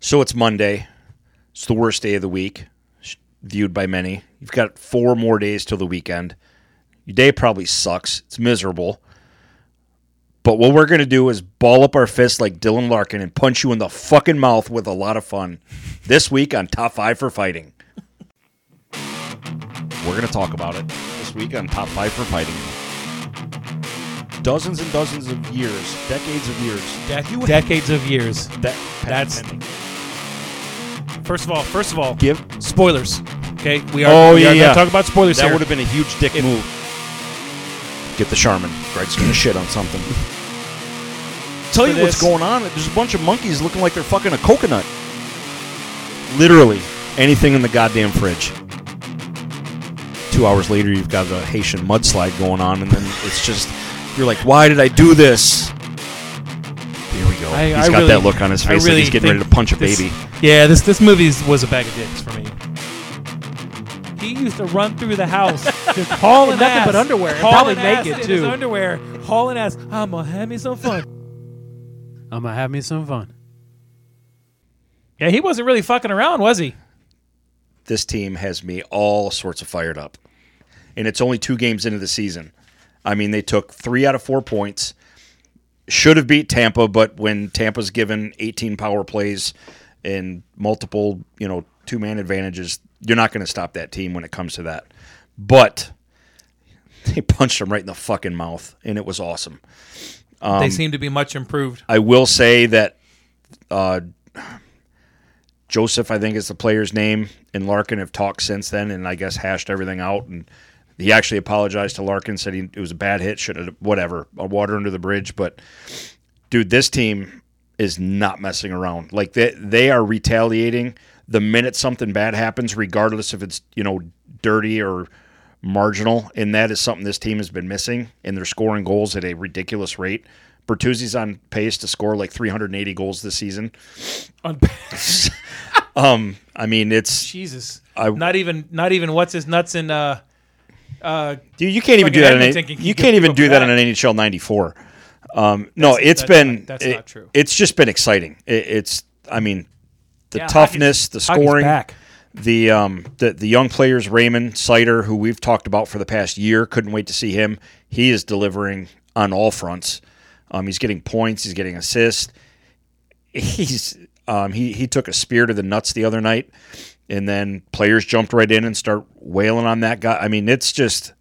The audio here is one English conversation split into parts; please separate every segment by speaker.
Speaker 1: So it's Monday. It's the worst day of the week, sh- viewed by many. You've got four more days till the weekend. Your day probably sucks. It's miserable. But what we're going to do is ball up our fists like Dylan Larkin and punch you in the fucking mouth with a lot of fun this week on Top 5 for Fighting. We're going to talk about it this week on Top 5 for Fighting. Dozens and dozens of years, decades of years.
Speaker 2: Dec- decades of years.
Speaker 1: That,
Speaker 2: That's- First of all, first of all,
Speaker 1: give
Speaker 2: spoilers. Okay, we are.
Speaker 1: Oh,
Speaker 2: we
Speaker 1: yeah,
Speaker 2: are
Speaker 1: yeah.
Speaker 2: Talk about spoilers
Speaker 1: That
Speaker 2: here.
Speaker 1: would have been a huge dick
Speaker 2: If-
Speaker 1: move. Get the Charmin. Greg's gonna shit on something. Tell you
Speaker 2: For
Speaker 1: what's
Speaker 2: this-
Speaker 1: going on. There's a bunch of monkeys looking like they're fucking a coconut. Literally anything in the goddamn fridge. Two hours later, you've got a Haitian mudslide going on, and then it's just you're like, "Why did I do this?" Here we go.
Speaker 2: I-
Speaker 1: He's
Speaker 2: I
Speaker 1: got
Speaker 2: really-
Speaker 1: that look on his
Speaker 2: I
Speaker 1: face like
Speaker 2: really
Speaker 1: he's getting ready to
Speaker 2: think
Speaker 1: punch a
Speaker 2: this-
Speaker 1: baby.
Speaker 2: Yeah, this this movie is- was a bag of dicks for me. He used to run through the house, just hauling
Speaker 3: nothing
Speaker 2: ass,
Speaker 3: but underwear, and
Speaker 2: hauling
Speaker 3: probably
Speaker 2: ass
Speaker 3: naked,
Speaker 2: in his
Speaker 3: too.
Speaker 2: underwear, hauling ass. I'm gonna have me some fun.
Speaker 3: I'm gonna have me some fun.
Speaker 2: yeah, he wasn't really fucking around, was he?
Speaker 1: this team has me all sorts of fired up. And it's only two games into the season. I mean, they took three out of four points. Should have beat Tampa, but when Tampa's given 18 power plays and multiple, you know, two man advantages, you're not going to stop that team when it comes to that. But they punched him right in the fucking mouth, and it was awesome.
Speaker 2: they seem to be much improved.
Speaker 1: I will say that uh, Joseph, I think is the player's name, and Larkin have talked since then, and I guess hashed everything out. And he actually apologized to Larkin, said he, it was a bad hit, should have whatever, a water under the bridge. But dude, this team is not messing around. Like they they are retaliating the minute something bad happens, regardless if it's you know dirty or marginal. And that is something this team has been missing, and they're scoring goals at a ridiculous rate. Bertuzzi's on pace to score like 380 goals this season.
Speaker 2: On
Speaker 1: Um, I mean, it's
Speaker 2: Jesus,
Speaker 1: I-
Speaker 2: not even not even what's his nuts in uh uh
Speaker 1: dude, you can't even
Speaker 2: Fucking
Speaker 1: do that. In,
Speaker 2: Edmonton
Speaker 1: a-
Speaker 2: can
Speaker 1: you
Speaker 2: keep
Speaker 1: can't even
Speaker 2: up
Speaker 1: do
Speaker 2: with
Speaker 1: that
Speaker 2: that.
Speaker 1: on an NHL '94. Um, no, it's
Speaker 2: that's
Speaker 1: been
Speaker 2: not- that's
Speaker 1: it-
Speaker 2: not true.
Speaker 1: It's just been exciting. It, it's I mean, the
Speaker 2: Yeah,
Speaker 1: toughness, the
Speaker 2: hockey's
Speaker 1: scoring,
Speaker 2: back.
Speaker 1: the um the, the young players Raymond Sider, who we've talked about for the past year, couldn't wait to see him. He is delivering on all fronts. Um, he's getting points, he's getting assists. He's um he he took a spear to the nuts the other night, and then players jumped right in and start wailing on that guy. I mean, it's just.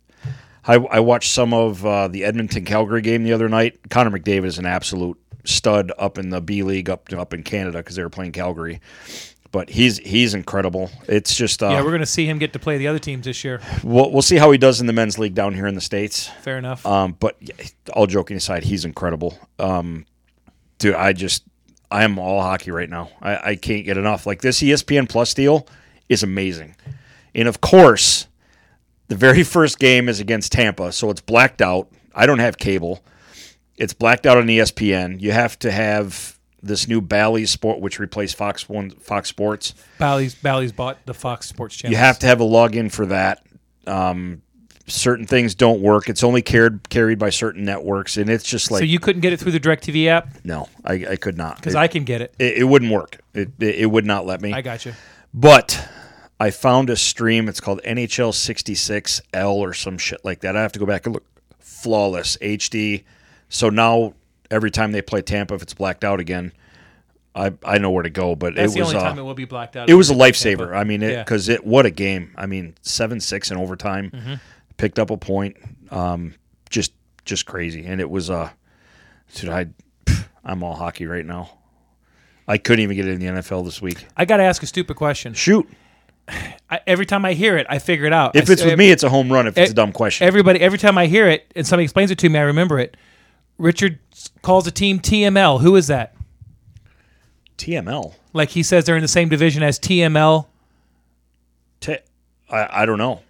Speaker 1: I, I watched some of uh, the Edmonton Calgary game the other night. Connor McDavid is an absolute stud up in the B League up up in Canada because they were playing Calgary. But he's he's incredible. It's just uh,
Speaker 2: yeah, we're gonna see him get to play the other teams this year.
Speaker 1: we'll, we'll see how he does in the men's league down here in the states.
Speaker 2: Fair enough.
Speaker 1: Um, but yeah, all joking aside, he's incredible. Um, dude, I just I am all hockey right now. I, I can't get enough. Like this E ESPN Plus deal is amazing, and of course, the very first game is against Tampa, so it's blacked out. I don't have cable. It's blacked out on E ESPN. You have to have this new Bally Sport, which replaced Fox One, Fox Sports.
Speaker 2: Bally's Bally's bought the Fox Sports Channel.
Speaker 1: You have to have a login for that. Um, certain things don't work. It's only carried carried by certain networks, and it's just like
Speaker 2: so you couldn't get it through the DirecTV app
Speaker 1: no, I, I could not
Speaker 2: because
Speaker 1: It-
Speaker 2: I can get it.
Speaker 1: it, it wouldn't work. It, it it would not let me.
Speaker 2: I got you.
Speaker 1: But I found a stream. It's called NHL 66L or some shit like that. I have to go back and look. Flawless HD. So now every time they play Tampa, if it's blacked out again, I I know where to go. But
Speaker 2: That's
Speaker 1: it
Speaker 2: the
Speaker 1: was
Speaker 2: only
Speaker 1: uh,
Speaker 2: time it will be blacked out.
Speaker 1: it was a lifesaver. I mean,
Speaker 2: Yeah.
Speaker 1: it because it what a game. I mean, seven six in overtime,
Speaker 2: Mm-hmm.
Speaker 1: picked up a point. Um, just just crazy, and it was uh, dude, I pff, I'm all hockey right now. I couldn't even get it in the NFL this week.
Speaker 2: I got to ask a stupid question.
Speaker 1: Shoot,
Speaker 2: I, every time I hear it, I figure it out.
Speaker 1: if
Speaker 2: I-
Speaker 1: it's with me, it's a home run. If it's
Speaker 2: eh,
Speaker 1: a dumb question,
Speaker 2: everybody, every time I hear it and somebody explains it to me, I remember it. Richard s- calls a team TML. Who is that?
Speaker 1: TML.
Speaker 2: Like he says they're in the same division as TML.
Speaker 1: T- I I don't know.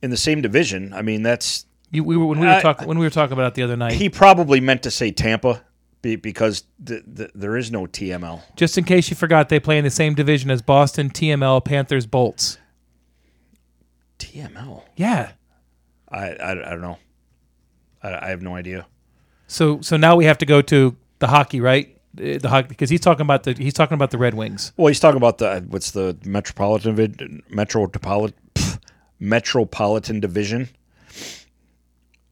Speaker 1: In the same division, I mean, that's
Speaker 2: You, we were when we were
Speaker 1: I-
Speaker 2: talking when we were talking about it the other night.
Speaker 1: he probably meant to say Tampa be, because th- th- there is no TML.
Speaker 2: just in case you forgot, they play in the same division as Boston TML Panthers Bolts.
Speaker 1: TML.
Speaker 2: Yeah.
Speaker 1: I, I, I don't know. I, I have no idea.
Speaker 2: So so now we have to go to the hockey, right? uh, the hockey because he's talking about the he's talking about the Red Wings.
Speaker 1: Well, he's talking about the what's the metropolitan vid, metropolitan metropolitan division.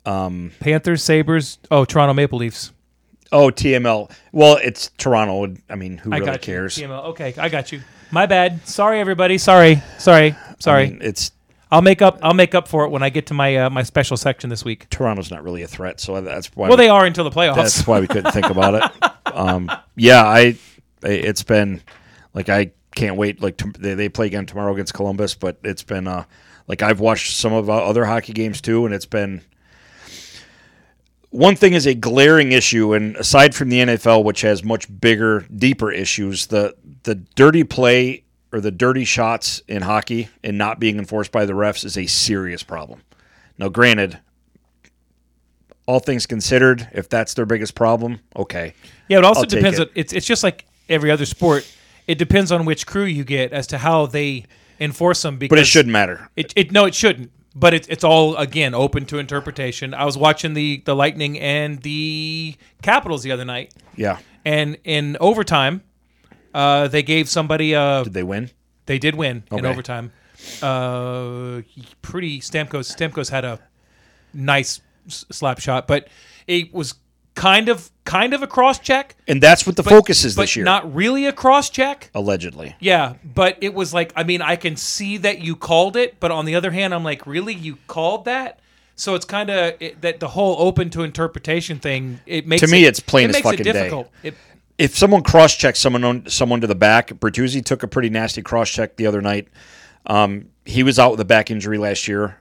Speaker 2: Panthers, Sabers, oh Toronto Maple Leafs.
Speaker 1: Oh, TML. Well, it's Toronto. I mean, who
Speaker 2: I
Speaker 1: really
Speaker 2: got you.
Speaker 1: cares?
Speaker 2: TMO. Okay, I got you. My bad. Sorry, everybody. Sorry, sorry, sorry.
Speaker 1: I mean, it's
Speaker 2: I'll make up. I'll make up for it when I get to my uh, my special section this week.
Speaker 1: Toronto's not really a threat, so that's why.
Speaker 2: Well, they are until the
Speaker 1: that's
Speaker 2: playoffs.
Speaker 1: why we couldn't think about it. Um, yeah, I. I- It's been like I can't wait. Like tom they, they play again tomorrow against Columbus, but it's been uh, like I've watched some of our other hockey games too, and it's been. One thing is a glaring issue, and aside from the NFL, which has much bigger, deeper issues, the the dirty play or the dirty shots in hockey and not being enforced by the refs is a serious problem. Now, granted, all things considered, if that's their biggest problem, okay.
Speaker 2: Yeah, it also
Speaker 1: I'll take
Speaker 2: depends.
Speaker 1: it.
Speaker 2: On, it's it's just like every other sport. It depends on which crew you get as to how they enforce them. Because
Speaker 1: But it shouldn't matter.
Speaker 2: It, it no, it shouldn't. But it's it's all again open to interpretation. I was watching the the Lightning and the Capitals the other night,
Speaker 1: Yeah.
Speaker 2: and in overtime, uh, they gave somebody uh
Speaker 1: Did they win?
Speaker 2: they did win in
Speaker 1: Okay.
Speaker 2: overtime. Uh, pretty Stamkos Stamkos had a nice s- slap shot, but it was kind of kind of a cross check.
Speaker 1: And that's what the
Speaker 2: but-
Speaker 1: focus is
Speaker 2: but
Speaker 1: this year,
Speaker 2: Not really a cross check.
Speaker 1: allegedly.
Speaker 2: Yeah, but it was like I mean I can see that you called it, but on the other hand I'm like really you called that? So it's kind of it, that the whole open to interpretation thing. It makes
Speaker 1: To me,
Speaker 2: it-
Speaker 1: it's plain
Speaker 2: it
Speaker 1: as
Speaker 2: makes
Speaker 1: fucking day.
Speaker 2: it difficult. It,
Speaker 1: If someone cross checks someone on, someone to the back, Bertuzzi took a pretty nasty cross check the other night. Um, he was out with a back injury last year.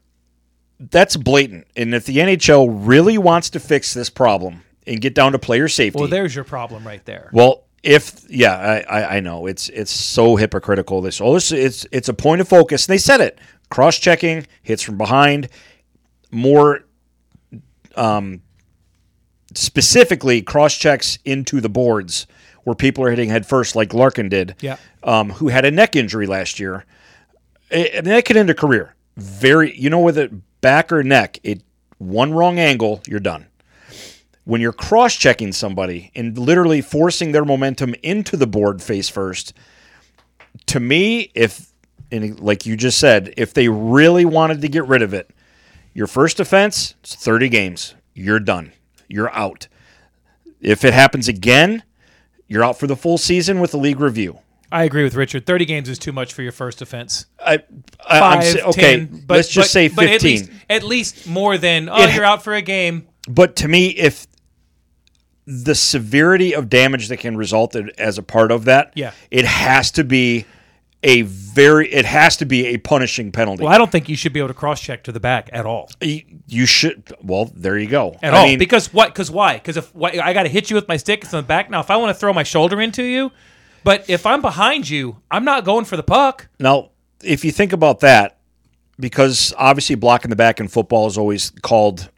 Speaker 1: That's blatant. And if the NHL really wants to fix this problem and get down to player safety,
Speaker 2: well, there's your problem right there.
Speaker 1: Well, if yeah, I, I, I know it's it's so hypocritical. This all this it's it's a point of focus. And they said it: cross checking, hits from behind, more um, specifically cross checks into the boards where people are hitting head first, like Larkin did,
Speaker 2: Yeah.
Speaker 1: um, who had a neck injury last year. A a neck could end a career. Very, you know, with a back or neck, it one wrong angle, you're done when you're cross checking somebody and literally forcing their momentum into the board face first, to me, if, and like you just said, if they really wanted to get rid of it, your first offense, it's 30 games. You're done. You're out. If it happens again, you're out for the full season with a league review.
Speaker 2: I agree with Richard. 30 games is too much for your first offense.
Speaker 1: I, I I'm
Speaker 2: Five,
Speaker 1: sa- okay,
Speaker 2: 10, but,
Speaker 1: let's just
Speaker 2: but-
Speaker 1: say
Speaker 2: but
Speaker 1: 15.
Speaker 2: at least, at least more than oh
Speaker 1: It-
Speaker 2: you're out for a game.
Speaker 1: but to me, if the severity of damage that can result in, as a part of that,
Speaker 2: Yeah.
Speaker 1: it has to be a very, it has to be a punishing penalty.
Speaker 2: Well, I don't think you should be able to cross check to the back at all.
Speaker 1: You you should. Well, there you go.
Speaker 2: at
Speaker 1: I
Speaker 2: all.
Speaker 1: mean,
Speaker 2: because what? Because why? Because if why, I got to hit you with my stick, it's in the back. Now, if I want to throw my shoulder into you, but if I'm behind you, I'm not going for the puck.
Speaker 1: now, if you think about that, because obviously blocking the back in football is always called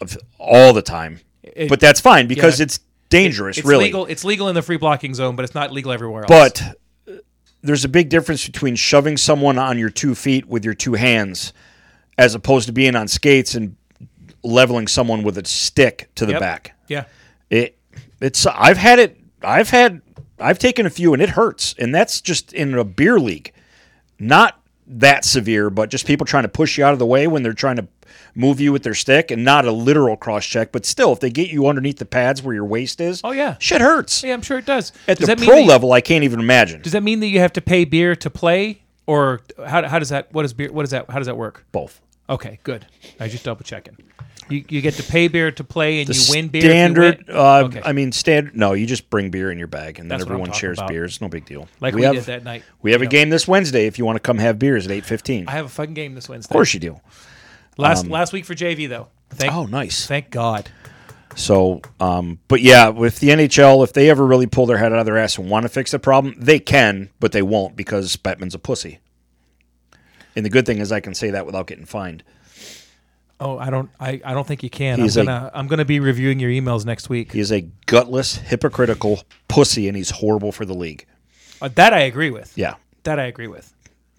Speaker 1: of- all the time, but that's fine because
Speaker 2: yeah.
Speaker 1: it's dangerous.
Speaker 2: It's
Speaker 1: really,
Speaker 2: legal. It's legal in the free blocking zone, but it's not legal everywhere else.
Speaker 1: But uh, there's a big difference between shoving someone on your two feet with your two hands as opposed to being on skates and leveling someone with a stick to the
Speaker 2: Yep.
Speaker 1: back.
Speaker 2: yeah,
Speaker 1: It it's I've had it I've had I've taken a few and it hurts and that's just in a beer league. Not that severe, but just people trying to push you out of the way when they're trying to move you with their stick and not a literal cross check, but still if they get you underneath the pads where your waist is,
Speaker 2: Oh, yeah.
Speaker 1: shit hurts.
Speaker 2: yeah, I'm sure it does.
Speaker 1: At
Speaker 2: does
Speaker 1: the
Speaker 2: that mean
Speaker 1: pro
Speaker 2: that you-
Speaker 1: level, I can't even imagine.
Speaker 2: does that mean that you have to pay beer to play, or how, how does that? What is beer? What is that? How does that work?
Speaker 1: Both.
Speaker 2: Okay, good. I was just double checking. You, you get to pay beer to play, and you win beer. if you win.
Speaker 1: standard. Uh,
Speaker 2: Okay.
Speaker 1: I mean, standard. No, you just bring beer in your bag, and then
Speaker 2: That's what I'm
Speaker 1: everyone
Speaker 2: talking
Speaker 1: shares
Speaker 2: about.
Speaker 1: beer. It's no big deal.
Speaker 2: like we, did that night.
Speaker 1: We have a
Speaker 2: You know,
Speaker 1: game this Wednesday. If you want to come have beers at eight fifteen,
Speaker 2: I
Speaker 1: of
Speaker 2: have a fucking game this Wednesday.
Speaker 1: course you do.
Speaker 2: last last week for JV though. Thank
Speaker 1: Oh, nice.
Speaker 2: thank God.
Speaker 1: So, um, but yeah, with the NHL, if they ever really pull their head out of their ass and want to fix the problem, they can, but they won't because Batman's a pussy. And the good thing is, I can say that without getting fined.
Speaker 2: Oh, I don't. I, I don't think you can.
Speaker 1: He's
Speaker 2: I'm
Speaker 1: a-
Speaker 2: gonna. i I'm gonna be reviewing your emails next week.
Speaker 1: He is a gutless, hypocritical pussy, and he's horrible for the league.
Speaker 2: Uh, that I agree with.
Speaker 1: Yeah.
Speaker 2: That I agree with.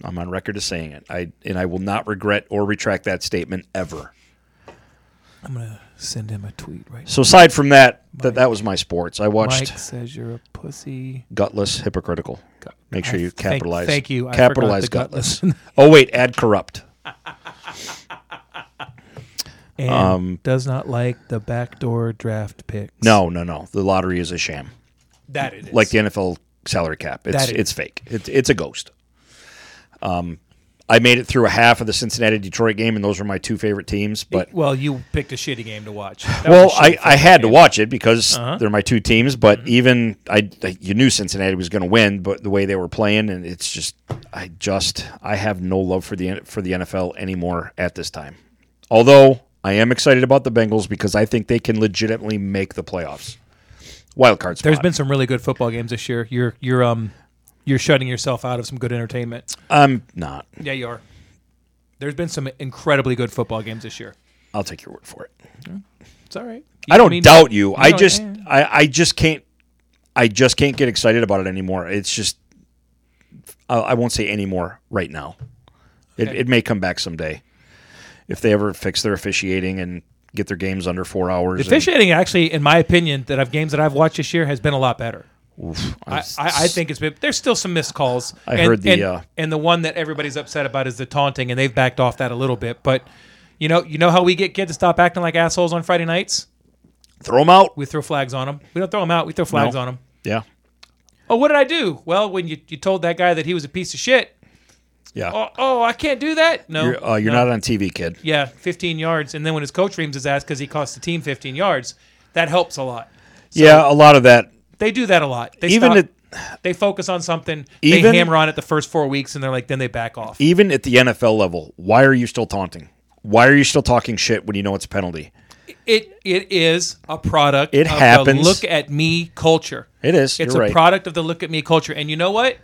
Speaker 1: I'm on record as saying it. I and I will not regret or retract that statement ever.
Speaker 2: I'm gonna Send him a tweet right
Speaker 1: So aside from that, that that was my sports. I
Speaker 2: now.
Speaker 1: watched
Speaker 2: Mike says you're a pussy.
Speaker 1: gutless, hypocritical. Make sure
Speaker 2: I
Speaker 1: you
Speaker 2: thank-
Speaker 1: capitalize.
Speaker 2: thank you. I forgot
Speaker 1: capitalize
Speaker 2: the gutless.
Speaker 1: gutless. oh wait, add corrupt.
Speaker 2: And
Speaker 1: Um,
Speaker 2: does not like the backdoor draft picks.
Speaker 1: No, no, no. The lottery is a sham.
Speaker 2: That it is.
Speaker 1: like the NFL salary cap. It's
Speaker 2: That is-
Speaker 1: it's fake. It's it's a ghost. Um, I made it through a half of the Cincinnati Detroit game, and those were my two favorite teams. But
Speaker 2: well, you picked a shitty game to watch. That
Speaker 1: well,
Speaker 2: was a
Speaker 1: I,
Speaker 2: shitty Uh-huh.
Speaker 1: I had to watch it because they're my two teams. But
Speaker 2: Mm-hmm.
Speaker 1: even I, I- you knew Cincinnati was going to win, but the way they were playing, and it's just, I just, I have no love for the N- for the NFL anymore at this time. Although I am excited about the Bengals because I think they can legitimately make the playoffs, wild card spot.
Speaker 2: There's been some really good football games this year. You're you're um you're shutting yourself out of some good entertainment.
Speaker 1: I'm not.
Speaker 2: Yeah, you are. There's been some incredibly good football games this year.
Speaker 1: I'll take your word for it.
Speaker 2: It's all right.
Speaker 1: I don't doubt you. I
Speaker 2: don't-
Speaker 1: just
Speaker 2: yeah.
Speaker 1: I, I just can't I just can't get excited about it anymore. It's just I, I won't say anymore right now. It,
Speaker 2: Okay.
Speaker 1: it may come back someday if they ever fix their officiating and get their games under four hours. and-
Speaker 2: Officiating, actually, in my opinion, that I've games that I've watched this year has been a lot better.
Speaker 1: Oof, I
Speaker 2: I,
Speaker 1: was-
Speaker 2: I, I think it's been. There's still some missed calls.
Speaker 1: I
Speaker 2: and,
Speaker 1: heard the,
Speaker 2: and,
Speaker 1: uh,
Speaker 2: and the one that everybody's upset about is the taunting, and they've backed off that a little bit. But you know, you know how we get kids to stop acting like assholes on Friday nights?
Speaker 1: throw them out.
Speaker 2: We throw flags on them. We don't throw them out. We throw flags on them.
Speaker 1: Yeah,
Speaker 2: Oh, what did I do? Well, when you, you told that guy that he was a piece of shit.
Speaker 1: yeah.
Speaker 2: Oh, oh I can't do that. No,
Speaker 1: you're uh, you're
Speaker 2: no.
Speaker 1: not on TV, kid.
Speaker 2: Yeah, 15 yards, and then when his coach reams his ass because he cost the team 15 yards, that helps a lot.
Speaker 1: yeah, a lot of that.
Speaker 2: They do that a lot. They
Speaker 1: Even
Speaker 2: stop,
Speaker 1: at-
Speaker 2: they focus on something.
Speaker 1: Even- E-
Speaker 2: they hammer on it the first four weeks, and they're like, then they back off.
Speaker 1: Even at the NFL level, why are you still taunting? Why are you still talking shit when you know it's a penalty?
Speaker 2: It it is a product.
Speaker 1: It
Speaker 2: of The
Speaker 1: happens.
Speaker 2: look at me culture.
Speaker 1: It is.
Speaker 2: It's
Speaker 1: You're
Speaker 2: a
Speaker 1: right.
Speaker 2: product of the look at me culture. And you know what?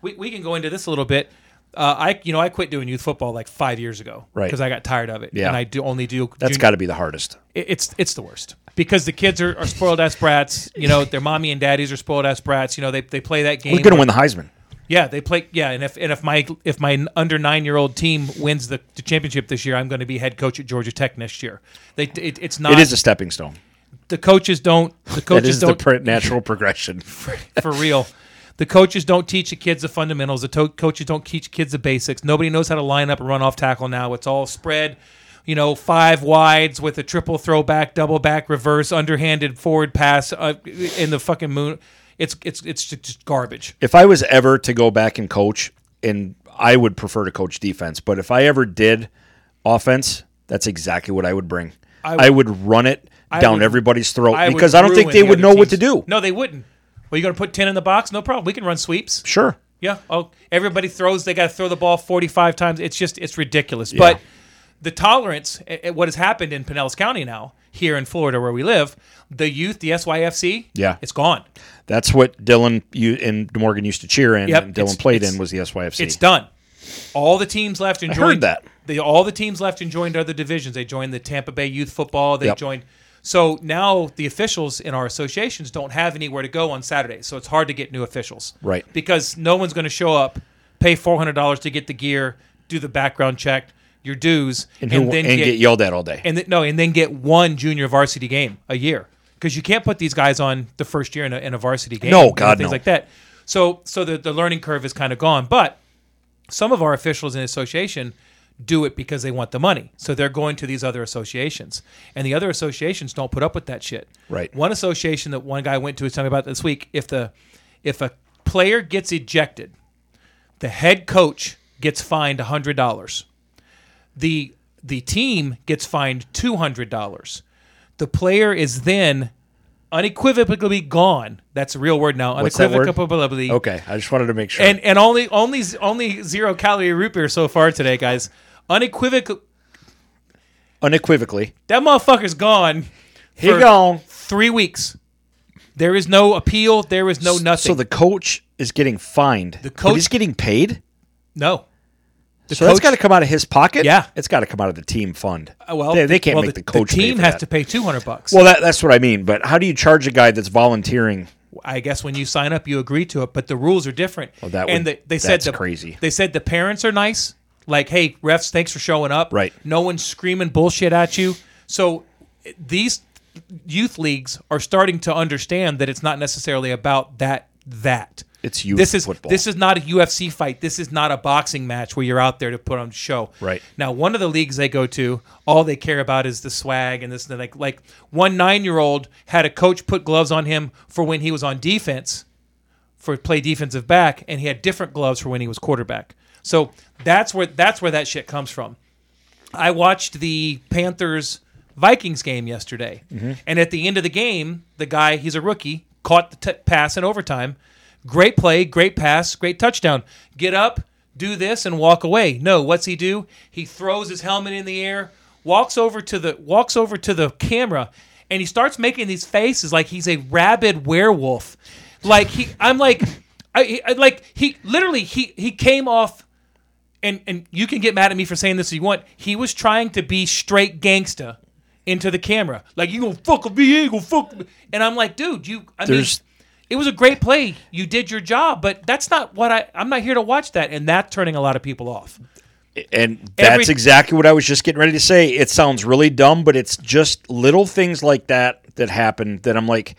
Speaker 2: We, we can go into this a little bit. Uh, I you know I quit doing youth football like five years ago,
Speaker 1: Right.
Speaker 2: Because I got tired of it.
Speaker 1: Yeah.
Speaker 2: And I do only do.
Speaker 1: That's got to be the hardest.
Speaker 2: it- it's it's the worst because the kids are, are spoiled ass brats. You know, their mommy and daddies are spoiled ass brats. You know, they, they play that game.
Speaker 1: We're going to win the Heisman.
Speaker 2: Yeah, they play. Yeah, and if and if my if my under nine year old team wins the, the championship this year, I'm going to be head coach at Georgia Tech next year. They it, it's not.
Speaker 1: It is a stepping stone.
Speaker 2: the coaches don't. The
Speaker 1: That
Speaker 2: coaches
Speaker 1: is the
Speaker 2: don't
Speaker 1: pr- natural progression.
Speaker 2: for real. The coaches don't teach the kids the fundamentals. The to- coaches don't teach kids the basics. Nobody knows how to line up and run off tackle now. It's all spread, you know, five wides with a triple throwback, double back, reverse, underhanded forward pass uh, in the fucking moon. It's it's it's ju- just garbage.
Speaker 1: If I was ever to go back and coach, and I would prefer to coach defense, but if I ever did offense, that's exactly what I would bring. I
Speaker 2: w-
Speaker 1: would run it down
Speaker 2: would-
Speaker 1: everybody's throat
Speaker 2: I would
Speaker 1: because I don't think
Speaker 2: ruin
Speaker 1: they
Speaker 2: the
Speaker 1: would
Speaker 2: other
Speaker 1: know what to
Speaker 2: teams.
Speaker 1: do.
Speaker 2: No, they wouldn't. Well, you going to put ten in the box? No problem. We can run sweeps.
Speaker 1: Sure.
Speaker 2: Yeah. Oh, everybody throws. They got to throw the ball forty-five times. It's just it's ridiculous. But the tolerance, a- a- what has happened in Pinellas County now, here in Florida where we live, the youth, the SYFC,
Speaker 1: Yeah.
Speaker 2: it's gone.
Speaker 1: That's what Dylan you and Morgan used to cheer in
Speaker 2: Yep,
Speaker 1: and
Speaker 2: it's-
Speaker 1: Dylan played
Speaker 2: it's-
Speaker 1: in was the SYFC.
Speaker 2: It's done. All the teams left and
Speaker 1: heard
Speaker 2: joined
Speaker 1: that.
Speaker 2: The, all the teams left and joined other divisions. They joined the Tampa Bay Youth Football. They
Speaker 1: Yep.
Speaker 2: joined. So now the officials in our associations don't have anywhere to go on Saturdays. So it's hard to get new officials.
Speaker 1: Right.
Speaker 2: Because no one's going to show up, pay four hundred dollars to get the gear, do the background check, your dues,
Speaker 1: and, who, and, get, yelled at all day.
Speaker 2: and th- no, and then get one junior varsity game a year because you can't put these guys on the first year in a, in a varsity game.
Speaker 1: No,
Speaker 2: you know,
Speaker 1: God,
Speaker 2: things
Speaker 1: no.
Speaker 2: like that. So, so the, the learning curve is kind of gone. But some of our officials in association do it because they want the money, so they're going to these other associations, and the other associations don't put up with that shit.
Speaker 1: Right.
Speaker 2: One association that one guy went to is telling me about this week. If the if a player gets ejected, the head coach gets fined hundred dollars the the team gets fined two hundred dollars. The player is then unequivocally gone. That's a real word now.
Speaker 1: What's that word?
Speaker 2: Unequivocally.
Speaker 1: okay, I just wanted to make sure.
Speaker 2: And and only only only zero calorie root beer so far today, guys. Unequivocal.
Speaker 1: Unequivocally,
Speaker 2: That motherfucker's gone.
Speaker 1: he
Speaker 2: for
Speaker 1: gone.
Speaker 2: Three weeks. There is no appeal. There is no nothing.
Speaker 1: So the coach is getting fined. The
Speaker 2: coach-
Speaker 1: but he's getting paid.
Speaker 2: no. The
Speaker 1: So that's got to come out of his pocket.
Speaker 2: Yeah.
Speaker 1: it's got to come out of the team fund.
Speaker 2: Uh, well,
Speaker 1: they, they can't
Speaker 2: well,
Speaker 1: make the, coach.
Speaker 2: The
Speaker 1: pay
Speaker 2: team
Speaker 1: for
Speaker 2: has
Speaker 1: that.
Speaker 2: to pay two hundred bucks.
Speaker 1: Well, that, that's what I mean. But how do you charge a guy that's volunteering?
Speaker 2: I guess when you sign up, you agree to it, but the rules are different. Well,
Speaker 1: that
Speaker 2: and
Speaker 1: would-
Speaker 2: they, they said
Speaker 1: that's
Speaker 2: the,
Speaker 1: crazy.
Speaker 2: They said the parents are nice, like, "Hey, refs, thanks for showing up.
Speaker 1: Right.
Speaker 2: No one's screaming bullshit at you." So these youth leagues are starting to understand that it's not necessarily about that that.
Speaker 1: It's youth
Speaker 2: this is,
Speaker 1: football.
Speaker 2: This is not a UFC fight. This is not a boxing match where you're out there to put on a show.
Speaker 1: Right.
Speaker 2: Now, one of the leagues they go to, all they care about is the swag and this and that. Like, like one nine year old had a coach put gloves on him for when he was on defense for play defensive back, and he had different gloves for when he was quarterback. So that's where that's where that shit comes from. I watched the Panthers Vikings game yesterday, and at the end of the game, the guy he's a rookie caught the t- pass in overtime. Great play, great pass, great touchdown. Get up, do this, and walk away. No, what's he do? He throws his helmet in the air, walks over to the walks over to the camera, and he starts making these faces like he's a rabid werewolf. Like he, I'm like, I, I like he literally he he came off and and you can get mad at me for saying this if you want. He was trying to be straight gangsta into the camera, like you gonna fuck with me, you ain't gonna fuck. With me. And I'm like, dude, you. I
Speaker 1: There's-
Speaker 2: mean, it was a great play. You did your job, but that's not what I. I'm not here to watch that, and that's turning a lot of people off.
Speaker 1: And that's
Speaker 2: Every-
Speaker 1: exactly what I was just getting ready to say. It sounds really dumb, but it's just little things like that that happen that I'm like,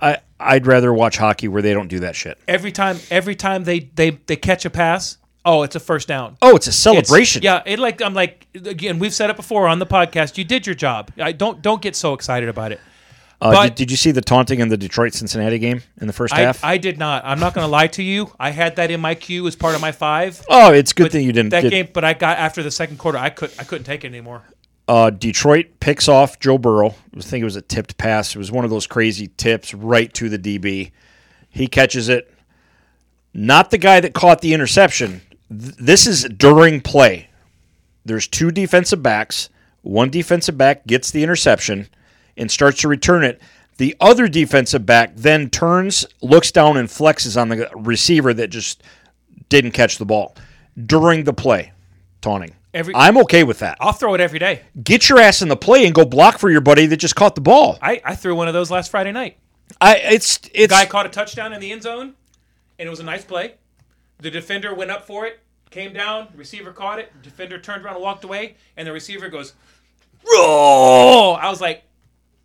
Speaker 1: I I'd rather watch hockey where they don't do that shit.
Speaker 2: Every time, every time they they they catch a pass, oh, it's a first down.
Speaker 1: Oh, it's a
Speaker 2: It's-
Speaker 1: celebration.
Speaker 2: Yeah, it like I'm like again. We've said it before on the podcast. You did your job. I don't don't get so excited about it.
Speaker 1: Uh,
Speaker 2: but-
Speaker 1: did, did you see the taunting in the Detroit Cincinnati game in the first
Speaker 2: I,
Speaker 1: half?
Speaker 2: I did not. I'm not going to lie to you. I had that in my queue as part of my five.
Speaker 1: oh, it's good thing you didn't.
Speaker 2: that
Speaker 1: get-
Speaker 2: game, but I got after the second quarter, I could I couldn't take it anymore.
Speaker 1: Uh, Detroit picks off Joe Burrow. I think it was a tipped pass. It was one of those crazy tips right to the DB. He catches it. Not the guy that caught the interception. Th- this is during play. There's two defensive backs. One defensive back gets the interception and starts to return it. The other defensive back then turns, looks down, and flexes on the receiver that just didn't catch the ball during the play. Taunting.
Speaker 2: Every-
Speaker 1: I'm okay with that
Speaker 2: I'll throw it every day.
Speaker 1: get your ass in the play and go block for your buddy that just caught the ball.
Speaker 2: I, I threw one of those last Friday night.
Speaker 1: I it's it's
Speaker 2: Guy caught a touchdown in the end zone, and it was a nice play. The defender went up for it, came down, receiver caught it, defender turned around and walked away, and the receiver goes, "Roll!" I was like,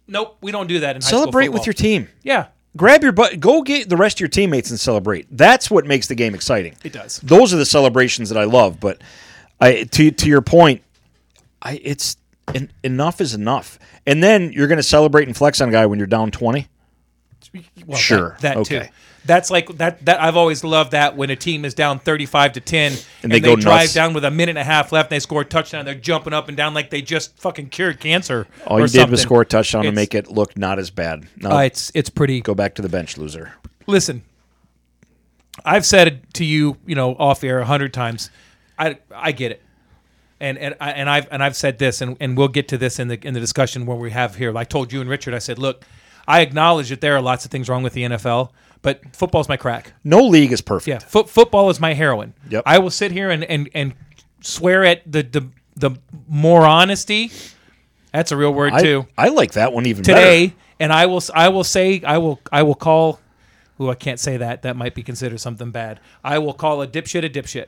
Speaker 2: "Nope, we don't do that in high school
Speaker 1: celebrate with
Speaker 2: football.
Speaker 1: your team.
Speaker 2: yeah."
Speaker 1: Grab your butt, go get the rest of your teammates and celebrate. That's what makes the game exciting.
Speaker 2: It does.
Speaker 1: Those are the celebrations that I love. But I to to your point, I it's en- enough is enough. And then you're going to celebrate and flex on a guy when you're down twenty.
Speaker 2: Well,
Speaker 1: Sure.
Speaker 2: that, that too.
Speaker 1: Okay.
Speaker 2: That's like that. That I've always loved that when a team is down thirty-five to ten and,
Speaker 1: they go
Speaker 2: drive
Speaker 1: nuts.
Speaker 2: down with a minute and a half left, and they score a touchdown. They're jumping up and down like they just fucking cured cancer.
Speaker 1: All
Speaker 2: or
Speaker 1: you did was
Speaker 2: something.
Speaker 1: score a touchdown and
Speaker 2: It's-
Speaker 1: make it look not as bad. Now
Speaker 2: Uh, it's it's pretty.
Speaker 1: go back to the bench, loser.
Speaker 2: Listen, I've said it to you, you know, off air a hundred times. I I get it, and and I and I've and I've said this, and and we'll get to this in the in the discussion when we have here. I told you and Richard, I said, look, I acknowledge that there are lots of things wrong with the NFL, but football's my crack.
Speaker 1: No league is perfect.
Speaker 2: Yeah, foot football is my heroin.
Speaker 1: Yep.
Speaker 2: I will sit here and and and swear at the the the more honesty. That's a real word
Speaker 1: I,
Speaker 2: too.
Speaker 1: I like that one even
Speaker 2: Today, and I will s- I will say I will I will call. Ooh, I can't say that. That might be considered something bad. I will call a dipshit a dipshit.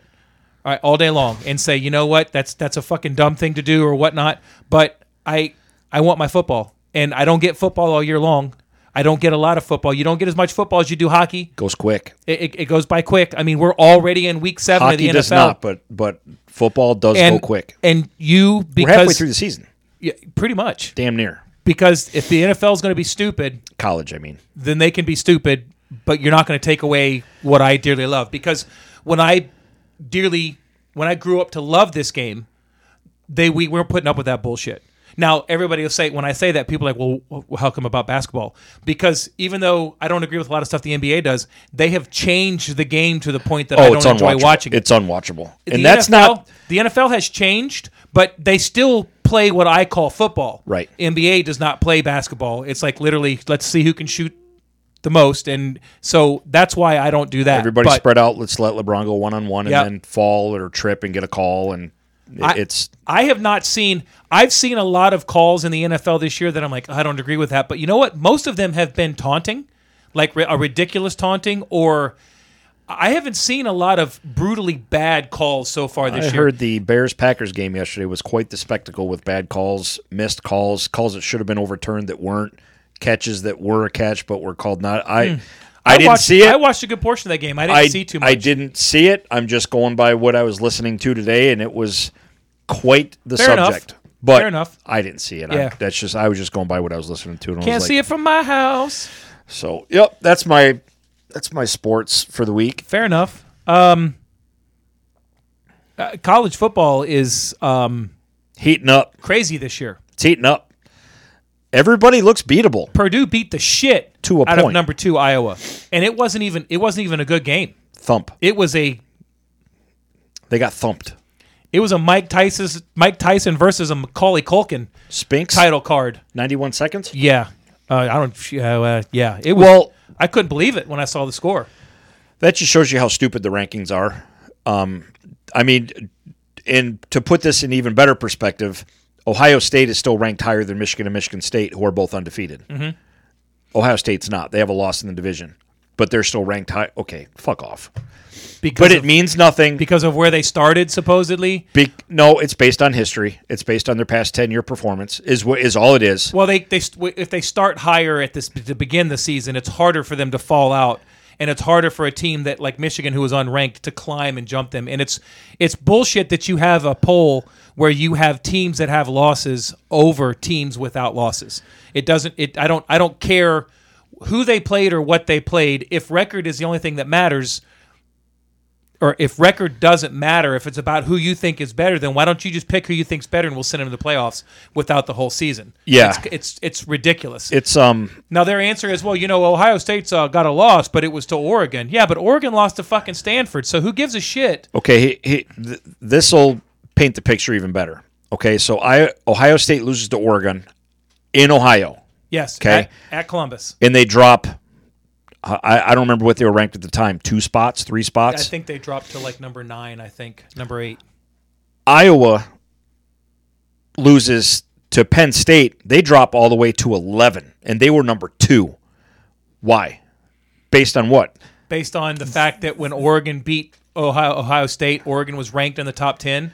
Speaker 2: All right, all day long, and say, you know what? That's that's a fucking dumb thing to do or whatnot. But I I want my football, and I don't get football all year long. I don't get a lot of football. You don't get as much football as you do hockey.
Speaker 1: goes quick.
Speaker 2: It, it, it goes by quick. I mean, we're already in week seven of
Speaker 1: Hockey
Speaker 2: the NFL.
Speaker 1: does not, but but football does
Speaker 2: and,
Speaker 1: go quick.
Speaker 2: And you
Speaker 1: We're halfway
Speaker 2: because
Speaker 1: through the season,
Speaker 2: yeah, pretty much
Speaker 1: damn near
Speaker 2: because if the NFL is going to be stupid,
Speaker 1: college. I mean,
Speaker 2: then they can be stupid, but you're not going to take away what I dearly love because when I dearly when I grew up to love this game, they we weren't putting up with that bullshit. Now everybody will say when I say that people are like, well, wh- how come about basketball? Because even though I don't agree with a lot of stuff the NBA does, they have changed the game to the point that I
Speaker 1: oh,
Speaker 2: don't
Speaker 1: it's
Speaker 2: enjoy
Speaker 1: unwatchable.
Speaker 2: watching it.
Speaker 1: It's unwatchable, and
Speaker 2: The
Speaker 1: that's
Speaker 2: NFL
Speaker 1: not
Speaker 2: the NFL has changed, but they still play what I call football.
Speaker 1: Right.
Speaker 2: NBA does not play basketball. It's like literally, let's see who can shoot the most, and so that's why I don't do that.
Speaker 1: everybody
Speaker 2: But
Speaker 1: spread out. Let's let LeBron go one on one, and
Speaker 2: Yep.
Speaker 1: then fall or trip and get a call, and it-
Speaker 2: I-
Speaker 1: it's
Speaker 2: I have not seen. I've seen a lot of calls in the NFL this year that I'm like, I don't agree with that. But you know what? Most of them have been taunting, like ri- a ridiculous taunting, or I haven't seen a lot of brutally bad calls so far this
Speaker 1: I
Speaker 2: year.
Speaker 1: heard the Bears Packers game yesterday was quite the spectacle with bad calls, missed calls, calls that should have been overturned that weren't, catches that were a catch but were called not. I I, didn't
Speaker 2: watched,
Speaker 1: see it.
Speaker 2: Hmm. I watched a good portion of that game. I didn't
Speaker 1: I,
Speaker 2: see too
Speaker 1: I
Speaker 2: much.
Speaker 1: didn't see it. I'm just going by what I was listening to today, and it was quite the
Speaker 2: Fair enough.
Speaker 1: subject. But
Speaker 2: Fair enough.
Speaker 1: I didn't see it.
Speaker 2: Yeah.
Speaker 1: I, that's just I was just going by what I was listening to. And I
Speaker 2: Can't
Speaker 1: was like,
Speaker 2: see it from my house.
Speaker 1: So yep, that's my that's my sports for the week.
Speaker 2: Fair enough. Um, uh, college football is um,
Speaker 1: Heating up.
Speaker 2: crazy this year.
Speaker 1: It's heating up. Everybody looks beatable.
Speaker 2: Purdue beat the shit
Speaker 1: To a
Speaker 2: out of
Speaker 1: point.
Speaker 2: number two Iowa, and it wasn't even it wasn't even a good game.
Speaker 1: Thump.
Speaker 2: It was a
Speaker 1: They got thumped.
Speaker 2: it was a Mike Tyson Mike Tyson versus a Macaulay Culkin
Speaker 1: Spinks.
Speaker 2: title card.
Speaker 1: 91 seconds.
Speaker 2: Yeah, uh, I don't. Uh, uh, yeah, it was.
Speaker 1: Well,
Speaker 2: I couldn't believe it when I saw the score.
Speaker 1: that just shows you how stupid the rankings are. Um, I mean, and to put this in even better perspective, Ohio State is still ranked higher than Michigan and Michigan State, who are both undefeated.
Speaker 2: Mm-hmm.
Speaker 1: Ohio State's not. They have a loss in the division, but they're still ranked high. Okay, fuck off.
Speaker 2: because
Speaker 1: But
Speaker 2: of,
Speaker 1: it means nothing.
Speaker 2: because of where they started supposedly.
Speaker 1: Be- no, it's based on history. It's based on their past 10 year performance, is, what is all it is.
Speaker 2: Well, they they st- if they start higher at this to begin the season, it's harder for them to fall out, and it's harder for a team that like Michigan, who is unranked, to climb and jump them. And it's it's bullshit that you have a poll where you have teams that have losses over teams without losses. It doesn't. It I don't I don't care who they played or what they played. If record is the only thing that matters. Or if record doesn't matter, if it's about who you think is better, then why don't you just pick who you think's better and we'll send them to the playoffs without the whole season?
Speaker 1: Yeah.
Speaker 2: It's- it's it's ridiculous.
Speaker 1: It's um
Speaker 2: now their answer is, well, you know, Ohio State's uh, got a loss, but it was to Oregon. Yeah, but Oregon lost to fucking Stanford, so who gives a shit?
Speaker 1: Okay, he, he, th- this will paint the picture even better. Okay, so I Ohio State loses to Oregon in Ohio,
Speaker 2: Yes,
Speaker 1: Okay.
Speaker 2: at, at Columbus,
Speaker 1: and they drop. I, I don't remember what they were ranked at the time. Two spots, three
Speaker 2: I
Speaker 1: spots.
Speaker 2: think they dropped to like number nine. I think number eight.
Speaker 1: Iowa loses to Penn State. They drop all the way to eleven, and they were number two. Why? Based on what?
Speaker 2: based on the fact that when Oregon beat Ohio, Ohio State, Oregon was ranked in the top ten,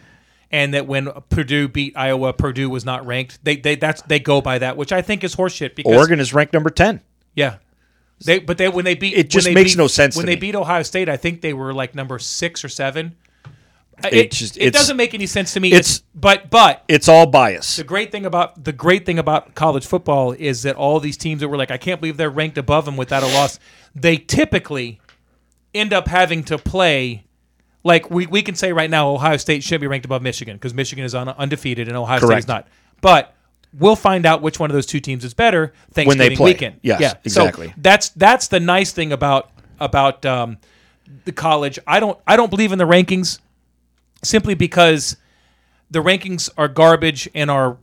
Speaker 2: and that when Purdue beat Iowa, Purdue was not ranked. They they that's they go by that, which I think is horseshit. Because
Speaker 1: Oregon is ranked number ten.
Speaker 2: yeah, they but they when they beat
Speaker 1: It just
Speaker 2: when they
Speaker 1: makes
Speaker 2: beat-
Speaker 1: no sense
Speaker 2: when
Speaker 1: to
Speaker 2: they
Speaker 1: me.
Speaker 2: beat Ohio State. I think they were like number six or seven. I- It,
Speaker 1: It just-
Speaker 2: it
Speaker 1: it's-
Speaker 2: doesn't make any sense to me.
Speaker 1: it's-
Speaker 2: but but
Speaker 1: It's all bias.
Speaker 2: the great thing about the great thing about college football is that all these teams that were like, I can't believe they're ranked above them without a loss. They typically end up having to play. Like we, we can say right now, Ohio State should be ranked above Michigan because Michigan is un- undefeated and Ohio State is
Speaker 1: Correct.
Speaker 2: not. But we'll find out which one of those two teams is better Thanksgiving
Speaker 1: play.
Speaker 2: weekend.
Speaker 1: Yes,
Speaker 2: yeah, So
Speaker 1: exactly.
Speaker 2: that's that's the nice thing about about um, the college. I don't I don't believe in the rankings simply because the rankings are garbage and are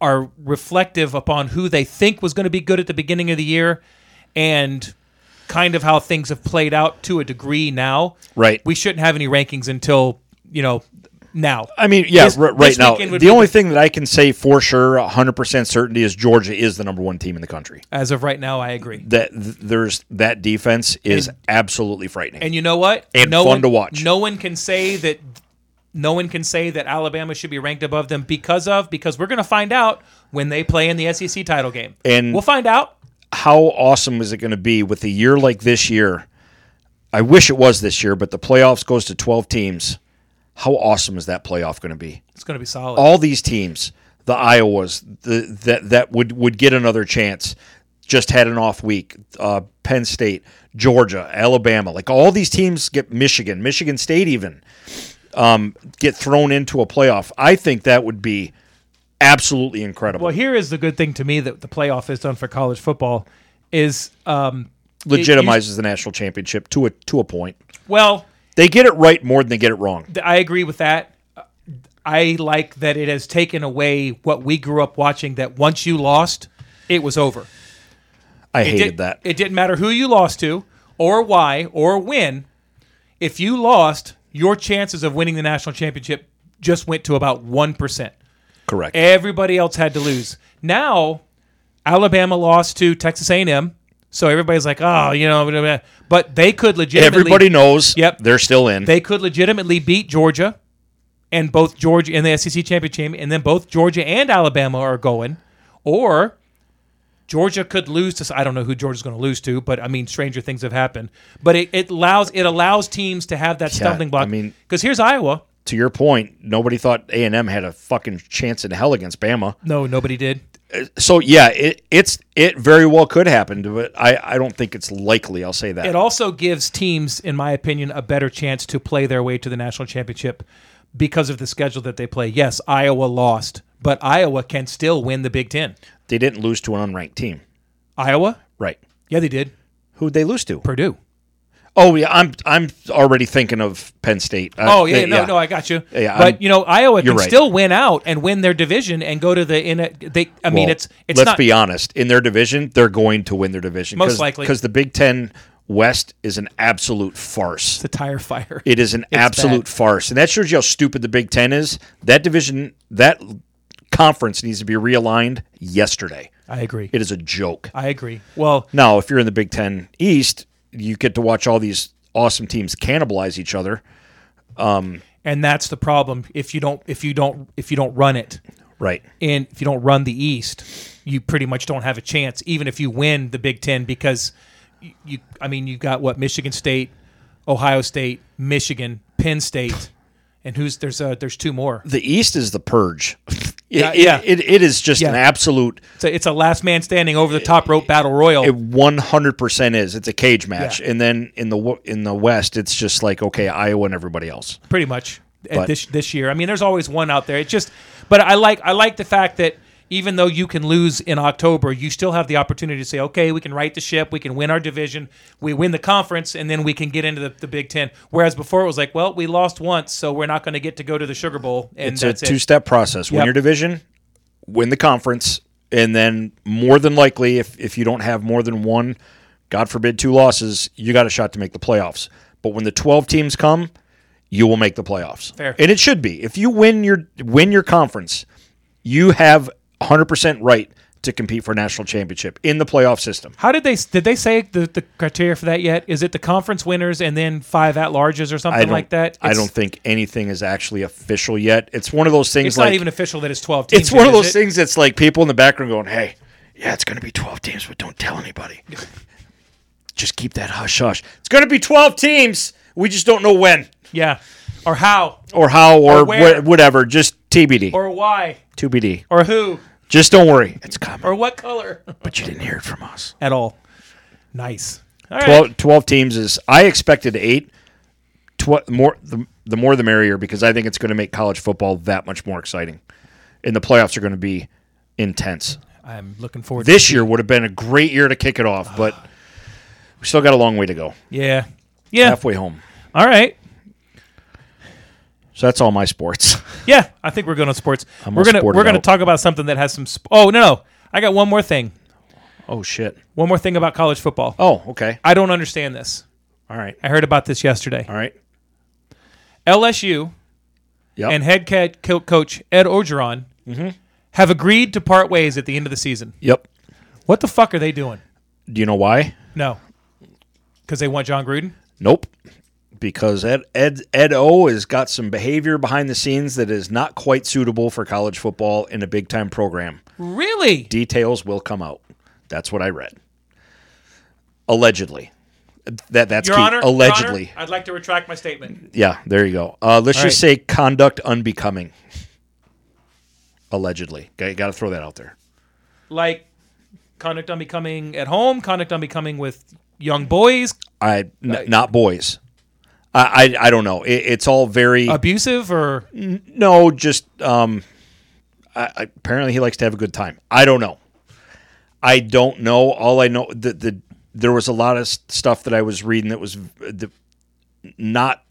Speaker 2: are reflective upon who they think was going to be good at the beginning of the year and kind of how things have played out to a degree now.
Speaker 1: Right.
Speaker 2: We shouldn't have any rankings until, you know, now.
Speaker 1: I mean, yeah,
Speaker 2: This-
Speaker 1: r- right
Speaker 2: this
Speaker 1: now.
Speaker 2: weekend would
Speaker 1: The
Speaker 2: be
Speaker 1: only thing that I can say for sure, 100% certainty, is Georgia is the number one team in the country.
Speaker 2: as of right now, I agree.
Speaker 1: That th- there's that defense is absolutely frightening.
Speaker 2: And you know what?
Speaker 1: And
Speaker 2: no
Speaker 1: fun
Speaker 2: one,
Speaker 1: to watch.
Speaker 2: No one can say that no one can say that Alabama should be ranked above them because of because we're going to find out when they play in the SEC title game.
Speaker 1: And-
Speaker 2: we'll find out.
Speaker 1: How awesome is it going to be with a year like this year? I wish it was this year, but the playoffs goes to 12 teams. How awesome is that playoff going to be?
Speaker 2: It's going to be solid.
Speaker 1: All these teams, the Iowas, the, that that would would get another chance. Just had an off week. Uh, Penn State, Georgia, Alabama, like all these teams get Michigan, Michigan State, even. um, get thrown into a playoff. I think that would be absolutely incredible.
Speaker 2: Well, here is the good thing to me that the playoff has done for college football is, um,
Speaker 1: Legitimizes the national championship to a to a point.
Speaker 2: well,
Speaker 1: They get it right more than they get it wrong.
Speaker 2: th- I agree with that. Uh, I like that it has taken away what we grew up watching. That once you lost, it was over.
Speaker 1: I
Speaker 2: It
Speaker 1: hated
Speaker 2: did-
Speaker 1: that.
Speaker 2: It didn't matter who you lost to, or why, or when. If you lost, your chances of winning the national championship just went to about one percent.
Speaker 1: Correct.
Speaker 2: Everybody else had to lose. Now, Alabama lost to Texas A&M. So everybody's like, oh, you know, blah, blah, blah." but they could legitimately
Speaker 1: Everybody knows.
Speaker 2: Yep.
Speaker 1: They're still in.
Speaker 2: they could legitimately beat Georgia, and both Georgia and the SEC championship, and then both Georgia and Alabama are going, or Georgia could lose to. I don't know who Georgia's going to lose to, but I mean, stranger things have happened. But it, it allows it allows teams to have that stumbling block.
Speaker 1: I mean-
Speaker 2: because here's Iowa.
Speaker 1: to your point, nobody thought A and M had a fucking chance in hell against Bama.
Speaker 2: No, nobody did.
Speaker 1: So yeah, it, it's it very well could happen, but I, I don't think it's likely. I'll say that.
Speaker 2: It also gives teams, in my opinion, a better chance to play their way to the national championship because of the schedule that they play. Yes, Iowa lost, but Iowa can still win the Big Ten.
Speaker 1: They didn't lose to an unranked team,
Speaker 2: Iowa?
Speaker 1: right?
Speaker 2: Yeah, they did.
Speaker 1: Who'd they lose to?
Speaker 2: Purdue.
Speaker 1: Oh yeah, I'm I'm already thinking of Penn State. Uh,
Speaker 2: Oh yeah,
Speaker 1: they-
Speaker 2: no, no, I got you.
Speaker 1: Yeah,
Speaker 2: but
Speaker 1: I'm-
Speaker 2: you know, Iowa
Speaker 1: you're
Speaker 2: can
Speaker 1: right.
Speaker 2: still win out and win their division and go to the in. A, they, I mean,
Speaker 1: Well,
Speaker 2: it's it's
Speaker 1: let's
Speaker 2: not
Speaker 1: be honest. In their division, they're going to win their division.
Speaker 2: Most
Speaker 1: Cause,
Speaker 2: likely.
Speaker 1: because the Big Ten West is an absolute farce.
Speaker 2: the tire fire.
Speaker 1: It is an absolute
Speaker 2: bad.
Speaker 1: farce, and that shows you how stupid the Big Ten is. That division, that conference needs to be realigned yesterday.
Speaker 2: I agree.
Speaker 1: It is a joke.
Speaker 2: I agree. Well,
Speaker 1: Now, if you're in the Big Ten East, you get to watch all these awesome teams cannibalize each other.
Speaker 2: and that's the problem. If you don't, if you don't, if you don't run it,
Speaker 1: Right.
Speaker 2: and if you don't run the East, you pretty much don't have a chance. Even if you win the Big Ten, because you, you I mean, you've got what Michigan State, Ohio State, Michigan, Penn State, and who's there's uh, there's two more.
Speaker 1: The East is the purge. It-
Speaker 2: Yeah,
Speaker 1: it-
Speaker 2: yeah.
Speaker 1: It, it is just an
Speaker 2: Yeah.
Speaker 1: absolute.
Speaker 2: So it's a last man standing over the top rope battle royal.
Speaker 1: It 100% is. It's a cage match.
Speaker 2: Yeah.
Speaker 1: And then in the wo- in the West, it's just like okay, Iowa and everybody else.
Speaker 2: pretty much at
Speaker 1: But-
Speaker 2: this this year. I mean, there's always one out there. It's just, but I like I like the fact that even though you can lose in October, you still have the opportunity to say, okay, we can right the ship, we can win our division, we win the conference, and then we can get into the, the Big Ten. Whereas before it was like, well, we lost once, so we're not going to get to go to the Sugar Bowl, and
Speaker 1: It's a
Speaker 2: that's it.
Speaker 1: two-step process. Win
Speaker 2: Yep.
Speaker 1: your division, win the conference, and then more than likely if if you don't have more than one, God forbid two losses, you got a shot to make the playoffs. But when the 12 teams come, you will make the playoffs.
Speaker 2: Fair.
Speaker 1: And it should be. If you win your win your conference, you have 100% right to compete for a national championship in the playoff system.
Speaker 2: How did they did they say the, the criteria for that yet? Is it the conference winners and then five at larges or
Speaker 1: I
Speaker 2: something
Speaker 1: don't
Speaker 2: like that?
Speaker 1: I
Speaker 2: It's-
Speaker 1: don't think anything is actually official yet. It's one of those things
Speaker 2: It's
Speaker 1: like
Speaker 2: not even official that it's twelve teams.
Speaker 1: it's one of
Speaker 2: yet, is
Speaker 1: those
Speaker 2: it?
Speaker 1: things that's like people in the background going, "Hey, yeah, it's going to be 12 teams, but don't tell anybody. just keep that hush hush. It's going to be 12 teams. We just don't know when
Speaker 2: Yeah, or how,
Speaker 1: or how or,
Speaker 2: Or where.
Speaker 1: wh- whatever. Just TBD.
Speaker 2: or why,
Speaker 1: TBD.
Speaker 2: or who.
Speaker 1: Just don't worry. It's coming,
Speaker 2: or what color
Speaker 1: but you didn't hear it from us.
Speaker 2: at all. Nice. All right.
Speaker 1: 12, 12 teams is I expected 8. Tw- more the, the more the merrier because I think it's going to make college football that much more exciting. And the playoffs are going to be intense.
Speaker 2: I'm looking forward.
Speaker 1: this year would have been a great year to kick it off, but we still got a long way to go.
Speaker 2: to Yeah. Yeah.
Speaker 1: Halfway home.
Speaker 2: All right.
Speaker 1: So that's all my sports.
Speaker 2: Yeah. I think we're going to sports.
Speaker 1: I'm
Speaker 2: we're
Speaker 1: gonna
Speaker 2: gonna
Speaker 1: sport it
Speaker 2: we're gonna
Speaker 1: out.
Speaker 2: talk about something that has some. Sp- oh no no! I got one more thing.
Speaker 1: Oh shit.
Speaker 2: One more thing about college football.
Speaker 1: Oh, okay.
Speaker 2: I don't understand this.
Speaker 1: All right.
Speaker 2: I heard about this yesterday.
Speaker 1: All right.
Speaker 2: LSU
Speaker 1: Yep.
Speaker 2: and head ca- co- coach Ed Ogeron have agreed to part ways at the end of the season.
Speaker 1: Yep.
Speaker 2: What the fuck are they doing?
Speaker 1: Do you know why?
Speaker 2: No, because they want John Gruden.
Speaker 1: Nope. Because Ed Ed Ed O has got some behavior behind the scenes that is not quite suitable for college football in a big time program.
Speaker 2: Really?
Speaker 1: Details will come out. That's what I read. Allegedly. That that's
Speaker 2: Your
Speaker 1: key.
Speaker 2: Honor, Your Honor,
Speaker 1: Allegedly.
Speaker 2: I'd like to retract my statement.
Speaker 1: Yeah, there you go. Uh, let's
Speaker 2: All
Speaker 1: just say conduct unbecoming. Allegedly, got to throw that out there.
Speaker 2: Like conduct unbecoming at home, conduct unbecoming with young boys,
Speaker 1: I n- not boys. I I, I don't know. It, it's all very
Speaker 2: abusive, or
Speaker 1: no. Just um, I, I- apparently he likes to have a good time. I don't know. I don't know. All I know the the there was a lot of s- stuff that I was reading that was v- the, not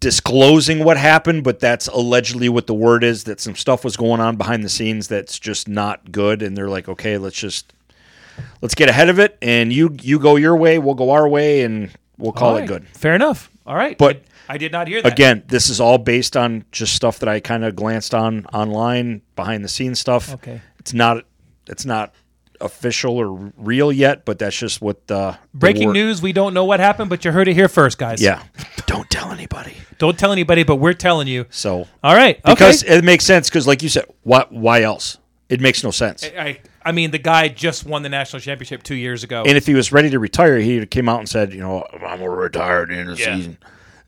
Speaker 1: disclosing what happened, but that's allegedly what the word is. That some stuff was going on behind the scenes that's just not good, and they're like, okay, let's just let's get ahead of it, and you you go your way, we'll go our way, and we'll call it good.
Speaker 2: Fair enough. All right,
Speaker 1: But-
Speaker 2: I, I did not hear that.
Speaker 1: Again, this is all based on just stuff that I kind of glanced on online, behind the scenes stuff.
Speaker 2: Okay.
Speaker 1: It's not it's not official or real yet, but that's just what uh, the
Speaker 2: Breaking
Speaker 1: word-
Speaker 2: news, we don't know what happened, but you heard it here first, guys.
Speaker 1: Yeah, don't tell anybody.
Speaker 2: Don't tell anybody, but we're telling you.
Speaker 1: So
Speaker 2: All right.
Speaker 1: because
Speaker 2: okay.
Speaker 1: it makes sense because like you said, what? Why else? It makes no sense.
Speaker 2: I, I mean, the guy just won the national championship two years ago.
Speaker 1: And if he was ready to retire, he came out and said, you know, I'm gonna retire at the end of the
Speaker 2: Yeah.
Speaker 1: season.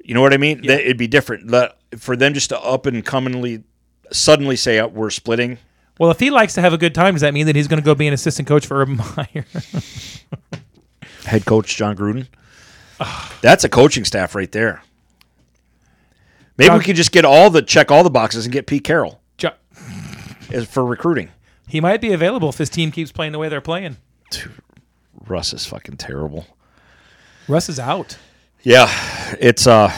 Speaker 1: You know what I mean? That, it'd be different Let- for them just to up and commonly suddenly say uh, we're splitting.
Speaker 2: well, if he likes to have a good time, does that mean that he's going to go be an assistant coach for Urban Meyer?
Speaker 1: Head coach John Gruden. That's a coaching staff right there. Maybe
Speaker 2: John-
Speaker 1: we could just get all the check all the boxes and get Pete Carroll
Speaker 2: Jo-
Speaker 1: as- for recruiting.
Speaker 2: he might be available if his team keeps playing the way they're playing.
Speaker 1: Russ is fucking terrible.
Speaker 2: Russ is out.
Speaker 1: Yeah, it's uh,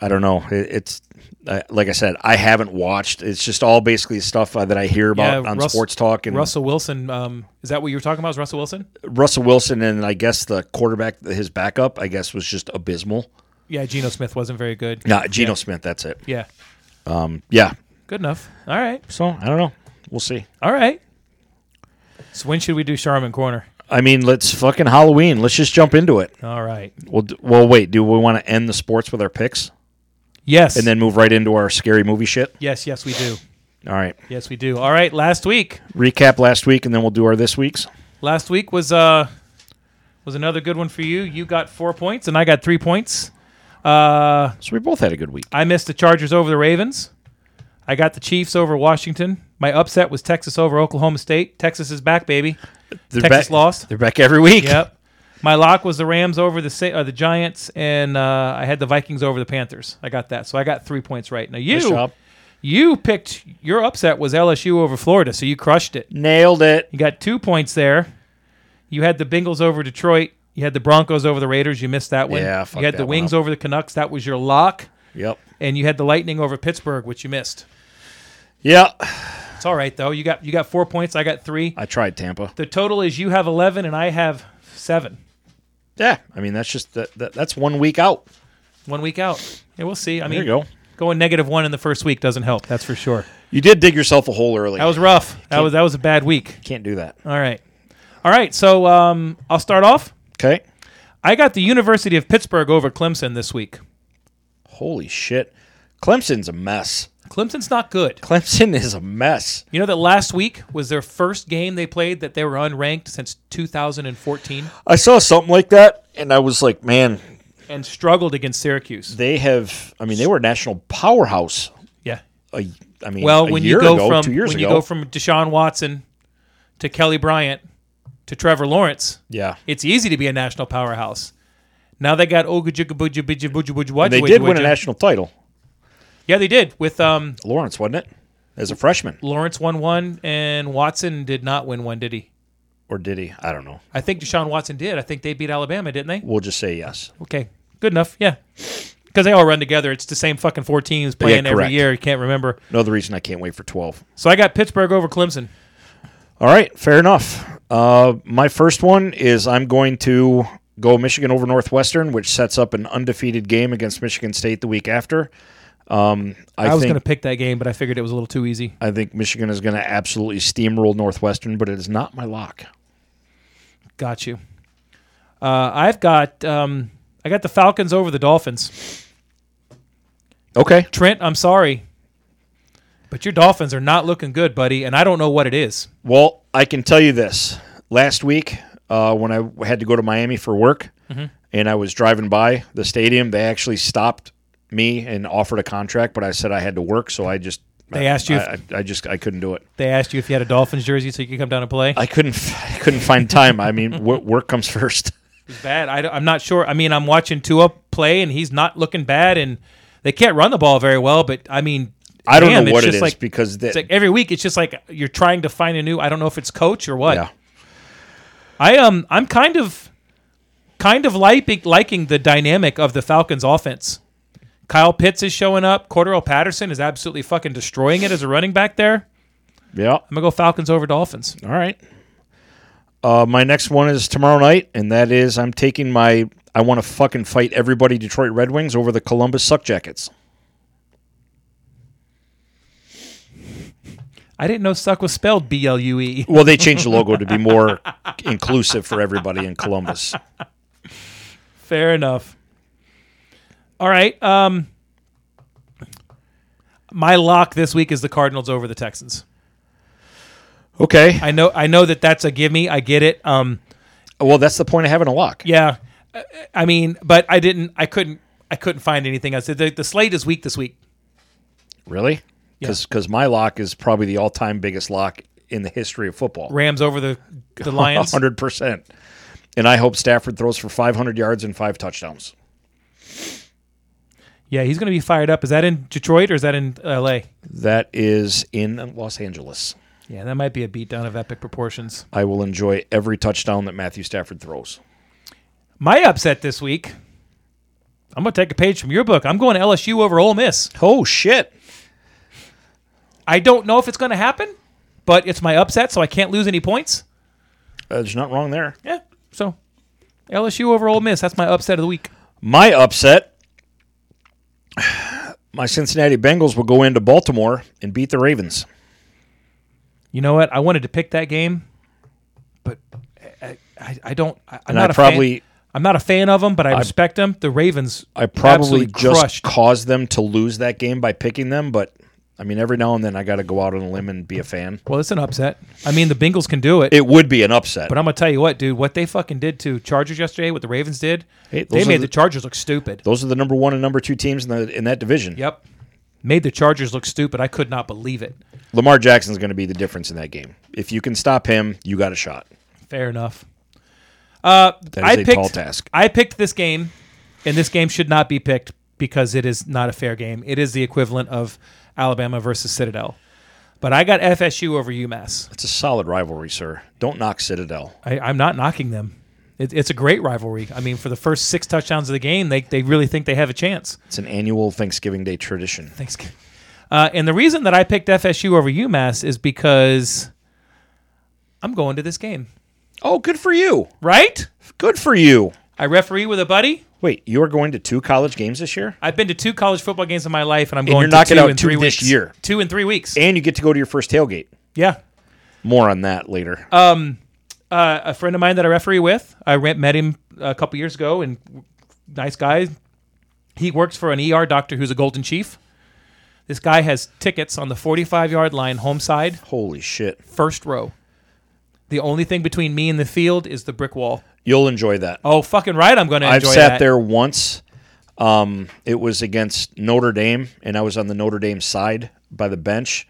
Speaker 1: I don't know. It, it's uh, like I said, I haven't watched. It's just all basically stuff uh, that I hear about on
Speaker 2: Russ-
Speaker 1: sports talk and
Speaker 2: Russell Wilson. Um, is that what you were talking about? Is Russell Wilson?
Speaker 1: Russell Wilson and I guess the quarterback, his backup, I guess was just abysmal.
Speaker 2: Yeah, Geno Smith wasn't very good.
Speaker 1: Nah, Geno Smith. That's it.
Speaker 2: Yeah,
Speaker 1: Yeah.
Speaker 2: good enough. All right,
Speaker 1: So I don't know. We'll see.
Speaker 2: all right. So when should we do Charmin Corner?
Speaker 1: I mean, let's fucking Halloween. Let's just jump into it.
Speaker 2: All right.
Speaker 1: We'll d- well wait. Do we want to end the sports with our picks
Speaker 2: Yes.
Speaker 1: and then move right into our scary movie shit?
Speaker 2: yes, yes, we do.
Speaker 1: All right.
Speaker 2: Yes, we do. All right. Last week,
Speaker 1: Recap last week, and then we'll do our this week's.
Speaker 2: last week was uh was another good one for you. You got four points, and I got three points. Uh,
Speaker 1: So we both had a good week.
Speaker 2: I missed the Chargers over the Ravens. I got the Chiefs over Washington. My upset was Texas over Oklahoma State. Texas is back, baby.
Speaker 1: They're
Speaker 2: Texas
Speaker 1: back,
Speaker 2: lost.
Speaker 1: They're back every week.
Speaker 2: Yep. My lock was the Rams over the Sa- uh, the Giants, and uh, I had the Vikings over the Panthers. I got that, so I got three points right. Now you,
Speaker 1: Nice job.
Speaker 2: you picked your upset was LSU over Florida, so you crushed it.
Speaker 1: Nailed it.
Speaker 2: You got two points there. You had the Bengals over Detroit. You had the Broncos over the Raiders. You missed that one.
Speaker 1: Yeah, I fucked
Speaker 2: you had the
Speaker 1: that one
Speaker 2: Wings
Speaker 1: up.
Speaker 2: over the Canucks. That was your lock,
Speaker 1: Yep.
Speaker 2: and you had the Lightning over Pittsburgh, which you missed.
Speaker 1: Yeah.
Speaker 2: It's all right though. You got you got four points. I got three.
Speaker 1: I tried Tampa.
Speaker 2: The total is you have eleven and I have seven.
Speaker 1: Yeah. I mean, that's just that, that that's one week out.
Speaker 2: One week out. Yeah, we'll see.
Speaker 1: There
Speaker 2: I mean,
Speaker 1: you go.
Speaker 2: going negative one in the first week doesn't help. That's for sure.
Speaker 1: You did dig yourself a hole early.
Speaker 2: That was rough. That was that was a bad week.
Speaker 1: Can't do that.
Speaker 2: All right, all right. So um, I'll start off.
Speaker 1: Okay.
Speaker 2: I got the University of Pittsburgh over Clemson this week.
Speaker 1: Holy shit. Clemson's a mess.
Speaker 2: Clemson's not good.
Speaker 1: Clemson is a mess.
Speaker 2: You know that last week was their first game they played that they were unranked since 2014
Speaker 1: I saw something like that and I was like, man,
Speaker 2: and struggled against Syracuse.
Speaker 1: they have I mean, they were a national powerhouse.
Speaker 2: Yeah.
Speaker 1: A, I mean,
Speaker 2: Well,
Speaker 1: a
Speaker 2: when
Speaker 1: year
Speaker 2: you go
Speaker 1: ago,
Speaker 2: from
Speaker 1: two years
Speaker 2: when
Speaker 1: ago.
Speaker 2: you go from Deshaun Watson to Kelly Bryant to Trevor Lawrence,
Speaker 1: yeah.
Speaker 2: it's easy to be a national powerhouse. Now they got Ogajigabujabujabujabujabuja.
Speaker 1: They did win a national title.
Speaker 2: Yeah, they did. With um,
Speaker 1: Lawrence, wasn't it? As a freshman.
Speaker 2: Lawrence won one, and Watson did not win one, did he?
Speaker 1: Or did he? I don't know.
Speaker 2: I think Deshaun Watson did. I think they beat Alabama, didn't they?
Speaker 1: We'll just say yes.
Speaker 2: Okay, good enough. Yeah, because they all run together. It's the same fucking four teams playing every
Speaker 1: correct.
Speaker 2: year. You can't remember.
Speaker 1: Another reason I can't wait for twelve.
Speaker 2: So I got Pittsburgh over Clemson.
Speaker 1: All right, fair enough. Uh, my first one is I'm going to go Michigan over Northwestern, which sets up an undefeated game against Michigan State the week after. Um, I,
Speaker 2: I, was
Speaker 1: think
Speaker 2: going to pick that game, but I figured it was a little too easy.
Speaker 1: I think Michigan is going to absolutely steamroll Northwestern, but it is not my lock.
Speaker 2: Got you. Uh, I've got um, I got the Falcons over the Dolphins.
Speaker 1: Okay,
Speaker 2: Trent, I'm sorry, but your Dolphins are not looking good, buddy, and I don't know what it is.
Speaker 1: well I can tell you this. Last week, uh, when I had to go to Miami for work,
Speaker 2: Mm-hmm.
Speaker 1: and I was driving by the stadium, they actually stopped me and offered a contract, but I said I had to work, so I just
Speaker 2: They asked you if-
Speaker 1: I, I, I just I couldn't do it.
Speaker 2: They asked you if you had a Dolphins jersey so you could come down and play.
Speaker 1: I couldn't I couldn't find time. I mean, wo- work comes first.
Speaker 2: It's bad. I, am not sure. I mean, I'm watching Tua play, and he's not looking bad, and they can't run the ball very well. But I mean,
Speaker 1: I don't
Speaker 2: damn,
Speaker 1: know
Speaker 2: it's
Speaker 1: what it
Speaker 2: just
Speaker 1: is
Speaker 2: like,
Speaker 1: because that,
Speaker 2: it's like every week, it's just like you're trying to find a new. I don't know if it's coach or what.
Speaker 1: yeah,
Speaker 2: I um, I'm kind of, kind of liking liking the dynamic of the Falcons' offense. Kyle Pitts is showing up. Cordero Patterson is absolutely fucking destroying it as a running back there.
Speaker 1: yeah.
Speaker 2: I'm gonna go Falcons over Dolphins.
Speaker 1: All right. Uh, my next one is tomorrow night, and that is I'm taking my I want to fucking fight everybody Detroit Red Wings over the Columbus Suck Jackets.
Speaker 2: I didn't know suck was spelled B L U E.
Speaker 1: Well, they changed the logo to be more inclusive for everybody in Columbus.
Speaker 2: Fair enough. All right. Um, my lock this week is the Cardinals over the Texans.
Speaker 1: Okay.
Speaker 2: I know. I know that that's a give me. I get it. Um,
Speaker 1: Well, that's the point of having a lock.
Speaker 2: yeah. I- I mean, but I didn't. I couldn't. I couldn't find anything else. The, the slate is weak this week.
Speaker 1: Really? Because my lock is probably the all time biggest lock in the history of football.
Speaker 2: Rams over the the Lions.
Speaker 1: hundred percent. And I hope Stafford throws for five hundred yards and five touchdowns.
Speaker 2: Yeah, he's going to be fired up. Is that in Detroit or is that in L.A.?
Speaker 1: That is in Los Angeles.
Speaker 2: Yeah, that might be a beatdown of epic proportions.
Speaker 1: I will enjoy every touchdown that Matthew Stafford throws.
Speaker 2: My upset this week. I'm going to take a page from your book. I'm going LSU over Ole Miss.
Speaker 1: Oh shit!
Speaker 2: I don't know if it's going to happen, but it's my upset, so I can't lose any points.
Speaker 1: Uh, there's not wrong there.
Speaker 2: Yeah. So LSU over Ole Miss. That's my upset of the week.
Speaker 1: My upset. My Cincinnati Bengals will go into Baltimore and beat the Ravens.
Speaker 2: You know what? I wanted to pick that game, but I, I, I don't. I, I'm
Speaker 1: And
Speaker 2: not
Speaker 1: I
Speaker 2: a fan-
Speaker 1: probably-
Speaker 2: I'm not a fan of them, but I respect them. The Ravens.
Speaker 1: I probably
Speaker 2: absolutely
Speaker 1: just
Speaker 2: crushed.
Speaker 1: caused them to lose that game by picking them, but I mean, every now and then I got to go out on a limb and be a fan.
Speaker 2: Well, it's an upset. I mean, the Bengals can do it.
Speaker 1: It would be an upset.
Speaker 2: But I'm gonna tell you what, dude. What they fucking did to Chargers yesterday, what the Ravens did,
Speaker 1: Hey,
Speaker 2: they
Speaker 1: those are
Speaker 2: made the,
Speaker 1: the-
Speaker 2: Chargers look stupid.
Speaker 1: Those are the number one and number two teams in, the, in that division.
Speaker 2: Yep, made the Chargers look stupid. I could not believe it.
Speaker 1: Lamar Jackson's going to be the difference in that game. If you can stop him, you got a shot.
Speaker 2: Fair enough. Uh,
Speaker 1: That is
Speaker 2: I
Speaker 1: a
Speaker 2: picked.
Speaker 1: tall task.
Speaker 2: I picked this game, and this game should not be picked because it is not a fair game. It is the equivalent of Alabama versus Citadel. But I got FSU over UMass.
Speaker 1: It's a solid rivalry, sir. Don't knock Citadel.
Speaker 2: I, I'm not knocking them. It, it's a great rivalry. I mean, for the first six touchdowns of the game, they, they really think they have a chance.
Speaker 1: It's an annual Thanksgiving Day tradition.
Speaker 2: Thanks. Uh, and the reason that I picked FSU over UMass is because I'm going to this game,
Speaker 1: Oh, good for you.
Speaker 2: right?
Speaker 1: Good for you.
Speaker 2: I referee with a buddy.
Speaker 1: Wait, you are going to two college games this year?
Speaker 2: I've been to two college football games in my life, and I'm
Speaker 1: you're
Speaker 2: going to
Speaker 1: knocking
Speaker 2: two
Speaker 1: out
Speaker 2: in
Speaker 1: two
Speaker 2: three
Speaker 1: this
Speaker 2: weeks.
Speaker 1: year.
Speaker 2: Two in three weeks.
Speaker 1: And you get to go to your first tailgate.
Speaker 2: yeah.
Speaker 1: More on that later.
Speaker 2: Uh, a friend of mine that I referee with, I re- met him a couple years ago, and nice guy. He works for an ER doctor who's a Golden Chief. This guy has tickets on the 45 yard line, home side,
Speaker 1: Holy shit.
Speaker 2: first row. The only thing between me and the field is the brick wall.
Speaker 1: You'll enjoy that.
Speaker 2: Oh, fucking right! I'm going to enjoy
Speaker 1: I've sat
Speaker 2: that.
Speaker 1: there once. Um, it was against Notre Dame, and I was on the Notre Dame side by the bench,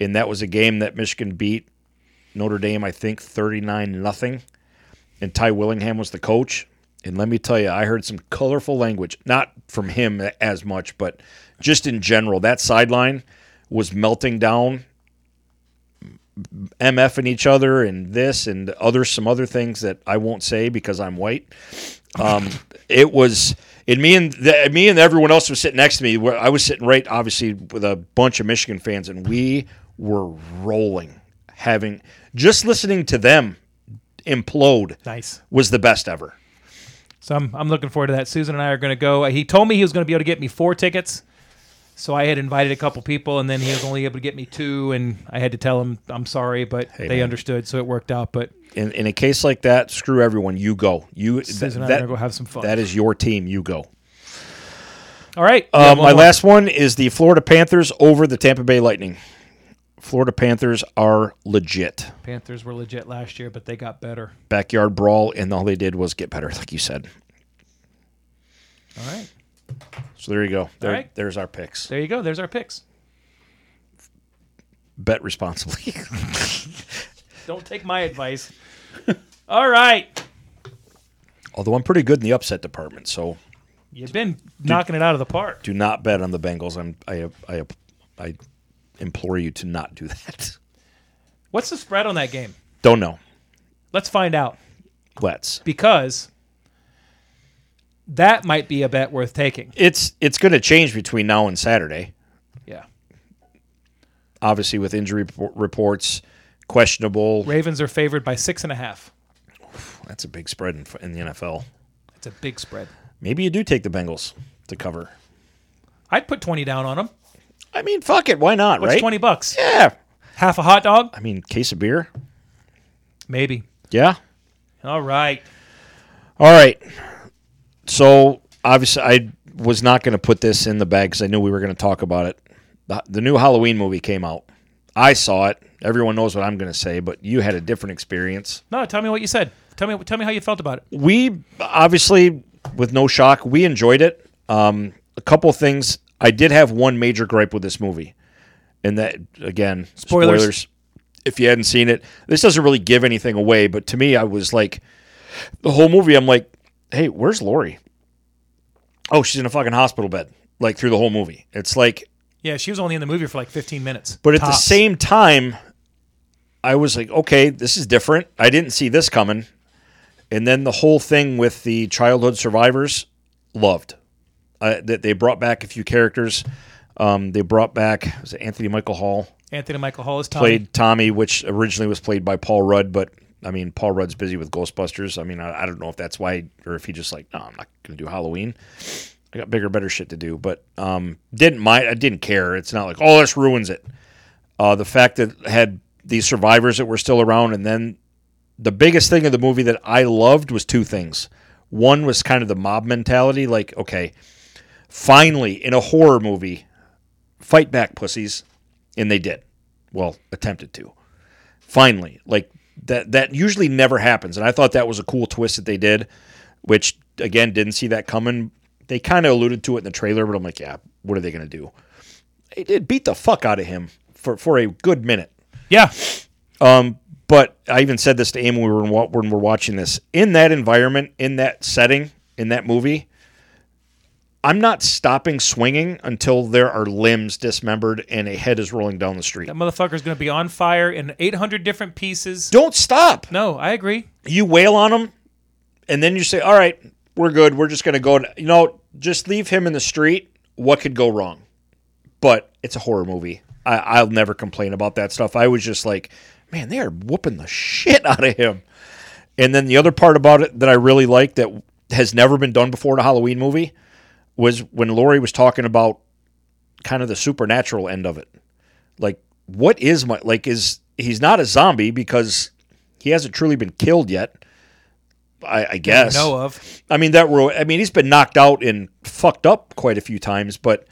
Speaker 1: and that was a game that Michigan beat Notre Dame, I think, thirty nine nothing. And Ty Willingham was the coach. And let me tell you, I heard some colorful language, not from him as much, but just in general. That sideline was melting down, MF and each other, and this and other some other things that I won't say because I'm white Um, it was and me and the, me and everyone else was sitting next to me. Where I was sitting right, obviously, with a bunch of Michigan fans, and we were rolling, having just listening to them implode
Speaker 2: Nice.
Speaker 1: was the best ever.
Speaker 2: So I'm, I'm looking forward to that. Susan and I are going to go. He told me he was going to be able to get me four tickets. So I had invited a couple people, and then he was only able to get me two, and I had to tell him I'm sorry, but they
Speaker 1: man.
Speaker 2: understood, so it worked out. But
Speaker 1: In, in a case like that, screw everyone. You go. You
Speaker 2: Susan and I are
Speaker 1: that,
Speaker 2: going to go have some fun.
Speaker 1: that is your team. You go.
Speaker 2: All right.
Speaker 1: Uh,
Speaker 2: Yeah, one
Speaker 1: my
Speaker 2: more.
Speaker 1: last one is the Florida Panthers over the Tampa Bay Lightning. Florida Panthers are legit.
Speaker 2: Panthers were legit last year, but they got better.
Speaker 1: Backyard brawl, and all they did was get better, like you said.
Speaker 2: All right.
Speaker 1: So there you go. There,
Speaker 2: right.
Speaker 1: There's our picks.
Speaker 2: There you go. There's our picks.
Speaker 1: bet responsibly.
Speaker 2: Don't take my advice. All right.
Speaker 1: Although I'm pretty good in the upset department, so
Speaker 2: You've been knocking it out of the park.
Speaker 1: do not bet on the Bengals. I'm I I I implore you to not do that.
Speaker 2: What's the spread on that game?
Speaker 1: Don't know.
Speaker 2: Let's find out.
Speaker 1: Let's.
Speaker 2: because that might be a bet worth taking.
Speaker 1: It's it's going to change between now and Saturday.
Speaker 2: Yeah.
Speaker 1: Obviously, with injury repor- reports, questionable.
Speaker 2: Ravens are favored by six and a half.
Speaker 1: That's a big spread in, in the NFL.
Speaker 2: It's a big spread.
Speaker 1: Maybe you do take the Bengals to cover.
Speaker 2: I'd put 20 down on them.
Speaker 1: I mean, fuck it. Why not?
Speaker 2: What's
Speaker 1: right?
Speaker 2: 20 bucks?
Speaker 1: Yeah.
Speaker 2: Half a hot dog?
Speaker 1: I mean, case of beer.
Speaker 2: Maybe.
Speaker 1: Yeah.
Speaker 2: All right.
Speaker 1: All right. So obviously, I was not going to put this in the bag because I knew we were going to talk about it. The, the new Halloween movie came out. I saw it. Everyone knows what I'm going to say, but you had a different experience.
Speaker 2: No, tell me what you said. Tell me tell me how you felt about it.
Speaker 1: we obviously with no shock we enjoyed it um, a couple things i did have one major gripe with this movie and that again
Speaker 2: Spoilers.
Speaker 1: if you hadn't seen it this doesn't really give anything away but to me i was like the whole movie i'm like hey where's lori oh she's in a fucking hospital bed like through the whole movie it's like
Speaker 2: Yeah, she was only in the movie for like 15 minutes.
Speaker 1: but at the
Speaker 2: tops.
Speaker 1: same time, I was like, okay, this is different. I didn't see this coming. And then the whole thing with the childhood survivors, loved. Uh, that they brought back a few characters. Um, they brought back was it Anthony Michael Hall
Speaker 2: Anthony Michael Hall is Tommy.
Speaker 1: played Tommy, which originally was played by Paul Rudd, but I mean Paul Rudd's busy with Ghostbusters. I mean I, I don't know if that's why or if he just like no, I'm not going to do Halloween. I got bigger, better shit to do. But um, didn't mind. I didn't care. It's not like oh this ruins it. Uh, the fact that it had these survivors that were still around, and then the biggest thing of the movie that I loved was two things. One was kind of the mob mentality, like okay, finally in a horror movie, fight back pussies, and they did well attempted to finally like that that usually never happens and i thought that was a cool twist that they did which again didn't see that coming they kind of alluded to it in the trailer but i'm like yeah what are they going to do it, it beat the fuck out of him for, for a good minute
Speaker 2: Yeah.
Speaker 1: but I even said this to Aim when we were wa- when we're watching this in that environment, in that setting, in that movie. I'm not stopping swinging until there are limbs dismembered and a head is rolling down the street.
Speaker 2: That motherfucker's going to be on fire in 800 different pieces.
Speaker 1: Don't stop.
Speaker 2: No, I agree.
Speaker 1: You wail on him, and then you say, "All right, we're good. We're just going to go." to-" You know, just leave him in the street. What could go wrong? But it's a horror movie. I, I'll never complain about that stuff. I was just like, man, they are whooping the shit out of him. And then the other part about it that I really liked that has never been done before in a Halloween movie was when Lori was talking about kind of the supernatural end of it. Like, what is my like is he's not a zombie because he hasn't truly been killed yet. I, I guess.
Speaker 2: Know of.
Speaker 1: I mean that ro- I mean he's been knocked out and fucked up quite a few times, but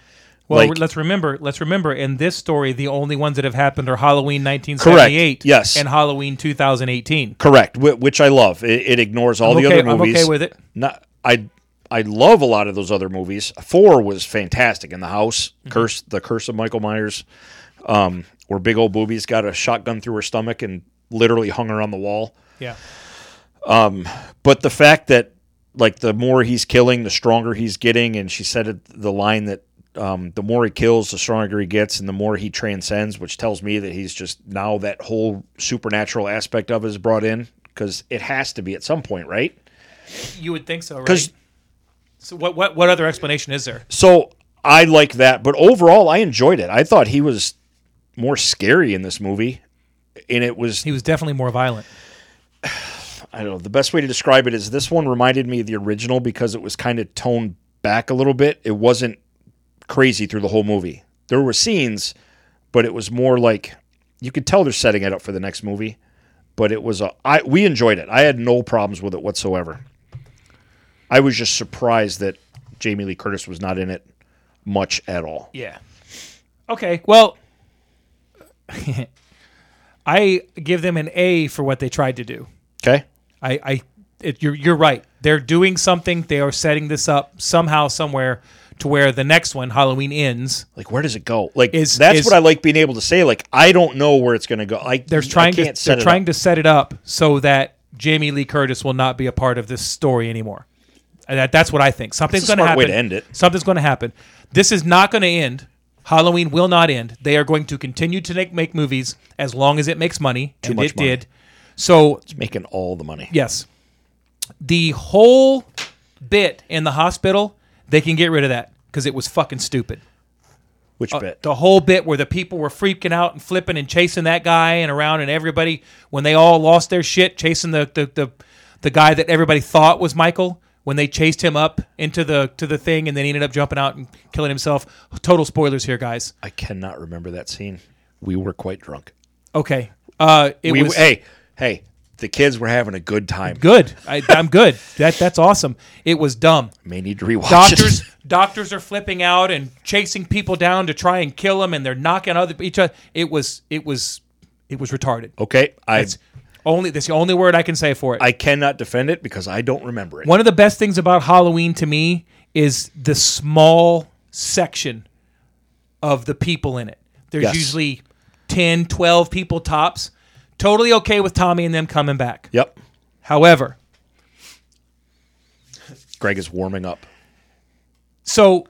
Speaker 2: Well,
Speaker 1: like,
Speaker 2: let's remember, let's remember in this story the only ones that have happened are Halloween 1978
Speaker 1: Yes.
Speaker 2: and Halloween 2018.
Speaker 1: Correct, whi- which I love. It, it ignores all
Speaker 2: I'm
Speaker 1: the
Speaker 2: okay-
Speaker 1: other
Speaker 2: I'm
Speaker 1: movies.
Speaker 2: okay with it.
Speaker 1: Not, I I love a lot of those other movies. Four was fantastic in the house.
Speaker 2: Mm-hmm.
Speaker 1: Curse the Curse of Michael Myers, um, where big old boobies got a shotgun through her stomach and literally hung her on the wall.
Speaker 2: Yeah.
Speaker 1: But the fact that like the more he's killing, the stronger he's getting, and she said it, the line that um, the more he kills, the stronger he gets, and the more he transcends, which tells me that he's just now that whole supernatural aspect of it is brought in because it has to be at some point, right?
Speaker 2: You would think so,
Speaker 1: Because
Speaker 2: right? So what, what what other explanation is there?
Speaker 1: so I like that, but overall, I enjoyed it. I thought he was more scary in this movie, and it was
Speaker 2: He was definitely more violent.
Speaker 1: I don't know. The best way to describe it is this one reminded me of the original because it was kind of toned back a little bit. It wasn't crazy through the whole movie. There were scenes, but it was more like you could tell they're setting it up for the next movie. But it was a I we enjoyed it. I had no problems with it whatsoever. I was just surprised that Jamie Lee Curtis was not in it much at all.
Speaker 2: Yeah. Okay. Well, I give them an A for what they tried to do.
Speaker 1: Okay?
Speaker 2: I, I it, you're, you're right. They're doing something. They are setting this up somehow, somewhere, to where the next one, Halloween, ends.
Speaker 1: Like where does it go? Like
Speaker 2: Is-
Speaker 1: that's
Speaker 2: is-
Speaker 1: what I like being able to say. Like I don't know where it's going to go. Like
Speaker 2: They're trying
Speaker 1: I can't
Speaker 2: to
Speaker 1: set
Speaker 2: they're
Speaker 1: it up.
Speaker 2: trying to set it up so that Jamie Lee Curtis will not be a part of this story anymore. And that, that's what I think. Something's
Speaker 1: That's a
Speaker 2: going to
Speaker 1: smart
Speaker 2: happen.
Speaker 1: way to end it.
Speaker 2: Something's going to happen. This is not going to end. Halloween will not end. They are going to continue to make, make movies as long as it makes money, and
Speaker 1: much
Speaker 2: it
Speaker 1: money.
Speaker 2: did. So
Speaker 1: making all the money.
Speaker 2: Yes. The whole bit in the hospital, they can get rid of that because it was fucking stupid.
Speaker 1: Which bit?
Speaker 2: The whole bit where the people were freaking out and flipping and chasing that guy and around and everybody when they all lost their shit chasing the the, the, the guy that everybody thought was Michael when they chased him up into the to the thing and then he ended up jumping out and killing himself. Total spoilers here, guys.
Speaker 1: I cannot remember that scene. We were quite drunk.
Speaker 2: Okay. Uh, it
Speaker 1: we
Speaker 2: was
Speaker 1: hey hey the kids were having a good time.
Speaker 2: good. I, I'm good. That that's awesome. It was dumb.
Speaker 1: May need to rewatch
Speaker 2: Doctors
Speaker 1: it.
Speaker 2: doctors are flipping out and chasing people down to try and kill them, and they're knocking other each other. It was it was it was retarded.
Speaker 1: Okay, I
Speaker 2: That's only that's the only word I can say for it.
Speaker 1: I cannot defend it because I don't remember it.
Speaker 2: One of the best things about Halloween to me is the small section of the people in it. There's
Speaker 1: Yes.
Speaker 2: usually 10, 12 people tops. Totally okay with Tommy and them coming back.
Speaker 1: Yep,
Speaker 2: However,
Speaker 1: Greg is warming up.
Speaker 2: so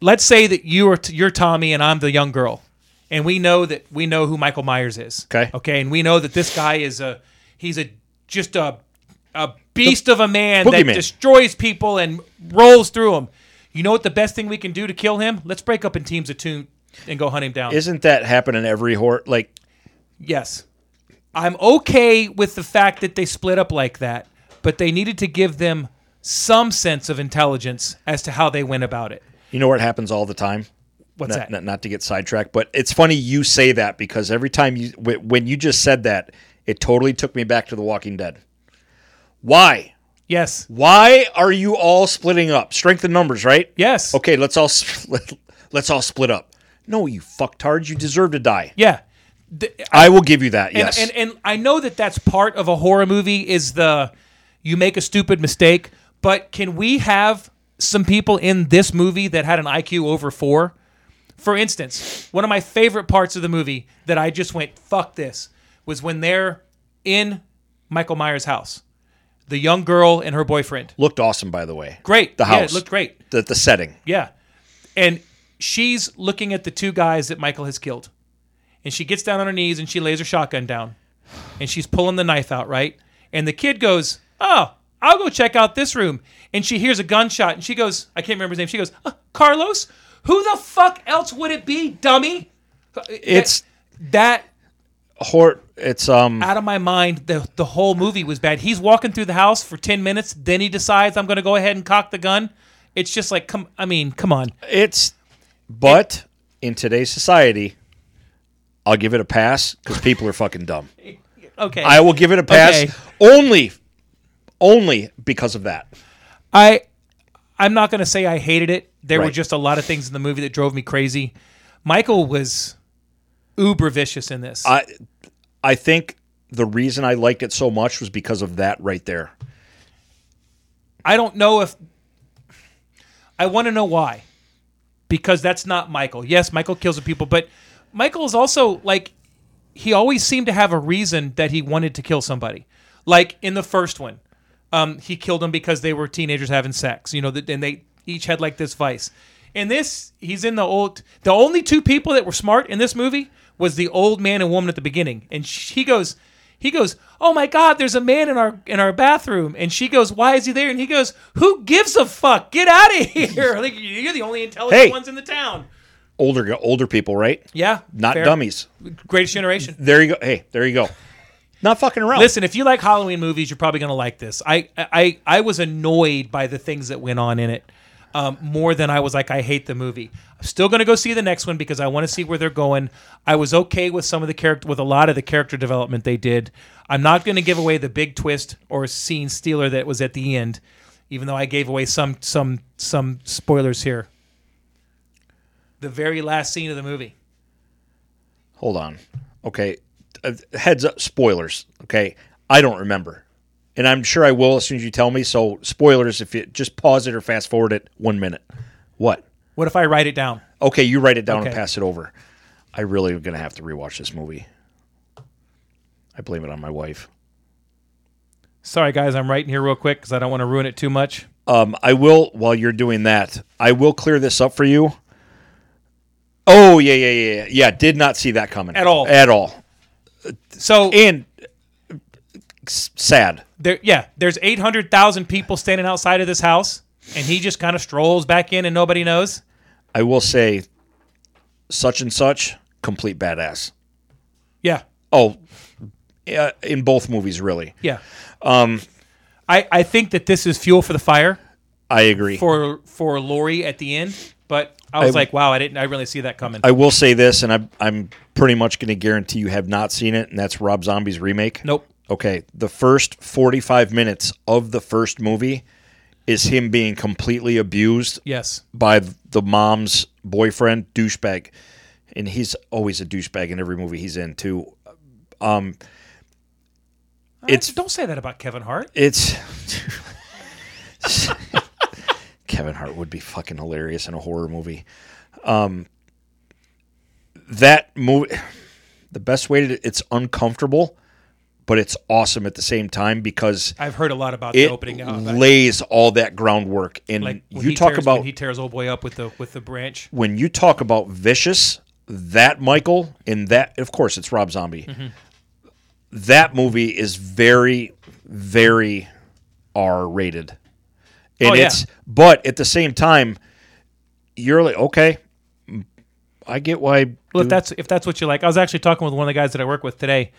Speaker 2: let's say that you are t- you're Tommy and I'm the young girl, and we know that we know who Michael Myers is.
Speaker 1: Okay.
Speaker 2: Okay, and we know that this guy is a he's a just a a beast of a man that
Speaker 1: boogeyman.
Speaker 2: destroys people and rolls through them. You know what the best thing we can do to kill him? Let's break up in teams of two and go hunt him down.
Speaker 1: Isn't that happening every horror? Like
Speaker 2: Yes. I'm okay with the fact that they split up like that, but they needed to give them some sense of intelligence as to how they went about it.
Speaker 1: you know where it happens all the time.
Speaker 2: What's
Speaker 1: not,
Speaker 2: that?
Speaker 1: Not, not to get sidetracked, but it's funny you say that because every time you wh- when you just said that, it totally took me back to The Walking Dead. Why?
Speaker 2: Yes.
Speaker 1: Why are you all splitting up? Strength in numbers, right?
Speaker 2: Yes.
Speaker 1: Okay, let's all split, let's all split up. No, you fucktards, you deserve to die.
Speaker 2: Yeah. Th-
Speaker 1: I will give you that.
Speaker 2: and,
Speaker 1: yes.
Speaker 2: and and I know that that's part of a horror movie is the you make a stupid mistake, but can we have some people in this movie that had an IQ over 4? For instance, one of my favorite parts of the movie that I just went fuck this was when they're in Michael Myers' house. The young girl and her boyfriend.
Speaker 1: looked awesome, by the way.
Speaker 2: Great.
Speaker 1: The
Speaker 2: Yeah, it
Speaker 1: house.
Speaker 2: looked great.
Speaker 1: The, the setting.
Speaker 2: Yeah. And she's looking at the two guys that Michael has killed. And she gets down on her knees and she lays her shotgun down. And she's pulling the knife out, right? And the kid goes, Oh, I'll go check out this room. And she hears a gunshot and she goes, I can't remember his name. She goes, "Uh, Carlos? Who the fuck else would it be, dummy?
Speaker 1: It's
Speaker 2: That
Speaker 1: hor. It's um.
Speaker 2: out of my mind. The the whole movie was bad. He's walking through the house for ten minutes, then he decides I'm going to go ahead and cock the gun. It's just like, come. I mean, come on.
Speaker 1: It's, but in today's society, I'll give it a pass because people are fucking dumb.
Speaker 2: Okay.
Speaker 1: I will give it a pass
Speaker 2: Okay.
Speaker 1: only, only because of that.
Speaker 2: I I'm not going to say I hated it. There were
Speaker 1: Right.
Speaker 2: just a lot of things in the movie that drove me crazy. Michael was uber vicious in this.
Speaker 1: I, I think the reason I liked it so much was because of that right there.
Speaker 2: I don't know if I want to know why. Because that's not Michael. Yes, Michael kills the people, but Michael is also like he always seemed to have a reason that he wanted to kill somebody. Like in the first one, um, he killed them because they were teenagers having sex. You know, that- and they each had like this vice. In this, he's in the old. The only two people that were smart in this movie was the old man and woman at the beginning, and she goes, he goes, "Oh my God, there's a man in our in our bathroom," and she goes, "Why is he there?" And he goes, "Who gives a fuck? Get out of here! Like, you're the only intelligent
Speaker 1: Hey.
Speaker 2: ones in the town."
Speaker 1: Older, older people, right?
Speaker 2: Yeah,
Speaker 1: Not
Speaker 2: fair.
Speaker 1: dummies.
Speaker 2: Greatest Generation.
Speaker 1: There you go. Hey, there you go. Not fucking around.
Speaker 2: Listen, if you like Halloween movies, you're probably going to like this. I, I I was annoyed by the things that went on in it um, more than I was like, I hate the movie. I'm still going to go see the next one because I want to see where they're going. I was okay with some of the character, with a lot of the character development they did. I'm not going to give away the big twist or scene stealer that was at the end, even though I gave away some some some spoilers here. The very last scene of the movie.
Speaker 1: Hold on. Okay. Uh, heads up, spoilers. Okay. I don't remember. And I'm sure I will as soon as you tell me. So, spoilers, if you just pause it or fast forward it one minute. What?
Speaker 2: What if I write it down?
Speaker 1: Okay. You write it down and
Speaker 2: Okay.
Speaker 1: pass it over. I really am going to have to rewatch this movie. I blame it on my wife.
Speaker 2: Sorry, guys, I'm writing here real quick because I don't want to ruin it too much.
Speaker 1: Um, I will, while you're doing that, I will clear this up for you. Oh, yeah, yeah, yeah, yeah. Yeah. Did not see that coming
Speaker 2: At all.
Speaker 1: At all.
Speaker 2: So
Speaker 1: And uh, s- sad.
Speaker 2: there yeah there's 800000 people standing outside of this house and he just kind of strolls back in and nobody knows
Speaker 1: I will say, such and such, complete badass.
Speaker 2: yeah
Speaker 1: Oh, yeah, in both movies, really.
Speaker 2: yeah um i i think that this is fuel for the fire
Speaker 1: I agree.
Speaker 2: for for lori at the end but i was
Speaker 1: I-
Speaker 2: like wow i didn't i really see that coming
Speaker 1: I will say this, and I'm I'm pretty much going to guarantee you have not seen it, and that's Rob Zombie's remake.
Speaker 2: Nope.
Speaker 1: Okay, the first 45 minutes of the first movie is him being completely abused
Speaker 2: Yes.
Speaker 1: by the mom's boyfriend, douchebag, and he's always a douchebag in every movie he's in too. Um, It's-
Speaker 2: It's Uh, don't say that about Kevin Hart.
Speaker 1: It's Kevin Hart would be fucking hilarious in a horror movie. Um, that movie, the best way to it's uncomfortable, but it's awesome at the same time because
Speaker 2: I've heard a lot about
Speaker 1: it
Speaker 2: the opening. uh, about-
Speaker 1: lays all that groundwork. And
Speaker 2: like when
Speaker 1: you
Speaker 2: he
Speaker 1: talk
Speaker 2: tears,
Speaker 1: about
Speaker 2: when he tears old boy up with the with the branch.
Speaker 1: when you talk about vicious, that Michael and that of course it's Rob Zombie.
Speaker 2: Mm-hmm.
Speaker 1: That movie is very, very R rated. And
Speaker 2: Oh, yeah.
Speaker 1: it's but at the same time, you're like, okay, I get why
Speaker 2: Well, if that's if that's what you like, I was actually talking with one of the guys that I work with today,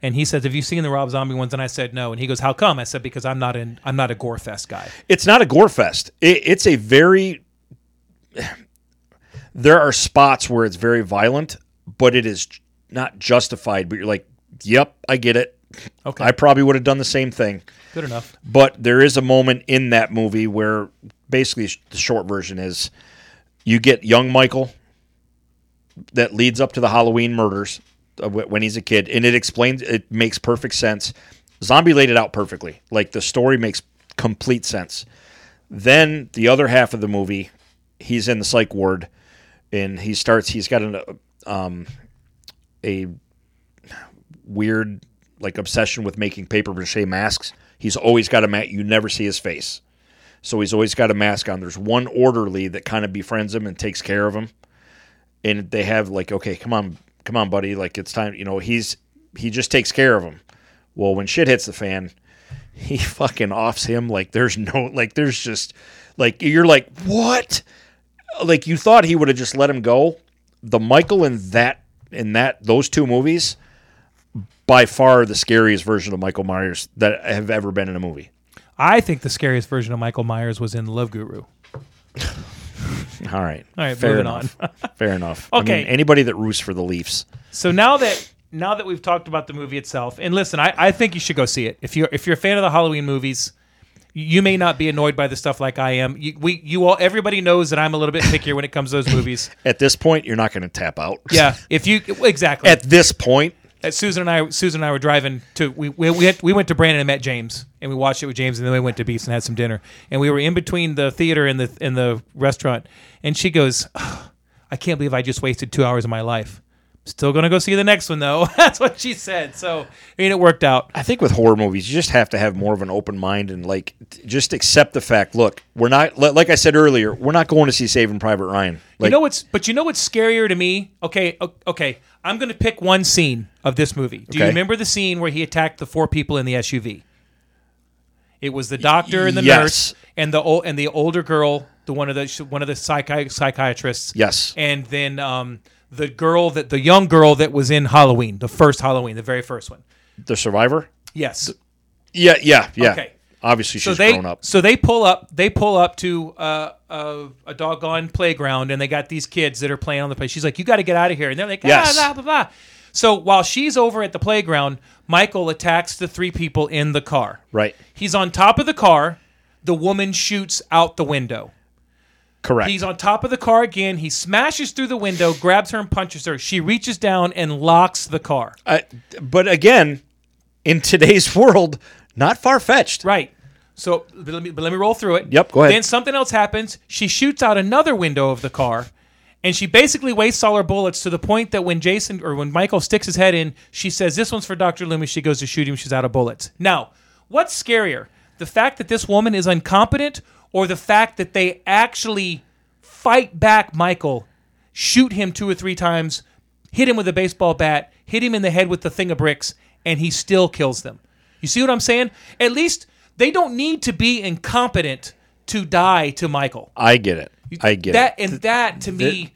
Speaker 2: and he says, "Have you seen the Rob Zombie ones?" And I said, "No." And he goes, "How come?" I said, "Because I'm not in I'm not a gore fest guy."
Speaker 1: it's not a gore fest. It, it's a very there are spots where it's very violent, but it is not justified. But you're like, yep, I get it.
Speaker 2: Okay.
Speaker 1: I probably would have done the same thing.
Speaker 2: Good enough.
Speaker 1: But there is a moment in that movie where basically sh- the short version is you get young Michael that leads up to the Halloween murders uh, wh- when he's a kid, and it explains it makes perfect sense. Zombie laid it out perfectly. Like the story makes complete sense. Then the other half of the movie, he's in the psych ward, and he starts. He's got an uh, um, a weird like obsession with making paper mache masks. He's always got a mat. You never see his face, so he's always got a mask on. There's one orderly that kind of befriends him and takes care of him, and they have like, okay, come on, come on, buddy, like it's time. You know, he's he just takes care of him. Well, when shit hits the fan, he fucking offs him like there's no like there's just like you're like what like you thought he would have just let him go. The Michael in that in that those two movies by far the scariest version of Michael Myers that have ever been in a movie.
Speaker 2: I think the scariest version of Michael Myers was in Love Guru.
Speaker 1: All right.
Speaker 2: All right,
Speaker 1: Fair
Speaker 2: moving
Speaker 1: enough. Fair enough. I
Speaker 2: Okay.
Speaker 1: mean, anybody that roosts for the Leafs.
Speaker 2: So now that now that we've talked about the movie itself, and listen, I, I think you should go see it. If you're if you're a fan of the Halloween movies, you may not be annoyed by the stuff like I am. You, we you all everybody knows that I'm a little bit pickier when it comes to those movies.
Speaker 1: At this point, you're not going to tap out.
Speaker 2: Yeah, if you exactly.
Speaker 1: At this point,
Speaker 2: Uh, Susan and I Susan and I were driving to we we we, had, we went to Brandon and met James and we watched it with James and then we went to Beefs and had some dinner and we were in between the theater and the and the restaurant and she goes "Ugh, I can't believe I just wasted two hours of my life still gonna go see the next one though that's what she said so I mean it worked out
Speaker 1: I think with horror movies, you just have to have more of an open mind and like t- just accept the fact. Look, we're not li- like I said earlier, we're not going to see Saving Private Ryan. Like,
Speaker 2: you know what's but you know what's scarier to me okay o- okay I'm gonna pick one scene of this movie do you
Speaker 1: Okay.
Speaker 2: remember the scene where he attacked the four people in the SUV It was the doctor and the
Speaker 1: yes.
Speaker 2: nurse and the old and the older girl, the one of the sh- one of the psychi- psychiatrists.
Speaker 1: Yes.
Speaker 2: And then um, the girl that the young girl that was in Halloween, the first Halloween, the very first one.
Speaker 1: the Survivor.
Speaker 2: Yes.
Speaker 1: Yeah, yeah, yeah.
Speaker 2: Okay.
Speaker 1: Obviously,
Speaker 2: so
Speaker 1: she's
Speaker 2: they
Speaker 1: grown up.
Speaker 2: so they pull up they pull up to uh, a, a doggone playground and they got these kids that are playing on the place. She's like, "You got to get out of here!" And they're like, ah,
Speaker 1: Yes.
Speaker 2: blah, blah, blah." So while she's over at the playground, Michael attacks the three people in the car.
Speaker 1: Right.
Speaker 2: He's on top of the car. The woman shoots out the window.
Speaker 1: Correct.
Speaker 2: He's on top of the car again. He smashes through the window, grabs her, and punches her. She reaches down and locks the car.
Speaker 1: I, but again, in today's world, not far fetched.
Speaker 2: Right. So but let me but let me roll through it.
Speaker 1: Yep, go ahead.
Speaker 2: Then something else happens. She shoots out another window of the car, and she basically wastes all her bullets to the point that when Jason or when Michael sticks his head in, she says, "This one's for Doctor Loomis." She goes to shoot him. She's out of bullets. Now, what's scarier, the fact that this woman is incompetent, or the fact that they actually fight back Michael, shoot him two or three times, hit him with a baseball bat, hit him in the head with the thing of bricks, and he still kills them. You see what I'm saying? At least they don't need to be incompetent to die to Michael.
Speaker 1: I get it. I get
Speaker 2: that
Speaker 1: it.
Speaker 2: and that to me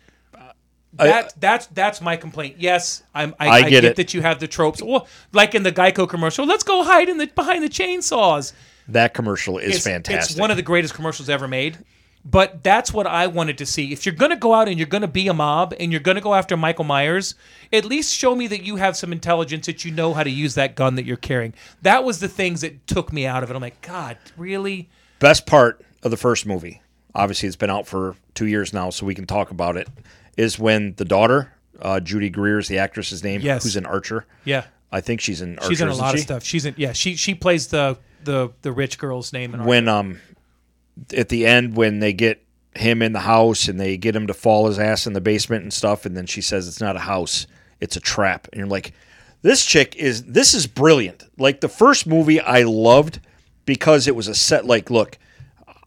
Speaker 2: that that's that's my complaint. Yes, I'm, I, I,
Speaker 1: get
Speaker 2: get,
Speaker 1: it.
Speaker 2: that you have the tropes. Well, like in the Geico commercial, let's go hide in the behind the chainsaws.
Speaker 1: That commercial is fantastic.
Speaker 2: It's one of the greatest commercials ever made. But that's what I wanted to see. If you're going to go out and you're going to be a mob and you're going to go after Michael Myers, at least show me that you have some intelligence that you know how to use that gun that you're carrying. That was the things that took me out of it. I'm like, God, really?
Speaker 1: Best part of the first movie, obviously it's been out for two years now, so we can talk about it, is when the daughter, uh, Judy Greer is the actress's name,
Speaker 2: Yes.
Speaker 1: who's in Archer.
Speaker 2: Yeah.
Speaker 1: I think she's in Archer.
Speaker 2: She's in a
Speaker 1: isn't
Speaker 2: lot of
Speaker 1: she?
Speaker 2: stuff. She's in yeah, she she plays the the the rich girl's name in our
Speaker 1: when um at the end when they get him in the house and they get him to fall his ass in the basement and stuff and then she says it's not a house it's a trap and you're like this chick is this is brilliant like the first movie i loved because it was a set like look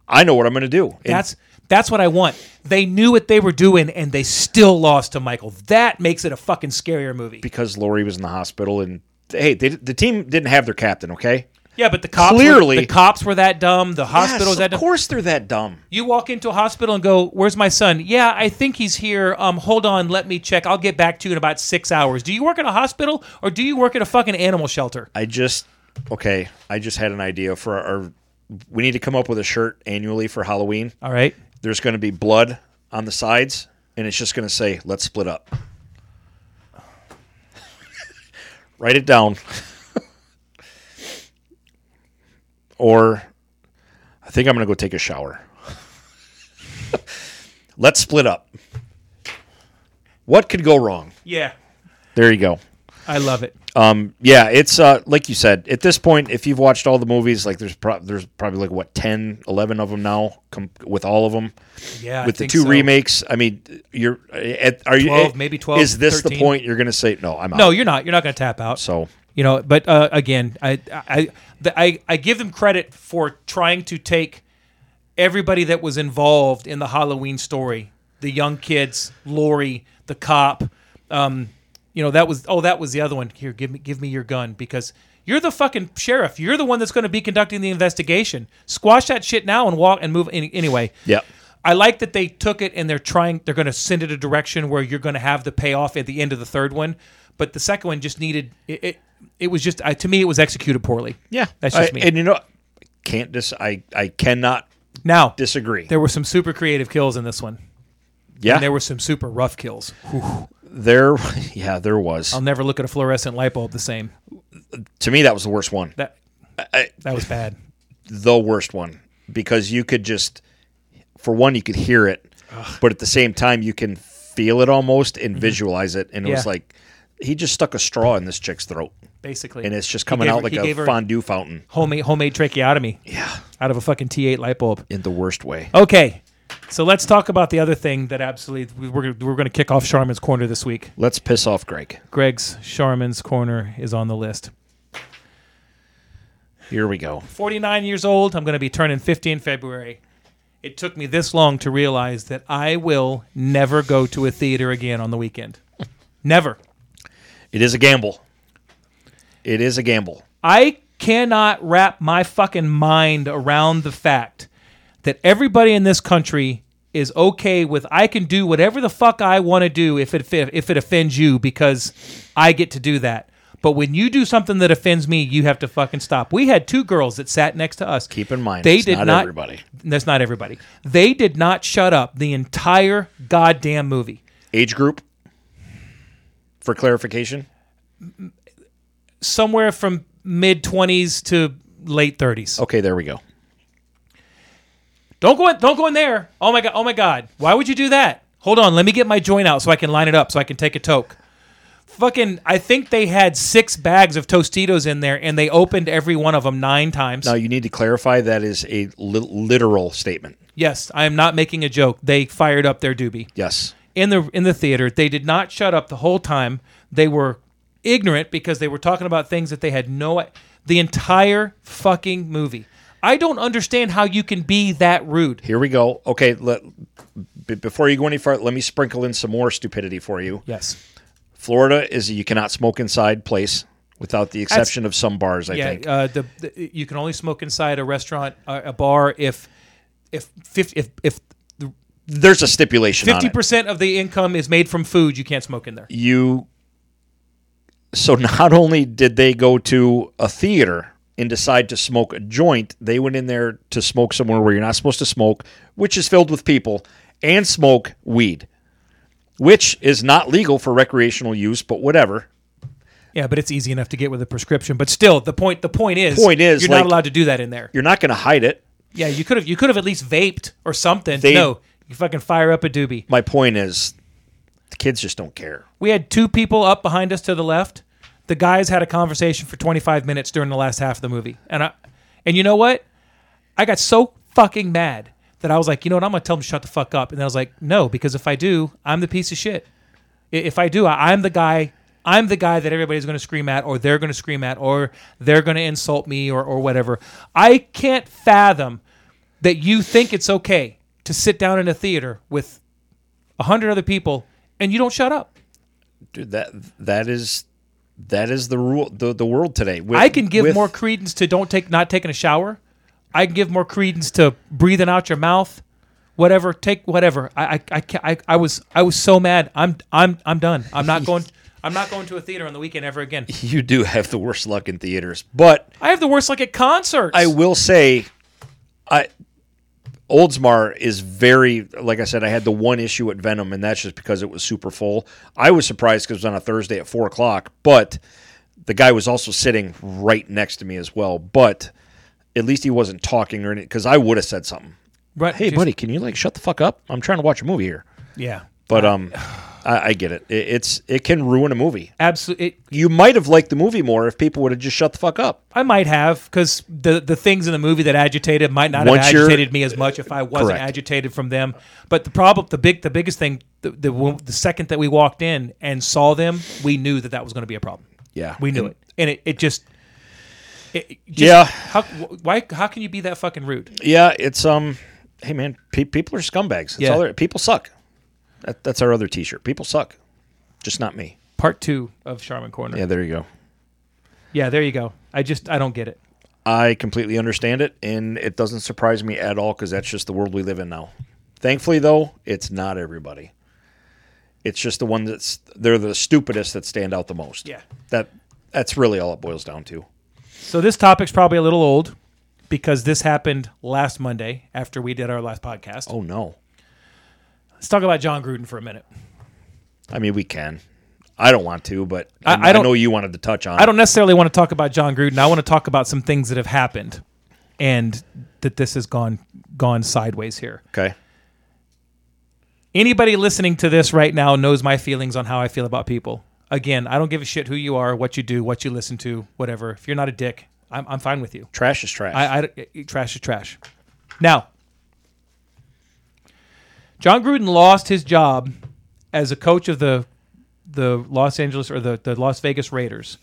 Speaker 1: i know what i'm going to do and
Speaker 2: That's that's what I want. They knew what they were doing and they still lost to Michael. That makes it a fucking scarier movie.
Speaker 1: because Lori was in the hospital and hey they, the team didn't have their captain okay
Speaker 2: Yeah, but the cops
Speaker 1: Clearly-
Speaker 2: were, the cops were that dumb. The hospital was
Speaker 1: yes,
Speaker 2: that
Speaker 1: of
Speaker 2: dumb.
Speaker 1: course they're that dumb
Speaker 2: You walk into a hospital and go, "Where's my son?" Yeah, I think he's here. Um, hold on, let me check. I'll get back to you in about six hours. Do you work in a hospital or do you work at a fucking animal shelter?
Speaker 1: I just okay. I just had an idea for our. our- we need to come up with a shirt annually for Halloween.
Speaker 2: All right,
Speaker 1: There's going to be blood on the sides, and it's just going to say "Let's split up." Write it down. or, I think I'm going to go take a shower. Let's split up. What could go wrong?
Speaker 2: yeah,
Speaker 1: There you go.
Speaker 2: I love it.
Speaker 1: Um, yeah, it's uh, like you said, at this point, if you've watched all the movies, like there's pro- there's probably like what 10, 11 of them now, com- with all of them,
Speaker 2: Yeah, I
Speaker 1: with the
Speaker 2: think
Speaker 1: two
Speaker 2: so.
Speaker 1: remakes. I mean, you're at, are you eh,
Speaker 2: 12, maybe 12,
Speaker 1: Is this the
Speaker 2: 13?
Speaker 1: point you're going to say no? I'm out.
Speaker 2: No, you're not. You're not going to tap out.
Speaker 1: So
Speaker 2: you know but uh, again I, I the- i i give them credit for trying to take everybody that was involved in the halloween story the young kids lori the cop um you know that was oh that was the other one here give me give me your gun because you're the fucking sheriff you're the one that's going to be conducting the investigation squash that shit now and walk and move any anyway
Speaker 1: yeah,
Speaker 2: I like that they took it and they're trying. They're going to send it a direction where you're going to have the payoff at the end of the third one, but the second one just needed it. It, it was just I, to me, it was executed poorly. that's just
Speaker 1: I-
Speaker 2: me.
Speaker 1: And you know, can't dis. I I cannot
Speaker 2: now
Speaker 1: disagree.
Speaker 2: there were some super creative kills in this one.
Speaker 1: yeah,
Speaker 2: And there were some super rough kills.
Speaker 1: there. Yeah, there was.
Speaker 2: I'll never look at a fluorescent light bulb the same.
Speaker 1: to me, that was the worst one.
Speaker 2: That
Speaker 1: I-
Speaker 2: that was bad.
Speaker 1: the worst one because you could just for one you could hear it but at the same time you can feel it almost and visualize it and it was
Speaker 2: Mm-hmm. Yeah.
Speaker 1: like he just stuck a straw in this chick's throat
Speaker 2: Basically,
Speaker 1: and it's just
Speaker 2: He
Speaker 1: coming
Speaker 2: gave
Speaker 1: out
Speaker 2: her-
Speaker 1: like
Speaker 2: he gave
Speaker 1: a
Speaker 2: her
Speaker 1: fondue fountain
Speaker 2: homemade homemade tracheotomy.
Speaker 1: yeah
Speaker 2: out of a fucking T8 light bulb.
Speaker 1: in the worst way
Speaker 2: Okay, so let's talk about the other thing that absolutely we're gonna- we're going to kick off Charmin's corner this week.
Speaker 1: let's piss off greg
Speaker 2: Greg's Charmin's Corner is on the list.
Speaker 1: here we go
Speaker 2: 49 years old. I'm going to be turning 50 in February. It took me this long to realize that I will never go to a theater again on the weekend. Never.
Speaker 1: it is a gamble it is a gamble
Speaker 2: I cannot wrap my fucking mind around the fact that everybody in this country is okay with I can do whatever the fuck I want to do if it if it offends you because I get to do that. But when you do something that offends me, you have to fucking stop. We had two girls that sat next to us.
Speaker 1: keep in mind
Speaker 2: they
Speaker 1: it's
Speaker 2: did
Speaker 1: not,
Speaker 2: not,
Speaker 1: everybody
Speaker 2: That's not everybody. They did not shut up the entire goddamn movie.
Speaker 1: age group for clarification
Speaker 2: Somewhere from mid twenties to late thirties.
Speaker 1: okay there we go
Speaker 2: Don't go in, don't go in there. Oh my god, oh my god. Why would you do that? Hold on, let me get my joint out so I can line it up so I can take a toke. Fucking I think they had 6 bags of Tostitos in there and they opened every one of them 9 times.
Speaker 1: now you need to clarify that is a li- literal statement
Speaker 2: Yes, I am not making a joke. They fired up their doobie.
Speaker 1: yes
Speaker 2: in the in the theater. They did not shut up the whole time. They were ignorant because they were talking about things that they had no the entire fucking movie. I don't understand how you can be that rude.
Speaker 1: Here we go. Okay, let, b- before you go any further, let me sprinkle in some more stupidity for you.
Speaker 2: Yes.
Speaker 1: Florida is a you cannot smoke inside place without the exception of some bars, I
Speaker 2: Yeah,
Speaker 1: think.
Speaker 2: uh, the, the you can only smoke inside a restaurant, uh, a bar if if 50, if if
Speaker 1: There's a stipulation on it.
Speaker 2: 50% of the income is made from food, you can't smoke in there.
Speaker 1: You so not only did they go to a theater and decide to smoke a joint, they went in there to smoke somewhere where you're not supposed to smoke, which is filled with people, and smoke weed, which is not legal for recreational use, but whatever.
Speaker 2: Yeah, but it's easy enough to get with a prescription. But still, the point the point is
Speaker 1: Point is,
Speaker 2: you're
Speaker 1: like-
Speaker 2: not allowed to do that in there.
Speaker 1: You're not going to hide it.
Speaker 2: Yeah, you could have you could have at least vaped or something.
Speaker 1: They-
Speaker 2: no, you fucking fire up a doobie.
Speaker 1: My point is, the kids just don't care.
Speaker 2: We had two people up behind us to the left. The guys had a conversation for 25 minutes during the last half of the movie, and I and you know what? I got so fucking mad that I was like, you know what? I'm gonna tell them to shut the fuck up. And I was like, no, because if I do, I'm the piece of shit. I- If I do, I- I'm the guy. I'm the guy that everybody's going to scream at, or they're going to scream at, or they're going to insult me, or or whatever. I can't fathom that you think it's okay to sit down in a theater with a hundred other people and you don't shut up.
Speaker 1: Dude, that that is that is the rule the, the world today. With-
Speaker 2: I can give
Speaker 1: with-
Speaker 2: more credence to don't take not taking a shower. I can give more credence to breathing out your mouth. Whatever, take whatever. I I, I, ca- I, I was I was so mad. I'm I'm I'm done. I'm not going. I'm not going to a theater on the weekend ever again.
Speaker 1: You do have the worst luck in theaters, but
Speaker 2: I have the worst like at concerts.
Speaker 1: I will say, I Oldsmar is very like I said. I had the one issue at Venom, and that's just because it was super full. I was surprised because it was on a Thursday at four o'clock, but the guy was also sitting right next to me as well. But at least he wasn't talking or anything because I would have said something.
Speaker 2: Right,
Speaker 1: Hey,
Speaker 2: just-
Speaker 1: buddy, can you like shut the fuck up? I'm trying to watch a movie here.
Speaker 2: Yeah,
Speaker 1: But um, I, I get it. it. It's it can ruin a movie.
Speaker 2: absolutely.
Speaker 1: You might have liked the movie more if people would have just shut the fuck up.
Speaker 2: I might have because the the things in the movie that agitated might not
Speaker 1: Once
Speaker 2: have
Speaker 1: you're-
Speaker 2: agitated me as much if I wasn't
Speaker 1: Correct.
Speaker 2: agitated from them. But the problem, the big, the biggest thing, the the, wo- the second that we walked in and saw them, we knew that that was going to be a problem.
Speaker 1: Yeah,
Speaker 2: we knew it, and it, it just. It, it just-
Speaker 1: Yeah.
Speaker 2: How why how can you be that fucking rude?
Speaker 1: Yeah, it's um. Hey man, pe- people are scumbags. That's
Speaker 2: Yeah.
Speaker 1: all they're- people suck. That, that's our other T-shirt. People suck, just not me.
Speaker 2: Part two of Charmin Corner.
Speaker 1: Yeah,
Speaker 2: Yeah.
Speaker 1: there you go.
Speaker 2: there you go. I just I don't get it.
Speaker 1: I completely understand it, and it doesn't surprise me at all because that's just the world we live in now. Thankfully, though, it's not everybody. It's just the one that's they're the stupidest that stand out the most.
Speaker 2: Yeah.
Speaker 1: that that's really all it boils down to.
Speaker 2: So this topic's probably a little old because this happened last Monday after we did our last podcast.
Speaker 1: Oh no,
Speaker 2: Let's talk about John Gruden for a minute.
Speaker 1: I mean we can. I don't want to, but
Speaker 2: I-
Speaker 1: I,
Speaker 2: I don't-
Speaker 1: know you wanted to touch on.
Speaker 2: I don't necessarily want to talk about John Gruden. I want to talk about some things that have happened and that this has gone gone sideways here.
Speaker 1: It. Okay.
Speaker 2: Anybody listening to this right now knows my feelings on how I feel about people. Again, I don't give a shit who you are, what you do, what you listen to, whatever. If you're not a dick, I'm, I'm fine with you.
Speaker 1: Trash is trash.
Speaker 2: I, I- I- trash is trash. Now, John Gruden lost his job as a coach of the the Los Angeles or the, the Las Vegas Raiders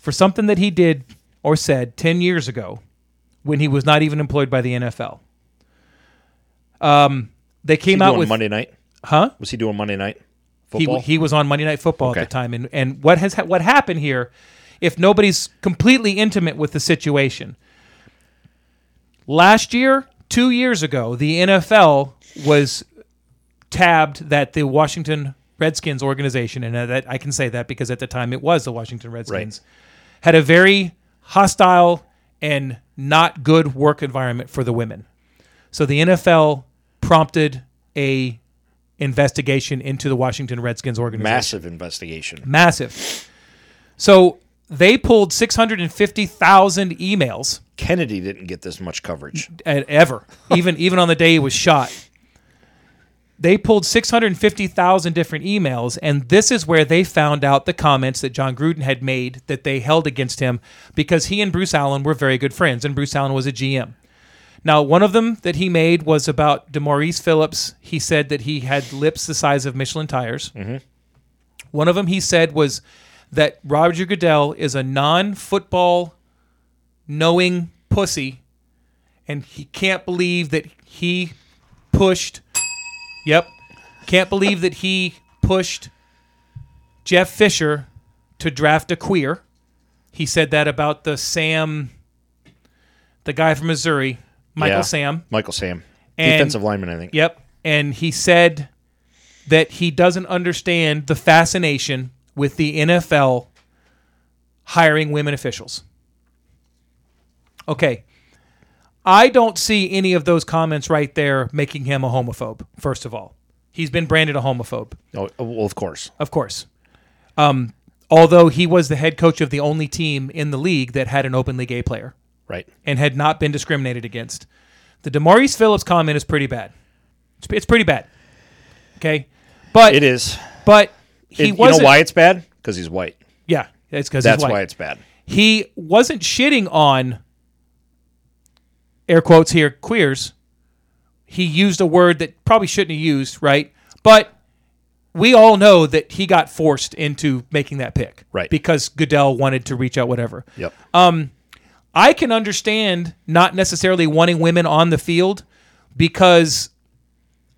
Speaker 2: for something that he did or said 10 years ago when he was not even employed by the NFL. Um, they came
Speaker 1: He
Speaker 2: out
Speaker 1: doing
Speaker 2: with
Speaker 1: Monday night.
Speaker 2: huh?
Speaker 1: Was he doing Monday night
Speaker 2: He,
Speaker 1: football?
Speaker 2: he was on Monday Night Football
Speaker 1: Okay.
Speaker 2: at the time, and and what has ha- what happened here? If nobody's completely intimate with the situation, last year, two years ago, the NFL was tabbed that the Washington Redskins organization, and that I can say that because at the time it was the Washington Redskins, had a very hostile and not good work environment for the women. So the NFL prompted a investigation into the Washington Redskins organization.
Speaker 1: Massive investigation.
Speaker 2: Massive. So they pulled 650,000 emails
Speaker 1: Kennedy didn't get this much coverage.
Speaker 2: at- e, ever, even even on the day he was shot. They pulled 650,000 different emails, and this is where they found out the comments that John Gruden had made that they held against him because he and Bruce Allen were very good friends, and Bruce Allen was a GM. Now, one of them that he made was about DeMaurice Phillips. He said that he had lips the size of Michelin tires. One of them he said was that Roger Goodell is a non football knowing pussy and he can't believe that he pushed. Yep, can't believe that he pushed Jeff Fisher to draft a queer. He said that about the Sam, the guy from Missouri, Michael
Speaker 1: Yeah.
Speaker 2: Sam.
Speaker 1: Michael Sam,
Speaker 2: And-
Speaker 1: defensive lineman, I think.
Speaker 2: Yep. And he said that he doesn't understand the fascination with the NFL hiring women officials. Okay. I don't see any of those comments right there making him a homophobe, first of all. He's been branded a homophobe,
Speaker 1: Oh, well, of course.
Speaker 2: of course. Um, although he was the head coach of the only team in the league that had an openly gay player
Speaker 1: Right.
Speaker 2: and had not been discriminated against. The Demaryius Phillips comment is pretty bad. It's, it's pretty bad. Okay. But
Speaker 1: It is.
Speaker 2: but
Speaker 1: It-
Speaker 2: he
Speaker 1: you know
Speaker 2: wasn't
Speaker 1: why it's bad? Because he's white.
Speaker 2: Yeah, it's cuz
Speaker 1: That's why it's bad.
Speaker 2: he wasn't shitting on air quotes here queers he used a word that probably shouldn't have used right but we all know that he got forced into making that pick
Speaker 1: Right.
Speaker 2: because goodell wanted to reach out whatever
Speaker 1: Yep.
Speaker 2: Uh, i can understand not necessarily wanting women on the field because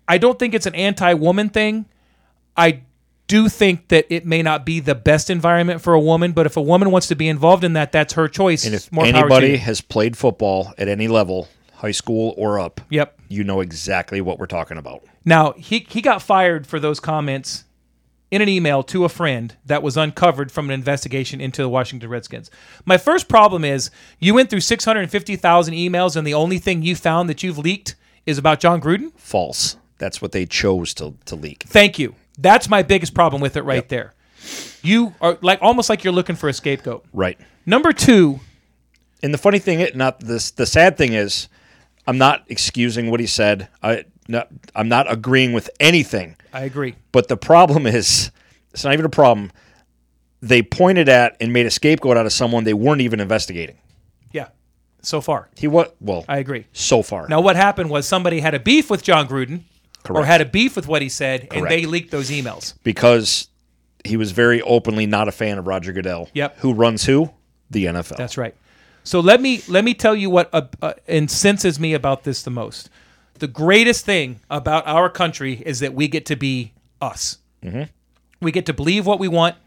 Speaker 2: i don't think it's an anti-woman thing i do think that it may not be the best environment for a woman but if a woman wants to be involved in that that's her choice
Speaker 1: and if
Speaker 2: More power to
Speaker 1: anybody
Speaker 2: you.
Speaker 1: has played football at any level, high school or up,
Speaker 2: yep
Speaker 1: you know exactly what we're talking about.
Speaker 2: Now he he got fired for those comments in an email to a friend that was uncovered from an investigation into the Washington Redskins. My first problem is you went through 650,000 emails and the only thing you found that you've leaked is about John Gruden?
Speaker 1: False. That's what they chose to, to leak.
Speaker 2: Thank you. That's my biggest problem with it right there. You are like almost like you're looking for a scapegoat.
Speaker 1: Right.
Speaker 2: Number 2,
Speaker 1: And the funny thing, it not this. The sad thing is, I'm not excusing what he said. I no, I'm not agreeing with anything.
Speaker 2: I agree.
Speaker 1: But the problem is, it's not even a problem. They pointed at and made a scapegoat out of someone they weren't even investigating.
Speaker 2: Yeah. So far,
Speaker 1: He what? Well,
Speaker 2: I agree.
Speaker 1: so far.
Speaker 2: Now, what happened was somebody had a beef with John Gruden or
Speaker 1: Correct.
Speaker 2: had a beef with what he said, and
Speaker 1: Correct.
Speaker 2: they leaked those emails.
Speaker 1: because he was very openly not a fan of Roger Goodell.
Speaker 2: Yep.
Speaker 1: Who runs who? The NFL.
Speaker 2: That's right. So let me let me tell you what uh, uh, incenses me about this the most. The greatest thing about our country is that we get to be us.
Speaker 1: Mm-hmm.
Speaker 2: We get to believe what we want.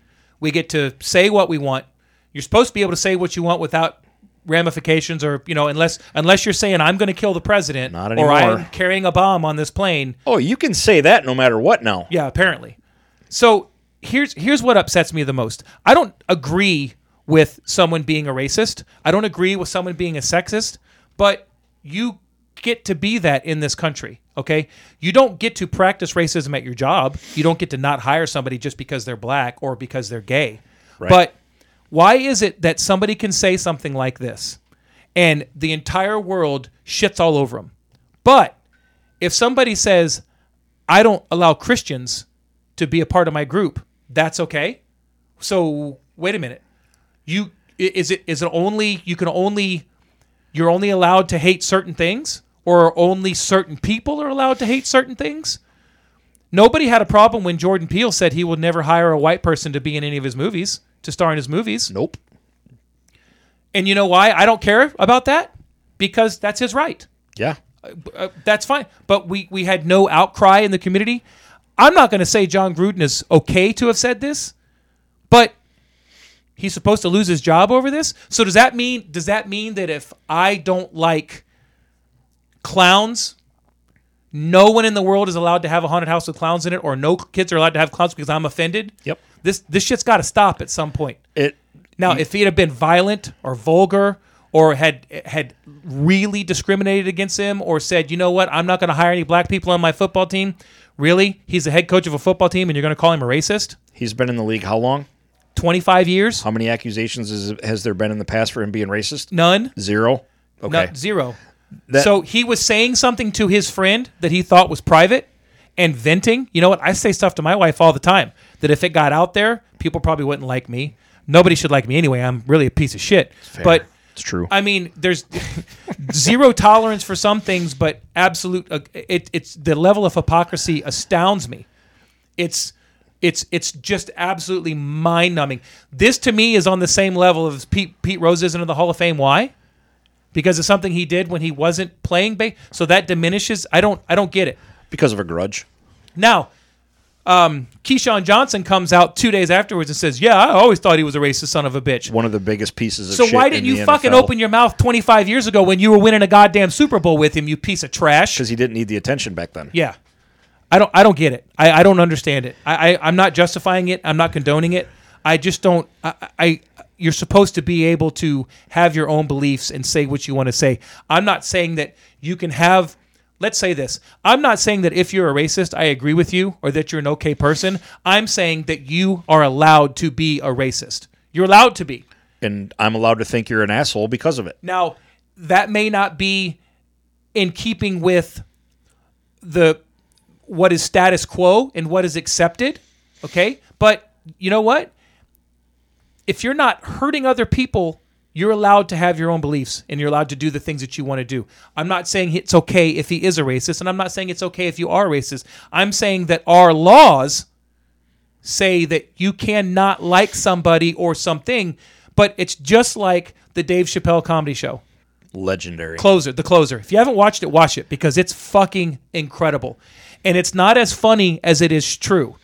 Speaker 2: We get to say what we want. You're supposed to be able to say what you want without ramifications, or you know, unless unless you're saying I'm going to kill the president,
Speaker 1: Not
Speaker 2: or I'm
Speaker 1: anymore.
Speaker 2: carrying a bomb on this plane.
Speaker 1: oh, you can say that no matter what now.
Speaker 2: Yeah, apparently. So here's here's what upsets me the most. I don't agree with someone being a racist. I don't agree with someone being a sexist, but you get to be that in this country, okay? You don't get to practice racism at your job. You don't get to not hire somebody just because they're black or because they're gay. But why is it that somebody can say something like this and the entire world shits all over them? But if somebody says, I don't allow Christians to be a part of my group. That's okay. So wait a minute. You i- is it is it only you can only you're only allowed to hate certain things or only certain people are allowed to hate certain things? Nobody had a problem when Jordan Peele said he would never hire a white person to be in any of his movies, to star in his movies.
Speaker 1: Nope.
Speaker 2: And you know why? I don't care about that because that's his right
Speaker 1: Yeah.
Speaker 2: uh, that's fine. But we we had no outcry in the community. I'm not going to say John Gruden is okay to have said this, but he's supposed to lose his job over this. So does that mean does that mean that if I don't like clowns, no one in the world is allowed to have a haunted house with clowns in it, or no kids are allowed to have clowns because I'm offended?
Speaker 1: Yep.
Speaker 2: This this shit's got to stop at some point.
Speaker 1: It Mm.
Speaker 2: Now, if he'd have been violent or vulgar or had had really discriminated against him or said, you know what, I'm not going to hire any black people on my football team, really, he's the head coach of a football team and you're going to call him a racist?
Speaker 1: he's been in the league how long?
Speaker 2: 25 years?
Speaker 1: How many accusations is, has there been in the past for him being racist?
Speaker 2: None?
Speaker 1: Zero. Okay.
Speaker 2: Not zero.
Speaker 1: That-
Speaker 2: so he was saying something to his friend that he thought was private and venting. You know what? I say stuff to my wife all the time that if it got out there, people probably wouldn't like me. Nobody should like me anyway. I'm really a piece of shit. But
Speaker 1: it's true.
Speaker 2: I mean, there's zero tolerance for some things, but absolute. Uh, it, it's the level of hypocrisy astounds me. It's it's it's just absolutely mind numbing. This to me is on the same level as Pete Pete Rose isn't in the Hall of Fame. Why? Because it's something he did when he wasn't playing. Ba- so that diminishes. I don't I don't get it.
Speaker 1: because of a grudge.
Speaker 2: Now, um, Keyshawn Johnson comes out two days afterwards and says, "Yeah, I always thought he was a racist son of a bitch."
Speaker 1: One of the biggest pieces of
Speaker 2: So
Speaker 1: shit
Speaker 2: why didn't you fucking open your mouth 25 years ago when you were winning a goddamn Super Bowl with him, you piece of trash?
Speaker 1: Because he didn't need the attention back then.
Speaker 2: Yeah, I don't. I don't get it. I, I don't understand it. I, I I'm not justifying it. I'm not condoning it. I just don't. I, I you're supposed to be able to have your own beliefs and say what you want to say. I'm not saying that you can have. Let's say this. I'm not saying that if you're a racist, I agree with you, or that you're an okay person. I'm saying that you are allowed to be a racist. You're allowed to be.
Speaker 1: and I'm allowed to think you're an asshole because of it.
Speaker 2: Now, that may not be in keeping with the what is status quo and what is accepted, okay? But you know what? If you're not hurting other people, you're allowed to have your own beliefs and you're allowed to do the things that you want to do. I'm not saying it's okay if he is a racist, and I'm not saying it's okay if you are racist. I'm saying that our laws say that you cannot like somebody or something, but it's just like the Dave Chappelle comedy show.
Speaker 1: Legendary.
Speaker 2: Closer, the closer. If you haven't watched it, watch it because it's fucking incredible. And it's not as funny as it is true.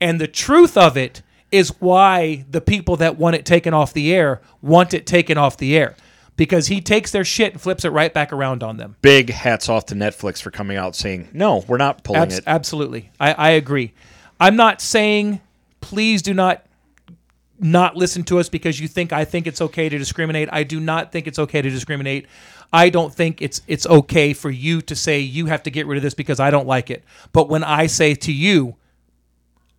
Speaker 2: And the truth of it is why the people that want it taken off the air want it taken off the air because he takes their shit and flips it right back around on them.
Speaker 1: Big hats off to Netflix for coming out saying, no, we're not pulling
Speaker 2: Abs-
Speaker 1: it.
Speaker 2: Absolutely, I, I agree. I'm not saying please do not not listen to us because you think I think it's okay to discriminate. I do not think it's okay to discriminate. I don't think it's it's okay for you to say you have to get rid of this because I don't like it. But when I say to you,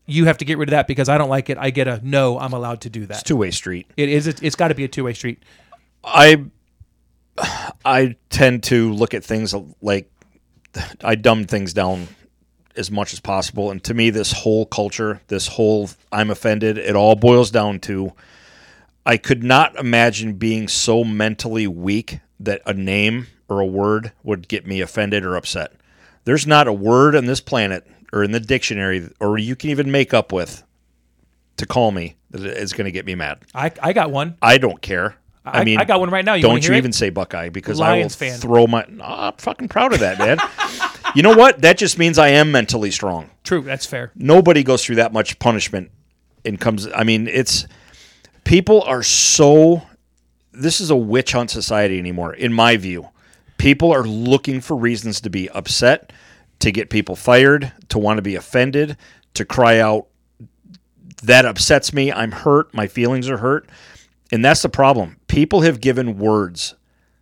Speaker 2: you have to get rid of that because I don't like it, I get a no. I'm allowed to do that.
Speaker 1: Two way street.
Speaker 2: It is. It's got to be a two way street.
Speaker 1: I I tend to look at things like I dumb things down as much as possible and to me this whole culture this whole I'm offended it all boils down to I could not imagine being so mentally weak that a name or a word would get me offended or upset there's not a word on this planet or in the dictionary or you can even make up with to call me that is going to get me mad
Speaker 2: I I got one.
Speaker 1: I don't care I,
Speaker 2: I,
Speaker 1: mean
Speaker 2: I got one right now. You wanna
Speaker 1: don't
Speaker 2: hear
Speaker 1: you
Speaker 2: it?
Speaker 1: even say Buckeye because
Speaker 2: Lions
Speaker 1: I will
Speaker 2: fan.
Speaker 1: throw my. Aw, I'm fucking proud of that, man. you know what? That just means I am mentally strong.
Speaker 2: True. That's fair.
Speaker 1: Nobody goes through that much punishment and comes. I mean, it's people are so. This is a witch hunt society anymore, in my view. People are looking for reasons to be upset, to get people fired, to want to be offended, to cry out, that upsets me. I'm hurt. My feelings are hurt. And that's the problem. People have given words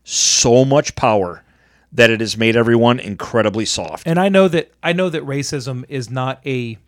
Speaker 1: so much power that it has made everyone incredibly soft.
Speaker 2: and I know that I know that racism is not a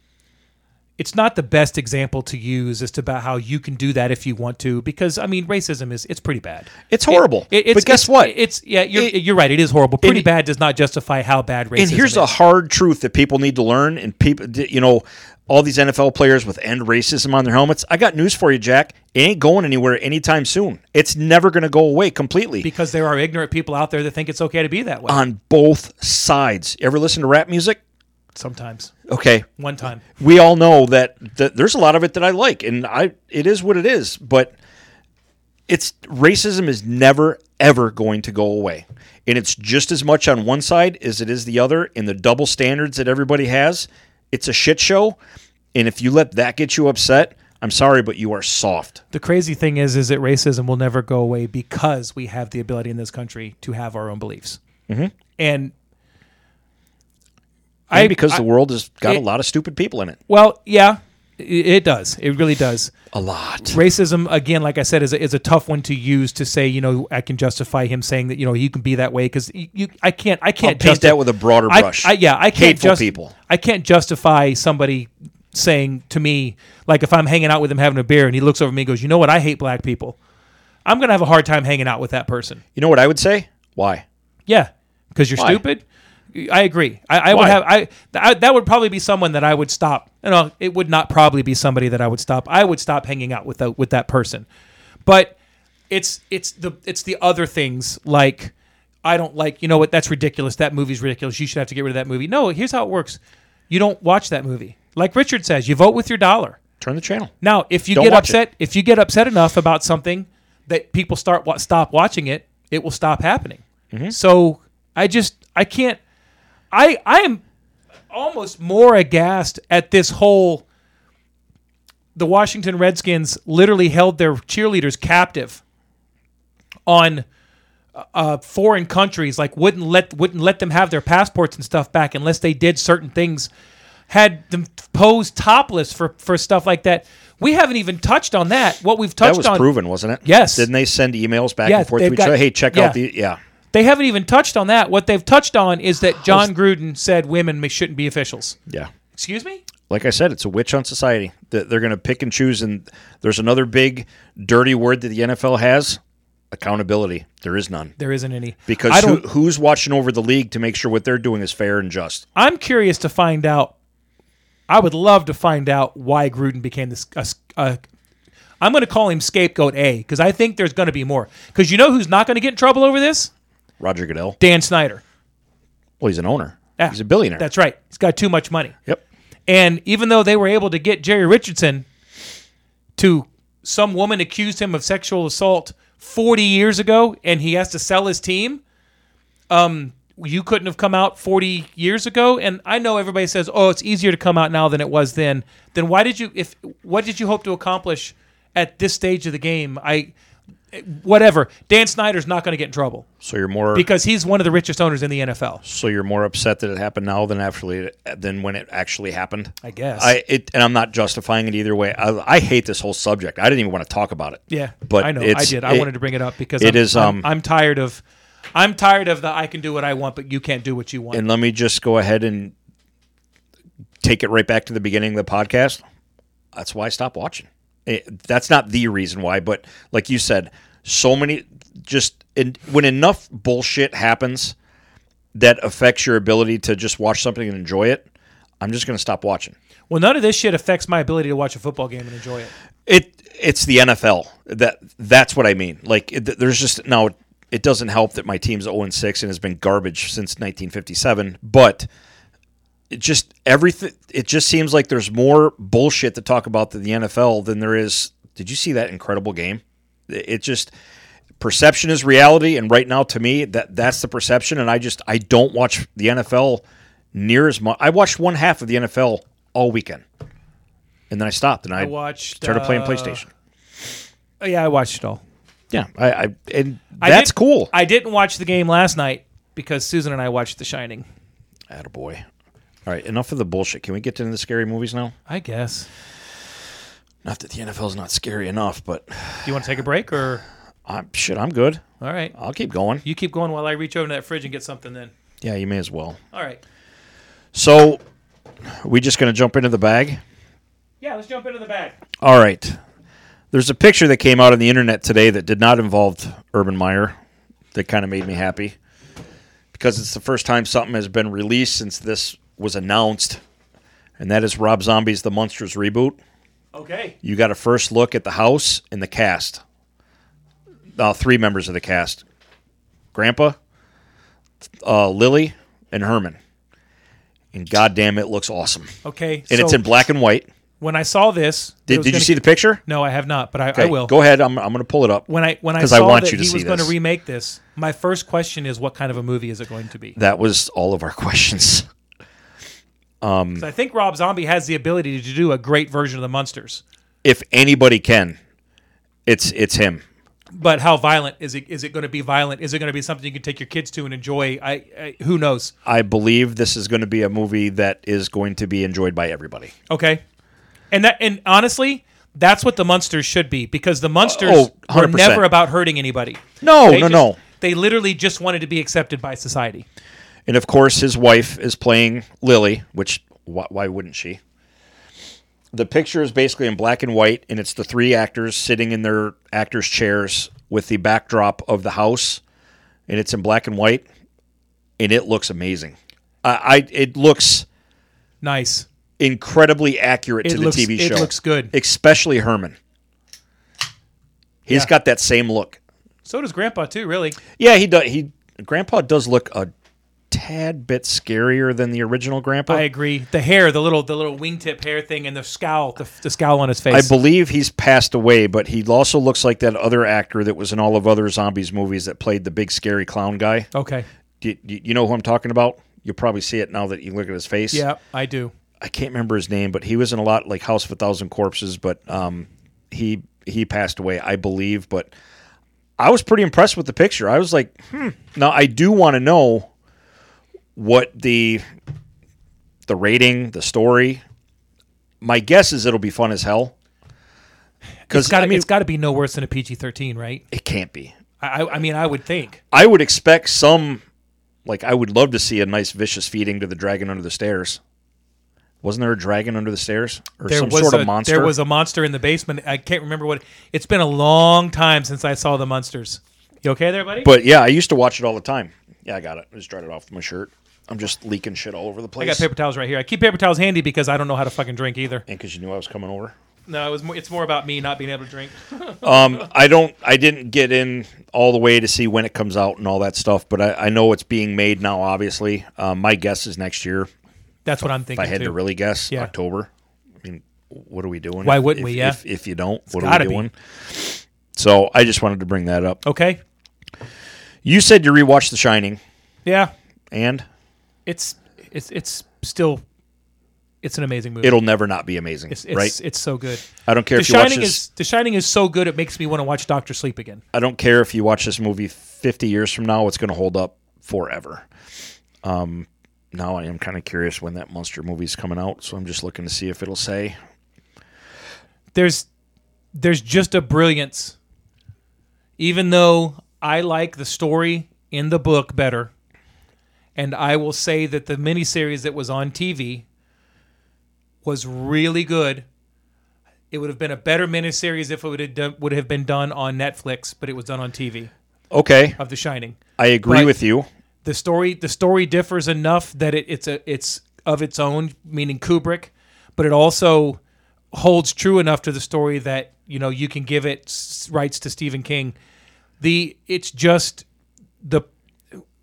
Speaker 2: it's not the best example to use as to about how you can do that if you want to because I mean racism is it's pretty bad.
Speaker 1: It's horrible.
Speaker 2: It- it's,
Speaker 1: but guess
Speaker 2: it's-
Speaker 1: what?
Speaker 2: It's yeah, you're
Speaker 1: It-
Speaker 2: you're right. It is horrible. Pretty
Speaker 1: it-
Speaker 2: bad does not justify how bad racism
Speaker 1: and here's
Speaker 2: is.
Speaker 1: the hard truth that people need to learn. And people, you know, all these NFL players with end racism on their helmets. I got news for you, Jack. It ain't going anywhere anytime soon. It's never going to go away completely.
Speaker 2: because there are ignorant people out there that think it's okay to be that way
Speaker 1: on both sides. You ever listen to rap music?
Speaker 2: sometimes.
Speaker 1: Okay,
Speaker 2: One time.
Speaker 1: we all know that, that there's a lot of it that I like, and I it is what it is. But it's racism is never ever going to go away, and it's just as much on one side as it is the other. And the double standards that everybody has, it's a shit show. And if you let that get you upset, I'm sorry, but you are soft.
Speaker 2: The crazy thing is is that racism will never go away because we have the ability in this country to have our own beliefs. Mm-hmm. And
Speaker 1: And because the world has got a
Speaker 2: it-
Speaker 1: lot of stupid people in it,
Speaker 2: Well, yeah, i- it does. It really does.
Speaker 1: a lot.
Speaker 2: Racism, again, like I said, is a, is a tough one to use to say, you know, I can justify him saying that, you know, he can be that way because you, you, I can't, I can't
Speaker 1: I'll paint
Speaker 2: justi-
Speaker 1: that with a broader
Speaker 2: I-
Speaker 1: brush.
Speaker 2: I, yeah, I can't
Speaker 1: Hateful
Speaker 2: just-
Speaker 1: people.
Speaker 2: I can't justify somebody saying to me, like if I'm hanging out with him having a beer and he looks over me and goes, you know what, I hate black people. I'm gonna have a hard time hanging out with that person.
Speaker 1: You know what I would say? Why?
Speaker 2: Yeah, because you're
Speaker 1: Why?
Speaker 2: stupid. I agree. I, I would
Speaker 1: Why?
Speaker 2: have. I, th- I that would probably be someone that I would stop. You know, it would not probably be somebody that I would stop. I would stop hanging out with that with that person. But it's it's the it's the other things like I don't like. You know what? That's ridiculous. That movie's ridiculous. You should have to get rid of that movie. No, here's how it works. You don't watch that movie. Like Richard says, you vote with your dollar.
Speaker 1: Turn the channel.
Speaker 2: Now, if you
Speaker 1: Don't
Speaker 2: get
Speaker 1: watch
Speaker 2: upset, if you get upset enough about something that people start wa- stop watching it, it will stop happening.
Speaker 1: Mm-hmm.
Speaker 2: So I just I can't. I I am almost more aghast at this whole. The Washington Redskins literally held their cheerleaders captive on uh, foreign countries, like wouldn't let wouldn't let them have their passports and stuff back unless they did certain things. had them pose topless for, for stuff like that. We haven't even touched on that. What we've touched
Speaker 1: that was
Speaker 2: on,
Speaker 1: proven, wasn't it?
Speaker 2: Yes.
Speaker 1: Didn't they send emails back
Speaker 2: Yeah,
Speaker 1: and forth
Speaker 2: they've
Speaker 1: to each
Speaker 2: got-
Speaker 1: other? Hey, check
Speaker 2: yeah.
Speaker 1: out the yeah.
Speaker 2: they haven't even touched on that. What they've touched on is that John Gruden said women may- shouldn't be officials.
Speaker 1: Yeah.
Speaker 2: Excuse me?
Speaker 1: Like I said, it's a witch hunt society. That they're going to pick and choose and there's another big dirty word that the NFL has, accountability. There is none.
Speaker 2: There isn't any I
Speaker 1: Because who,
Speaker 2: don't.
Speaker 1: who's watching over the league to make sure what they're doing is fair and just?
Speaker 2: I'm curious to find out. I would love to find out why Gruden became this. A, a, I'm going to call him scapegoat A because I think there's going to be more. Because you know who's not going to get in trouble over this?
Speaker 1: Roger Goodell.
Speaker 2: Dan Snyder.
Speaker 1: Well, he's an owner.
Speaker 2: Yeah.
Speaker 1: he's a billionaire.
Speaker 2: That's right. He's got too much money.
Speaker 1: yep.
Speaker 2: And even though they were able to get Jerry Richardson to some woman accused him of sexual assault 40 years ago and he has to sell his team, um, you couldn't have come out 40 years ago. And I know everybody says, oh, it's easier to come out now than it was then. Then why did you, if, what did you hope to accomplish at this stage of the game? I, whatever. Dan Snyder's not going to get in trouble
Speaker 1: So you're more
Speaker 2: because he's one of the richest owners in the NFL.
Speaker 1: so you're more upset that it happened now than actually than when it actually happened.
Speaker 2: I guess.
Speaker 1: I it and I'm not justifying it either way. I, I hate this whole subject. I didn't even want to talk about it.
Speaker 2: Yeah,
Speaker 1: but
Speaker 2: I know I
Speaker 1: it's-
Speaker 2: did. I
Speaker 1: it-
Speaker 2: wanted to bring it up because
Speaker 1: it
Speaker 2: I'm,
Speaker 1: is,
Speaker 2: I'm-
Speaker 1: um,
Speaker 2: I'm, tired of, I'm tired of the I can do what I want, but you can't do what you want.
Speaker 1: And let me just go ahead and take it right back to the beginning of the podcast. That's why I stopped watching. It, that's not the reason why, but like you said, so many just and when enough bullshit happens that affects your ability to just watch something and enjoy it, I'm just going to stop watching.
Speaker 2: well, none of this shit affects my ability to watch a football game and enjoy it.
Speaker 1: It it's the NFL that that's what I mean. Like it, there's just now it doesn't help that my team's 0 and 6 and has been garbage since 1957, but it just everything it just seems like there's more bullshit to talk about than the NFL than there is. Did you see that incredible game? It it just perception is reality and right now to me that that's the perception and I just I don't watch the NFL near as much. I watched one half of the NFL all weekend. And then I stopped and I,
Speaker 2: I watched.
Speaker 1: started playing
Speaker 2: uh,
Speaker 1: PlayStation.
Speaker 2: Yeah, I watched it all.
Speaker 1: Yeah, I, I and
Speaker 2: I
Speaker 1: that's
Speaker 2: didn't-
Speaker 1: cool.
Speaker 2: I didn't watch the game last night because Susan and I watched The Shining.
Speaker 1: Attaboy. All right, enough of the bullshit. Can we get into the scary movies now?
Speaker 2: I guess.
Speaker 1: Not that the NFL's not scary enough, but
Speaker 2: Do you want to take a break or?
Speaker 1: I'm, shit, I'm good.
Speaker 2: All right,
Speaker 1: I'll keep going.
Speaker 2: you keep going while I reach over to that fridge and get something. Then.
Speaker 1: Yeah, you may as well.
Speaker 2: All right.
Speaker 1: So, are we just going to jump into the bag?
Speaker 2: Yeah, let's jump into the bag.
Speaker 1: All right. There's a picture that came out on the internet today that did not involve Urban Meyer that kind of made me happy because it's the first time something has been released since this was announced, and that is Rob Zombie's The Monsters reboot.
Speaker 2: Okay.
Speaker 1: you got a first look at the house and the cast. Uh, three members of the cast Grandpa, uh, Lily, and Herman. And goddamn, it looks awesome.
Speaker 2: Okay.
Speaker 1: And it's
Speaker 2: so
Speaker 1: in black and white.
Speaker 2: When I saw this, it
Speaker 1: Did,
Speaker 2: was
Speaker 1: did you
Speaker 2: gonna-
Speaker 1: see the picture?
Speaker 2: No, I have not, but I, I
Speaker 1: Okay,
Speaker 2: will.
Speaker 1: Go ahead. I'm, I'm going to pull it up.
Speaker 2: when I when I
Speaker 1: 'Cause
Speaker 2: saw
Speaker 1: I want
Speaker 2: that
Speaker 1: you to
Speaker 2: he
Speaker 1: see
Speaker 2: was going to
Speaker 1: this.
Speaker 2: remake this, my first question is, what kind of a movie is it going to be?
Speaker 1: that was all of our questions.
Speaker 2: 'Cause I think Rob Zombie has the ability to do a great version of the Munsters,
Speaker 1: If anybody can, it's it's him.
Speaker 2: but how violent is it? Is it going to be violent? Is it going to be something you can take your kids to and enjoy? I, I who knows?
Speaker 1: I believe this is going to be a movie that is going to be enjoyed by everybody.
Speaker 2: Okay, and that and honestly. That's what the Munsters should be because the Munsters
Speaker 1: Oh,
Speaker 2: were
Speaker 1: 100%.
Speaker 2: never about hurting anybody.
Speaker 1: No, no,
Speaker 2: just-
Speaker 1: no.
Speaker 2: They literally just wanted to be accepted by society.
Speaker 1: And of course, his wife is playing Lily, which why, why wouldn't she? The picture is basically in black and white, and it's the three actors sitting in their actors' chairs with the backdrop of the house, and it's in black and white, and it looks amazing. I, I it looks
Speaker 2: Nice.
Speaker 1: incredibly accurate
Speaker 2: It
Speaker 1: to the
Speaker 2: looks-
Speaker 1: TV
Speaker 2: it
Speaker 1: show.
Speaker 2: looks good.
Speaker 1: especially Herman. He's
Speaker 2: Yeah.
Speaker 1: got that same look.
Speaker 2: So does Grandpa too, really.
Speaker 1: Yeah, he does. He Grandpa does look a tad bit scarier than the original Grandpa.
Speaker 2: I agree. The hair, the little the little wingtip hair thing, and the scowl, the, the scowl on his
Speaker 1: I
Speaker 2: face.
Speaker 1: believe he's passed away, but he also looks like that other actor that was in all of other zombies movies that played the big scary clown guy.
Speaker 2: okay.
Speaker 1: Do you, do you know who I'm talking about? You'll probably see it now that you look at his face.
Speaker 2: Yeah, I do.
Speaker 1: I can't remember his name, but he was in a lot like House of a Thousand Corpses, but um, he he passed away, I believe. But I was pretty impressed with the picture. I was like, hmm. Now I do want to know what the the rating, the story. My guess is it'll be fun as hell.
Speaker 2: It's
Speaker 1: Because
Speaker 2: got
Speaker 1: I mean,
Speaker 2: it's got to be no worse than a PG thirteen, right?
Speaker 1: it can't be.
Speaker 2: I, I I mean, I would think.
Speaker 1: I would expect some. Like I would love to see a nice vicious feeding to the dragon under the stairs. Wasn't there a dragon under the stairs or some sort
Speaker 2: a,
Speaker 1: of monster?
Speaker 2: There was a monster in the basement. I can't remember what. It's been a long time since I saw the monsters. You okay there, buddy?
Speaker 1: But yeah, I used to watch it all the time. Yeah, I got it. I just dried it off my shirt. I'm just leaking shit all over the
Speaker 2: I
Speaker 1: place.
Speaker 2: got paper towels right here. I keep paper towels handy because I don't know how to fucking drink either.
Speaker 1: And because you knew I was coming over.
Speaker 2: No, it was more, it's more about me not being able to drink.
Speaker 1: Um, I don't. I didn't get in all the way to see when it comes out and all that stuff. But I, I know it's being made now. Obviously, um, my guess is next year. If
Speaker 2: That's what I'm thinking.
Speaker 1: I had to
Speaker 2: too.
Speaker 1: really guess,
Speaker 2: Yeah.
Speaker 1: October. I mean, what are we doing?
Speaker 2: Why
Speaker 1: if-
Speaker 2: wouldn't
Speaker 1: if-
Speaker 2: we, yeah.
Speaker 1: If, if you don't, what are
Speaker 2: gotta
Speaker 1: we
Speaker 2: be. Oh.
Speaker 1: doing? So I just wanted to bring that up.
Speaker 2: okay.
Speaker 1: You said you rewatched The Shining,
Speaker 2: Yeah.
Speaker 1: and
Speaker 2: It's it's it's still it's an amazing movie.
Speaker 1: it'll never not be amazing,
Speaker 2: it's, it's,
Speaker 1: right?
Speaker 2: It's so good.
Speaker 1: I don't care
Speaker 2: The
Speaker 1: if you watch
Speaker 2: Shining
Speaker 1: this.
Speaker 2: is The Shining is so good it makes me want to watch Doctor Sleep again.
Speaker 1: I don't care if you watch this movie 50 years from now, it's going to hold up forever. Um, now I am kind of curious when that monster movie's coming out, so I'm just looking to see if it'll say.
Speaker 2: there's there's just a brilliance. Even though I like the story in the book better, and I will say that the miniseries that was on TV was really good. It would have been a better miniseries if it would have done, would have been done on Netflix, but it was done on TV
Speaker 1: Okay,
Speaker 2: of The Shining.
Speaker 1: I agree
Speaker 2: But-
Speaker 1: with you.
Speaker 2: The story the story differs enough that it, it's a it's of its own, meaning Kubrick, but it also holds true enough to the story that you know you can give it s- rights to Stephen King. The it's just the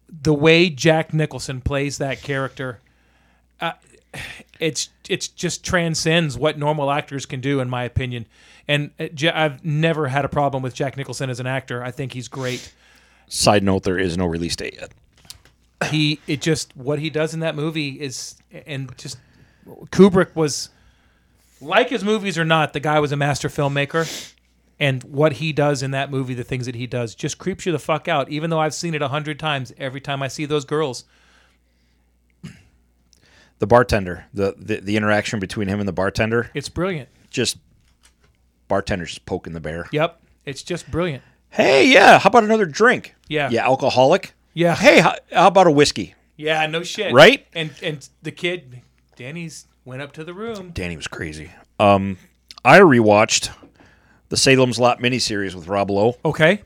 Speaker 2: the way Jack Nicholson plays that character. Uh, it's it's just transcends what normal actors can do, in my opinion. And uh, Ja- I've never had a problem with Jack Nicholson as an actor. I think he's great
Speaker 1: Side note: there is no release date yet.
Speaker 2: he it just what he does in that movie is and just Kubrick was like his movies or not the guy was a master filmmaker and what he does in that movie the things that he does just creeps you the fuck out even though I've seen it a hundred times every time I see those girls
Speaker 1: The bartender, the, the the interaction between him and the bartender,
Speaker 2: it's brilliant
Speaker 1: just bartender's just poking the bear.
Speaker 2: yep it's just brilliant
Speaker 1: Hey, yeah, how about another drink?
Speaker 2: Yeah.
Speaker 1: yeah, alcoholic.
Speaker 2: Yeah.
Speaker 1: Hey, how, how about a whiskey?
Speaker 2: yeah no shit
Speaker 1: Right?
Speaker 2: and and the kid Danny's went up to the room
Speaker 1: Danny was crazy. Um, I rewatched the Salem's Lot miniseries with Rob Lowe.
Speaker 2: okay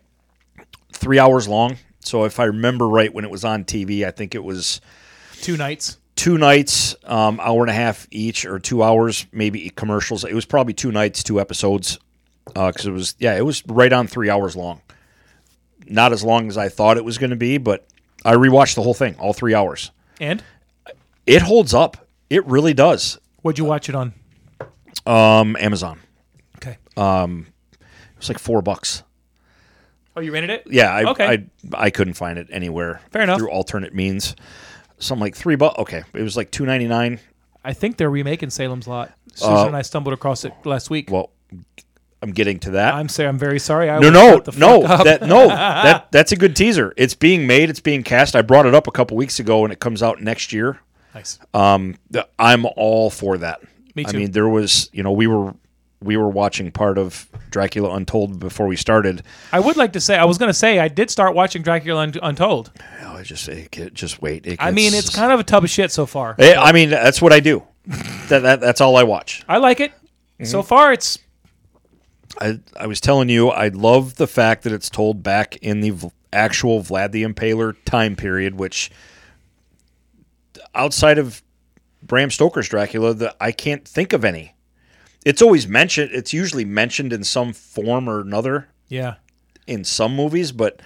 Speaker 1: three hours long. So if I remember right, when it was on TV, I think it was
Speaker 2: two nights
Speaker 1: two nights, um, hour and a half each, or two hours, maybe commercials. It was probably two nights, two episodes, because it was yeah, it was right on three hours long. Not as long as I thought it was going to be, but I rewatched the whole thing, all three hours.
Speaker 2: and
Speaker 1: It holds up. It really does.
Speaker 2: what'd you watch it on
Speaker 1: Um, Amazon.
Speaker 2: okay
Speaker 1: It was like four bucks.
Speaker 2: oh you rented it
Speaker 1: Yeah, I,
Speaker 2: Okay.
Speaker 1: I I couldn't find it anywhere.
Speaker 2: Fair enough.
Speaker 1: Through alternate means, something like three bucks. Okay, it was like two ninety nine.
Speaker 2: I think they're remaking Salem's Lot. Susan and I stumbled across it last week.
Speaker 1: Uh, well i'm getting to that
Speaker 2: I'm sorry. I'm very sorry. I
Speaker 1: no
Speaker 2: will
Speaker 1: no
Speaker 2: shut the
Speaker 1: no
Speaker 2: fuck up.
Speaker 1: that no that that's a good teaser it's being made it's being cast i brought it up a couple weeks ago and it comes out next year
Speaker 2: nice.
Speaker 1: um th- i'm all for that
Speaker 2: Me
Speaker 1: i
Speaker 2: too.
Speaker 1: mean there was you know we were we were watching part of dracula untold before we started
Speaker 2: I would like to say I was going to say I did start watching Dracula Un- Untold.
Speaker 1: oh i just it, get- just wait it
Speaker 2: I mean, it's kind of a tub of shit so far.
Speaker 1: of i mean that's what i do that, that that's all i watch
Speaker 2: I like it.
Speaker 1: Mm-hmm.
Speaker 2: So far, it's
Speaker 1: I, I was telling you, I love the fact that it's told back in the v- actual Vlad the Impaler time period, which outside of Bram Stoker's Dracula, that I can't think of any. It's always mentioned. It's usually mentioned in some form or another
Speaker 2: yeah,
Speaker 1: in some movies, but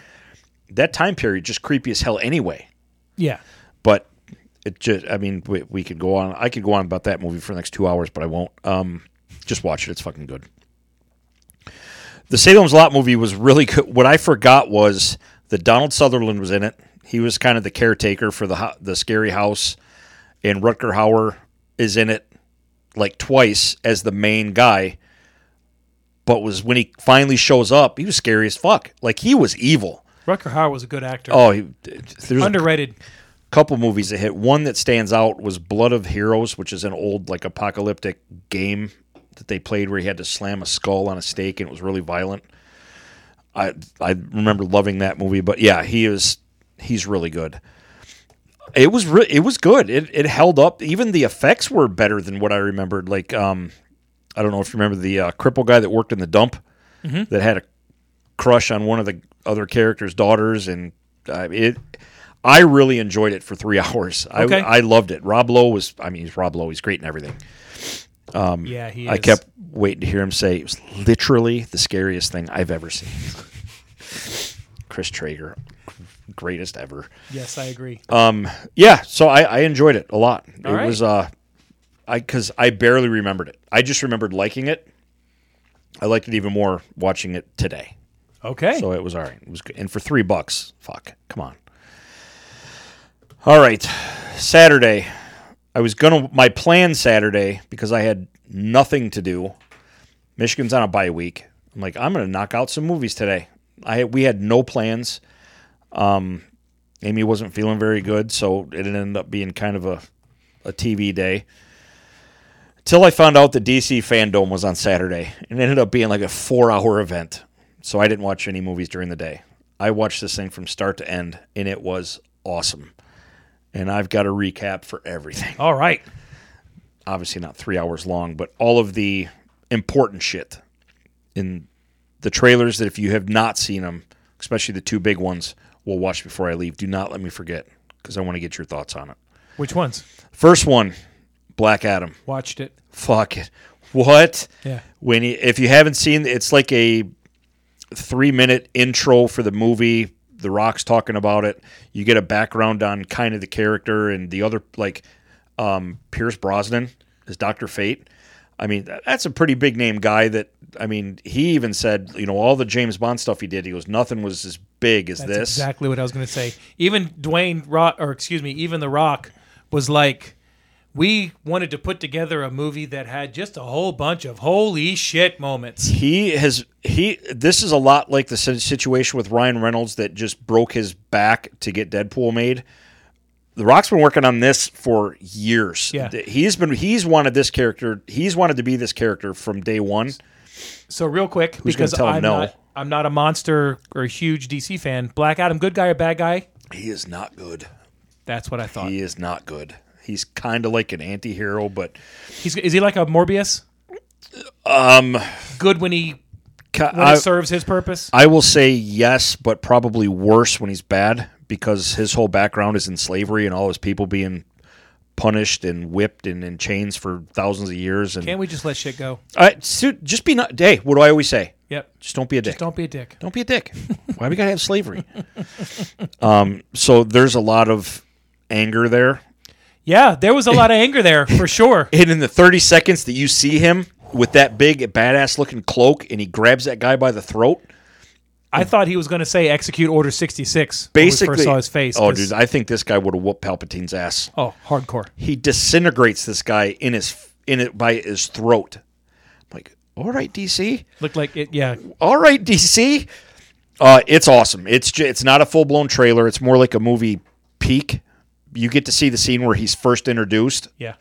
Speaker 1: that time period just creepy as hell anyway.
Speaker 2: yeah.
Speaker 1: But it just, I mean, we, we could go on. I could go on about that movie for the next two hours, but I won't. Um, just watch it. It's fucking good. The Salem's Lot movie was really good. What I forgot was that Donald Sutherland was in it. He was kind of the caretaker for the ho- the scary house, and Rutger Hauer is in it like twice as the main guy. But was when he finally shows up, he was scary as fuck. Like he was evil.
Speaker 2: Rucker Hauer was a good actor.
Speaker 1: Oh, he, there's a
Speaker 2: Underrated.
Speaker 1: couple movies that hit. One that stands out was Blood of Heroes, which is an old like apocalyptic game that they played where you had to slam a skull on a stake and it was really violent. I I remember loving that movie, but yeah, he is he's really good. It was re- it was good. It it held up. Even the effects were better than what I remembered. Like um, I don't know if you remember the uh, cripple guy that worked in the dump that had a crush on one of the other characters' daughters, and uh, it. I really enjoyed it for three hours.
Speaker 2: Okay.
Speaker 1: I, I loved it. Rob Lowe was, I mean, he's Rob Lowe. He's great in everything.
Speaker 2: Yeah, he.
Speaker 1: Um, I
Speaker 2: is.
Speaker 1: kept waiting to hear him say it was literally the scariest thing I've ever seen. Chris Traeger, greatest ever.
Speaker 2: Yes, I agree.
Speaker 1: Uh, Yeah, so I, I enjoyed it a lot.
Speaker 2: All
Speaker 1: it
Speaker 2: right.
Speaker 1: was uh, I because I barely remembered it. I just remembered liking it. I liked it even more watching it today.
Speaker 2: okay.
Speaker 1: So it was all right. It was good. And for three bucks, fuck, come on. All right, Saturday. I was gonna my plan Saturday because I had nothing to do. Michigan's on a bye week. I'm like, I'm gonna knock out some movies today. I had- we had no plans. Um, Amy wasn't feeling very good, so it ended up being kind of a a TV day. Till I found out the DC fandom was on Saturday, and it ended up being like a four hour event. So I didn't watch any movies during the day. I watched this thing from start to end, and it was awesome. And I've got a recap for everything.
Speaker 2: All right.
Speaker 1: Obviously, not three hours long, but all of the important shit in the trailers that if you have not seen them, especially the two big ones, we'll watch before I leave. Do not let me forget because I want to get your thoughts on it.
Speaker 2: Which ones?
Speaker 1: First one Black Adam.
Speaker 2: Watched it.
Speaker 1: Fuck it. What?
Speaker 2: Yeah.
Speaker 1: When you, if you haven't seen, it's like a three minute intro for the movie. The Rock's talking about it. You get a background on kind of the character and the other, like um, Pierce Brosnan is Doctor Fate. I mean, tha- that's a pretty big name guy. That I mean, he even said, you know, all the James Bond stuff he did, he goes, nothing was as big as
Speaker 2: That's
Speaker 1: this.
Speaker 2: exactly what I was going to say. Even Dwayne Rock, or excuse me, even The Rock was like, we wanted to put together a movie that had just a whole bunch of holy shit moments.
Speaker 1: he has he this is a lot like the si- situation with Ryan Reynolds that just broke his back to get Deadpool made. The Rock's been working on this for years.
Speaker 2: Yeah.
Speaker 1: Th- He's been he's wanted this character, he's wanted to be this character from day 1.
Speaker 2: So real quick,
Speaker 1: gonna
Speaker 2: because
Speaker 1: tell him
Speaker 2: I'm
Speaker 1: no?
Speaker 2: not, I'm not a monster or a huge DC fan. Black Adam, good guy or bad guy?
Speaker 1: He is not good.
Speaker 2: That's what I thought.
Speaker 1: He is not good. He's kind of like an anti-hero, but
Speaker 2: He's is he like a Morbius? Um, good when he
Speaker 1: ca-
Speaker 2: when
Speaker 1: I-
Speaker 2: it serves his purpose.
Speaker 1: I will say yes, but probably worse when he's bad because his whole background is in slavery and all his people being punished and whipped and in chains for thousands of years. And
Speaker 2: Can't we just let shit go?
Speaker 1: All right, so just be not. Hey, what do I always say?
Speaker 2: Yep.
Speaker 1: Just don't be a dick.
Speaker 2: Don't be a dick.
Speaker 1: Don't be a dick. Why we gotta have slavery? um, so there's a lot of anger there,
Speaker 2: Yeah, there was a lot of anger there for sure.
Speaker 1: and in the 30 seconds that you see him with that big badass looking cloak, and he grabs that guy by the throat.
Speaker 2: I thought he was going to say execute order 66
Speaker 1: Hmm. Basically,
Speaker 2: when we first saw his face.
Speaker 1: Oh,
Speaker 2: 'cause-
Speaker 1: dude, I think this guy would have whooped Palpatine's ass.
Speaker 2: oh, hardcore.
Speaker 1: he disintegrates this guy in his in it by his throat. I'm like, all right, DC,
Speaker 2: Looked like it yeah.
Speaker 1: all right, DC. Uh, it's awesome. It's ju- it's not a full blown trailer. It's more like a movie peak. You get to see the scene where he's first introduced.
Speaker 2: Yeah.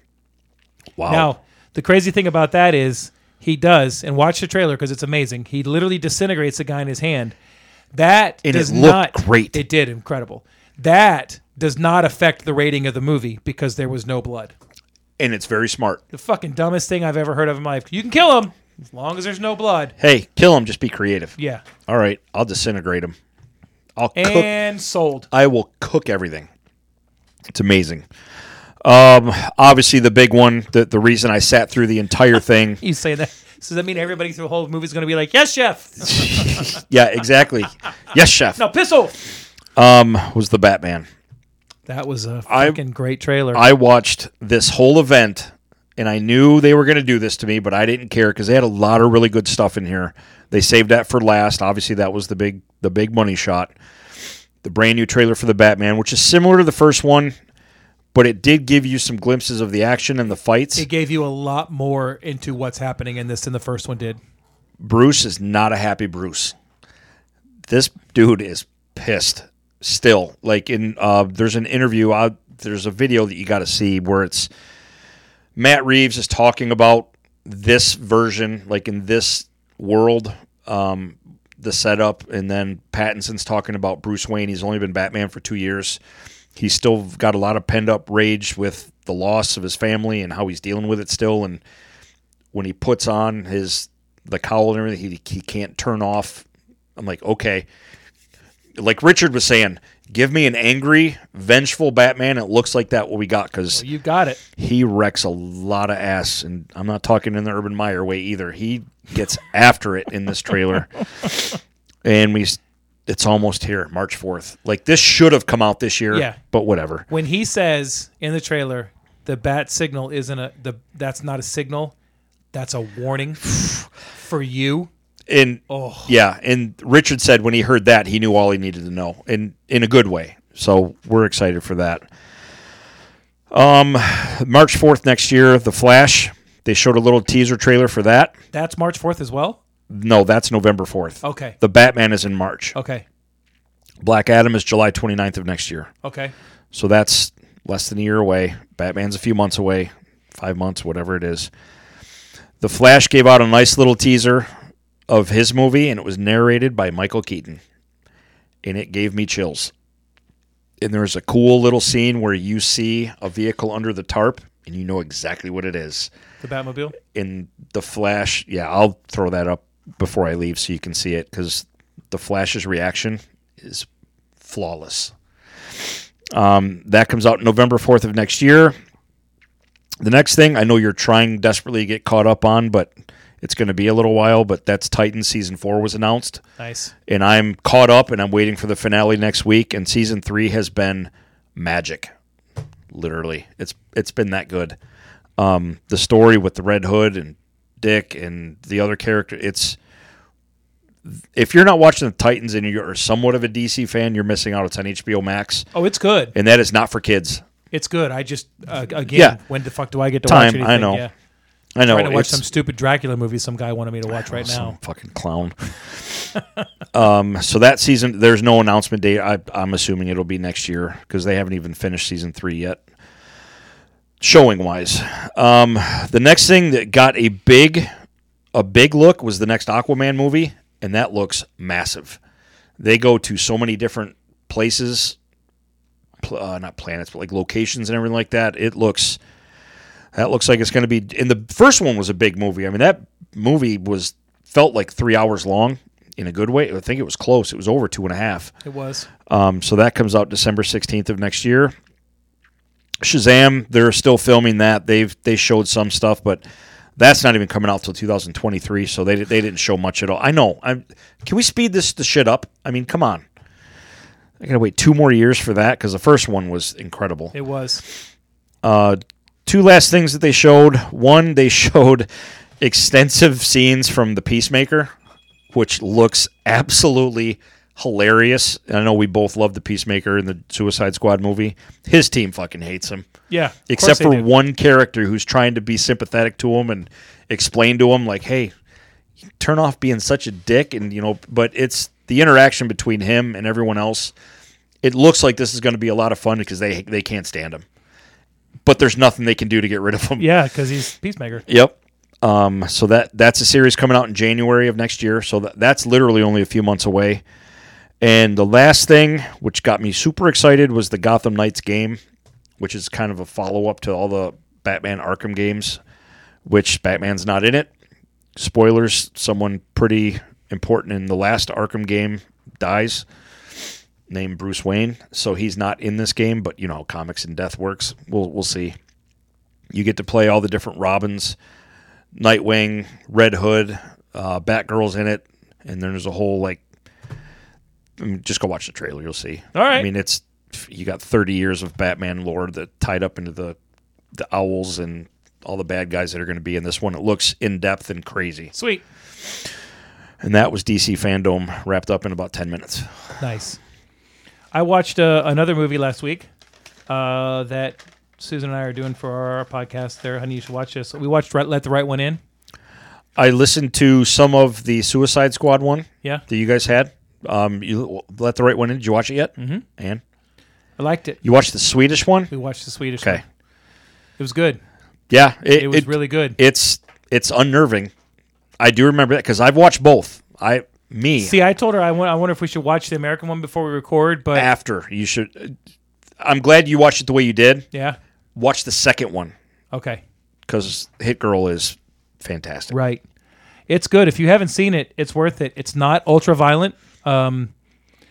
Speaker 1: Wow.
Speaker 2: Now, the crazy thing about that is he does and watch the trailer cuz it's amazing. He literally disintegrates the guy in his hand. That
Speaker 1: And it
Speaker 2: does
Speaker 1: looked
Speaker 2: not
Speaker 1: great.
Speaker 2: It did incredible. That does not affect the rating of the movie because there was no blood.
Speaker 1: and it's very smart.
Speaker 2: The fucking dumbest thing I've ever heard of in my life. You can kill him as long as there's no blood.
Speaker 1: Hey, kill him. Just be creative.
Speaker 2: Yeah.
Speaker 1: All right, I'll disintegrate him. I'll cook
Speaker 2: And sold.
Speaker 1: I will cook everything. It's amazing. Um, obviously the big one, the, the reason I sat through the entire thing
Speaker 2: You say that. So does that mean everybody through the whole movie is going to be like, "Yes, chef."
Speaker 1: Yeah, exactly. yes, chef.
Speaker 2: No, piss off.
Speaker 1: Um, was the Batman.
Speaker 2: That was a
Speaker 1: I-
Speaker 2: fucking great trailer.
Speaker 1: I watched this whole event, and I knew they were going to do this to me, but I didn't care because they had a lot of really good stuff in here. They saved that for last. Obviously, that was the big the big money shot. The brand new trailer for the Batman, which is similar to the first one, but it did give you some glimpses of the action and the fights.
Speaker 2: it gave you a lot more into what's happening in this than the first one did.
Speaker 1: Bruce is not a happy Bruce. This dude is pissed still. Like in uh, there's an interview. I there's a video that you got to see where it's Matt Reeves is talking about this version, like in this world, um, the setup, and then Pattinson's talking about Bruce Wayne. He's only been Batman for two years. He's still got a lot of pent up rage with the loss of his family and how he's dealing with it still. And when he puts on his the cowl and everything, he, he can't turn off. I'm like, okay. Like Richard was saying, give me an angry, vengeful Batman. It looks like that what we got because
Speaker 2: You got it.
Speaker 1: he wrecks a lot of ass, and I'm not talking in the Urban Meyer way either. He gets after it in this trailer, and we. s- It's almost here, March 4th. Like this should have come out this year,
Speaker 2: Yeah.
Speaker 1: but whatever.
Speaker 2: When he says in the trailer, the bat signal isn't a the that's not a signal, that's a warning for you.
Speaker 1: And yeah, and Richard said when he heard that he knew all he needed to know, and in a good way. So we're excited for that. Um, March 4th next year, The Flash. They showed a little teaser trailer for that.
Speaker 2: That's March fourth as well.
Speaker 1: No, that's November 4th.
Speaker 2: Okay.
Speaker 1: The Batman is in March.
Speaker 2: Okay.
Speaker 1: Black Adam is July 29th of next year.
Speaker 2: Okay.
Speaker 1: So that's less than a year away. Batman's a few months away, five months, whatever it is. The Flash gave out a nice little teaser of his movie, and it was narrated by Michael Keaton. And it gave me chills. And there's a cool little scene where you see a vehicle under the tarp, and you know exactly what it is.
Speaker 2: The Batmobile.
Speaker 1: In the Flash, yeah, I'll throw that up before I leave so you can see it because the Flash's reaction is flawless. Um, that comes out November 4th of next year. The next thing I know you're trying desperately to get caught up on, but it's going to be a little while. But that's Titan season four was announced,
Speaker 2: Nice.
Speaker 1: and I'm caught up and I'm waiting for the finale next week. And season three has been magic, literally. It's it's been that good. Um, the story with the Red Hood and Dick and the other character, it's if you're not watching the Titans and you're somewhat of a DC fan, you're missing out. It's on HBO Max
Speaker 2: Oh, it's good.
Speaker 1: and that is not for kids.
Speaker 2: It's good. I just uh, again,
Speaker 1: Yeah.
Speaker 2: when the fuck do I get to watch
Speaker 1: Time,
Speaker 2: anything?
Speaker 1: I know.
Speaker 2: Yeah.
Speaker 1: I know.
Speaker 2: Trying to watch
Speaker 1: it's
Speaker 2: some stupid Dracula movie some guy wanted me to watch right
Speaker 1: some
Speaker 2: now.
Speaker 1: fucking clown. um, so that season, there's no announcement date. I, I'm assuming it'll be next year because they haven't even finished season three yet, showing wise. Um, the next thing that got a big, a big look was the next Aquaman movie, and that looks massive. They go to so many different places, pl- uh, not planets, but like locations and everything like that. It looks. That looks like it's going to be. And the first one was a big movie. I mean, that movie was felt like three hours long in a good way. I think it was close. It was over two and a half.
Speaker 2: It was.
Speaker 1: Um, so that comes out December sixteenth of next year. Shazam, they're still filming that. They've they showed some stuff, but that's not even coming out till 2023. So they they didn't show much at all. I know. I'm. Can we speed this the shit up? I mean, come on. I gotta wait two more years for that because the first one was incredible.
Speaker 2: It was.
Speaker 1: Uh, two last things that they showed. One, they showed extensive scenes from The Peacemaker, which looks absolutely hilarious. And I know we both love The Peacemaker in the Suicide Squad movie. His team fucking hates him,
Speaker 2: Yeah. of course
Speaker 1: except
Speaker 2: they
Speaker 1: for
Speaker 2: do.
Speaker 1: one character who's trying to be sympathetic to him and explain to him, like, hey, turn off being such a dick. And, you know, but it's the interaction between him and everyone else. It looks like this is going to be a lot of fun because they they can't stand him but there's nothing they can do to get rid of him.
Speaker 2: Yeah, because he's Peacemaker.
Speaker 1: Yep. Um, so that that's a series coming out in January of next year. So that, that's literally only a few months away. And the last thing, which got me super excited, was the Gotham Knights game, which is kind of a follow up to all the Batman Arkham games, which Batman's not in it. Spoilers: someone pretty important in the last Arkham game dies, named Bruce Wayne. So he's not in this game, but you know how comics and death works. We'll we'll see. You get to play all the different Robins, Nightwing, Red Hood, uh, Batgirl's in it, and then there's a whole like. I mean, just go watch the trailer; you'll see.
Speaker 2: All right.
Speaker 1: I mean, it's you got 30 years of Batman lore that tied up into the the owls and all the bad guys that are going to be in this one. It looks in depth and crazy.
Speaker 2: Sweet.
Speaker 1: And that was DC fandom wrapped up in about 10 minutes.
Speaker 2: Nice. I watched uh, another movie last week uh, that Susan and I are doing for our podcast. There, honey, you should watch this. We watched right, "Let the Right One In."
Speaker 1: I listened to some of the Suicide Squad one
Speaker 2: Yeah,
Speaker 1: that you guys had. Um, you let the right one in. Did you watch it yet? Mm-hmm. And
Speaker 2: I liked it.
Speaker 1: You watched the Swedish one?
Speaker 2: We watched the Swedish.
Speaker 1: Okay.
Speaker 2: one. It was good.
Speaker 1: Yeah,
Speaker 2: It was really good.
Speaker 1: It's it's unnerving. I do remember that because I've watched both. I me
Speaker 2: See, I told her I, won- I wonder if we should watch the American one before we record, but
Speaker 1: after you should. I'm glad you watched it the way you did.
Speaker 2: yeah.
Speaker 1: Watch the second one
Speaker 2: Okay.
Speaker 1: because Hit Girl is fantastic.
Speaker 2: Right. It's good. If you haven't seen it, it's worth it. It's not ultra violent. Um,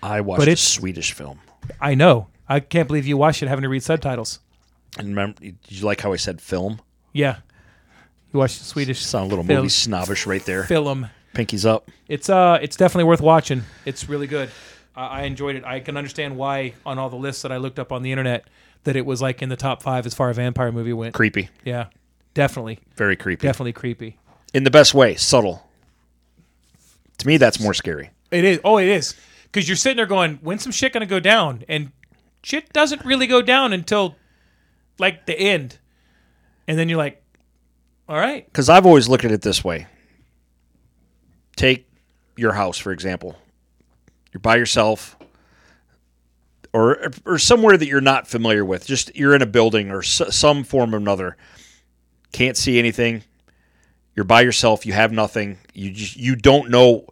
Speaker 1: I watched
Speaker 2: But
Speaker 1: a
Speaker 2: it's-
Speaker 1: Swedish film.
Speaker 2: I know. I can't believe you watched it having to read subtitles.
Speaker 1: And remember, did you like how I said film?
Speaker 2: Yeah. You watched the Swedish
Speaker 1: Sound a little
Speaker 2: film.
Speaker 1: movie snobbish right there.
Speaker 2: film.
Speaker 1: Pinky's up.
Speaker 2: It's uh, it's definitely worth watching. It's really good. I I enjoyed it. I can understand why on all the lists that I looked up on the internet that it was like in the top five as far as vampire movie went.
Speaker 1: Creepy.
Speaker 2: Yeah, definitely,
Speaker 1: Very creepy.
Speaker 2: definitely creepy.
Speaker 1: In the best way. Subtle. To me, that's more scary.
Speaker 2: It is. Oh, it is. Because you're sitting there going, when's some shit gonna go down? And shit doesn't really go down until like the end, and then you're like, all right,
Speaker 1: Because I've always looked at it this way. Take your house, for example. You're by yourself or, or somewhere that you're not familiar with. Just you're in a building or s- some form or another. Can't see anything. You're by yourself. You have nothing. You just, you don't know.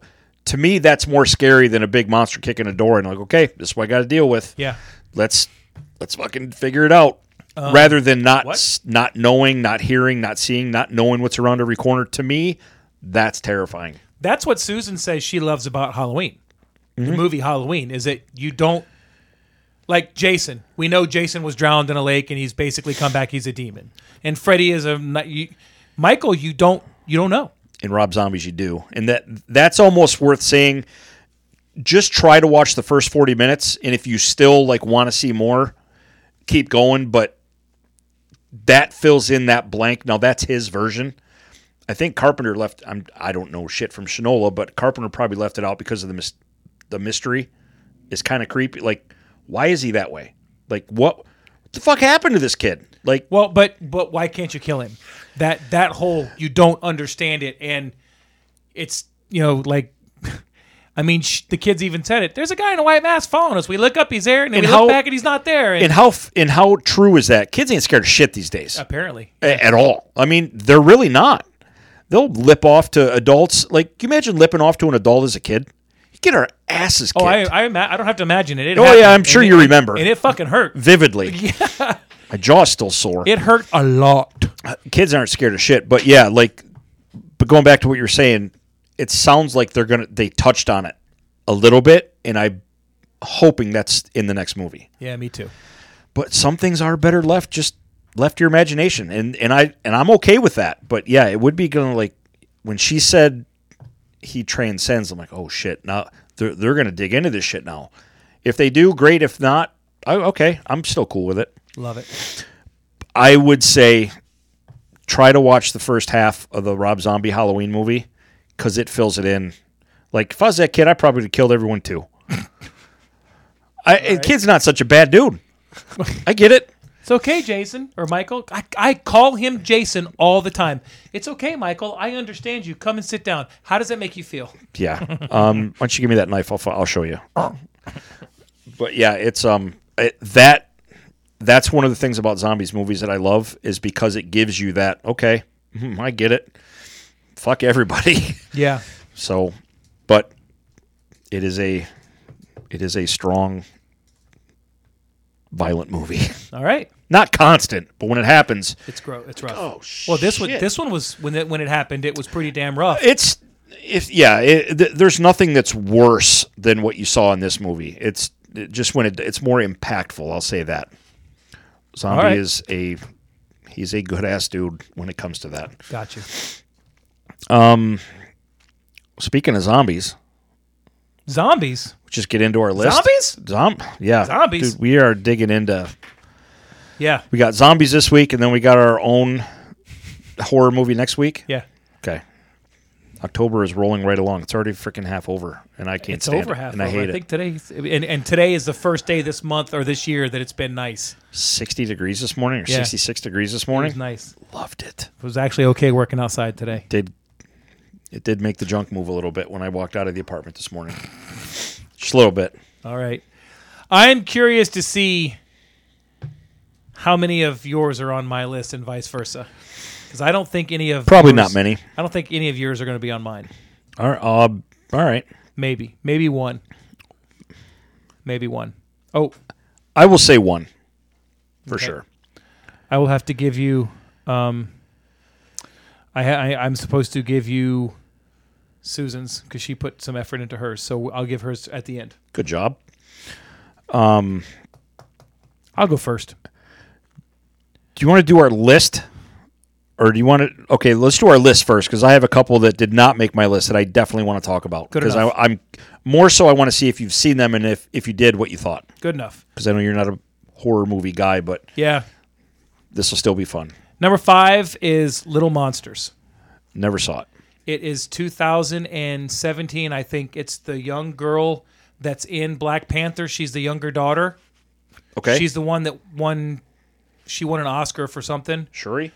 Speaker 1: To me, that's more scary than a big monster kicking a door and like, okay, this is what I got to deal with.
Speaker 2: yeah,
Speaker 1: let's let's fucking figure it out rather than not
Speaker 2: what?
Speaker 1: s- not knowing not hearing not seeing not knowing what's around every corner to me that's terrifying
Speaker 2: that's what Susan says she loves about Halloween, the movie Halloween, is that you don't like Jason. We know Jason was drowned in a lake and he's basically come back. He's a demon, and Freddy is a ni- you, Michael. You don't you don't know.
Speaker 1: in rob zombies you do and that that's almost worth saying just try to watch the first 40 minutes and if you still like want to see more keep going but that fills in that blank now that's his version i think carpenter left i'm i don't know shit from shinola but carpenter probably left it out because of the mis- the mystery is kind of creepy like why is he that way like what, what the fuck happened to this kid like
Speaker 2: Well, but but why can't you kill him? That that whole you don't understand it, and it's you know like. I mean, sh- the kids even said it. There's a guy in a white mask following us. We look up, he's there, and then
Speaker 1: And
Speaker 2: we
Speaker 1: how-
Speaker 2: look back, and he's not there. And,
Speaker 1: and how f- and how true is that kids ain't scared of shit these days
Speaker 2: apparently,
Speaker 1: a- at all. I mean, they're really not. They'll lip off to adults. Like, can you imagine lipping off to an adult as a kid? You get our asses kicked
Speaker 2: oh, I, I, ima- I don't have to imagine it. it
Speaker 1: Oh,
Speaker 2: happened.
Speaker 1: yeah, I'm sure
Speaker 2: And
Speaker 1: you
Speaker 2: it-
Speaker 1: remember.
Speaker 2: And it fucking hurt.
Speaker 1: vividly. My jaw's still sore. Uh,
Speaker 2: It hurt a lot.
Speaker 1: Kids aren't scared of shit, but yeah, like. But going back to what you're saying, it sounds like they're gonna they touched on it a little bit, and I'm hoping that's in the next movie.
Speaker 2: Yeah, me too.
Speaker 1: but some things are better left just left to your imagination and and i and i'm okay with that but yeah it would be gonna like when she said he transcends i'm like oh shit now they're, they're gonna dig into this shit now if they do great if not oh, okay i'm still cool with it
Speaker 2: Love it.
Speaker 1: i would say try to watch the first half of the rob zombie halloween movie because it fills it in like if i was that kid i probably would have killed everyone too I, and kid's not such a bad dude i get it
Speaker 2: It's okay, Jason or Michael. I, I call him Jason all the time. It's okay, Michael. I understand you. Come and sit down. How does that make you feel?
Speaker 1: Yeah. Um, why don't you give me that knife? I'll, fi- I'll show you. But yeah, it's um it, that that's one of the things about zombies movies that I love is because it gives you that okay, mhm, I get it. Fuck everybody.
Speaker 2: Yeah.
Speaker 1: so, but it is a it is a strong violent movie.
Speaker 2: All right.
Speaker 1: Not constant, but when it happens,
Speaker 2: It's gross. It's rough.
Speaker 1: oh
Speaker 2: Well, this one,
Speaker 1: shit.
Speaker 2: this one was when it, when it happened. It was pretty damn rough.
Speaker 1: it's if yeah it, th- there's nothing that's worse than what you saw in this movie it's it- just when it, it's more impactful i'll say that zombie
Speaker 2: All right.
Speaker 1: is a he's a good ass dude when it comes to that
Speaker 2: Got you.
Speaker 1: speaking of zombies
Speaker 2: Zombies.
Speaker 1: let's just get into our list
Speaker 2: Zombies?
Speaker 1: Zom- yeah
Speaker 2: Zombies?
Speaker 1: Dude, we are digging into
Speaker 2: Yeah.
Speaker 1: we got zombies this week and then we got our own horror movie next week
Speaker 2: Yeah.
Speaker 1: okay October is rolling right along. It's already freaking half over, and I can't
Speaker 2: It's
Speaker 1: stand
Speaker 2: over
Speaker 1: it,
Speaker 2: half.
Speaker 1: and I
Speaker 2: over.
Speaker 1: hate
Speaker 2: I
Speaker 1: it.
Speaker 2: think today's and, and today is the first day this month or this year that it's been nice.
Speaker 1: 60 degrees this morning or
Speaker 2: Yeah.
Speaker 1: 66 degrees this
Speaker 2: It
Speaker 1: morning.
Speaker 2: was nice.
Speaker 1: Loved it.
Speaker 2: It was actually okay working outside today.
Speaker 1: Did it did make the junk move a little bit when I walked out of the apartment this morning. Just a little bit.
Speaker 2: All right. I am curious to see how many of yours are on my list and vice versa, because I don't think any of
Speaker 1: Probably
Speaker 2: yours-
Speaker 1: not many.
Speaker 2: I don't think any of yours are going to be on mine.
Speaker 1: All right. Uh, all right.
Speaker 2: Maybe, maybe one, maybe one. Oh,
Speaker 1: I will say one for
Speaker 2: Okay.
Speaker 1: sure.
Speaker 2: I will have to give you. Um, I, ha- I I'm supposed to give you Susan's because she put some effort into hers, so I'll give hers at the end.
Speaker 1: Good job.
Speaker 2: I'll go first.
Speaker 1: Do you want to do our list? Or do you want to? Okay, let's do our list first because I have a couple that did not make my list that I definitely want to talk about.
Speaker 2: Good
Speaker 1: Because
Speaker 2: enough.
Speaker 1: I'm more so, I want to see if you've seen them and if, if you did, what you thought.
Speaker 2: Good enough.
Speaker 1: Because I know you're not a horror movie guy, but
Speaker 2: Yeah.
Speaker 1: this will still be fun.
Speaker 2: Number five is Little Monsters.
Speaker 1: Never saw it.
Speaker 2: It is 2017. I think it's the young girl that's in Black Panther. She's the younger daughter.
Speaker 1: Okay.
Speaker 2: She's the one that won. She won an Oscar for something.
Speaker 1: Shuri,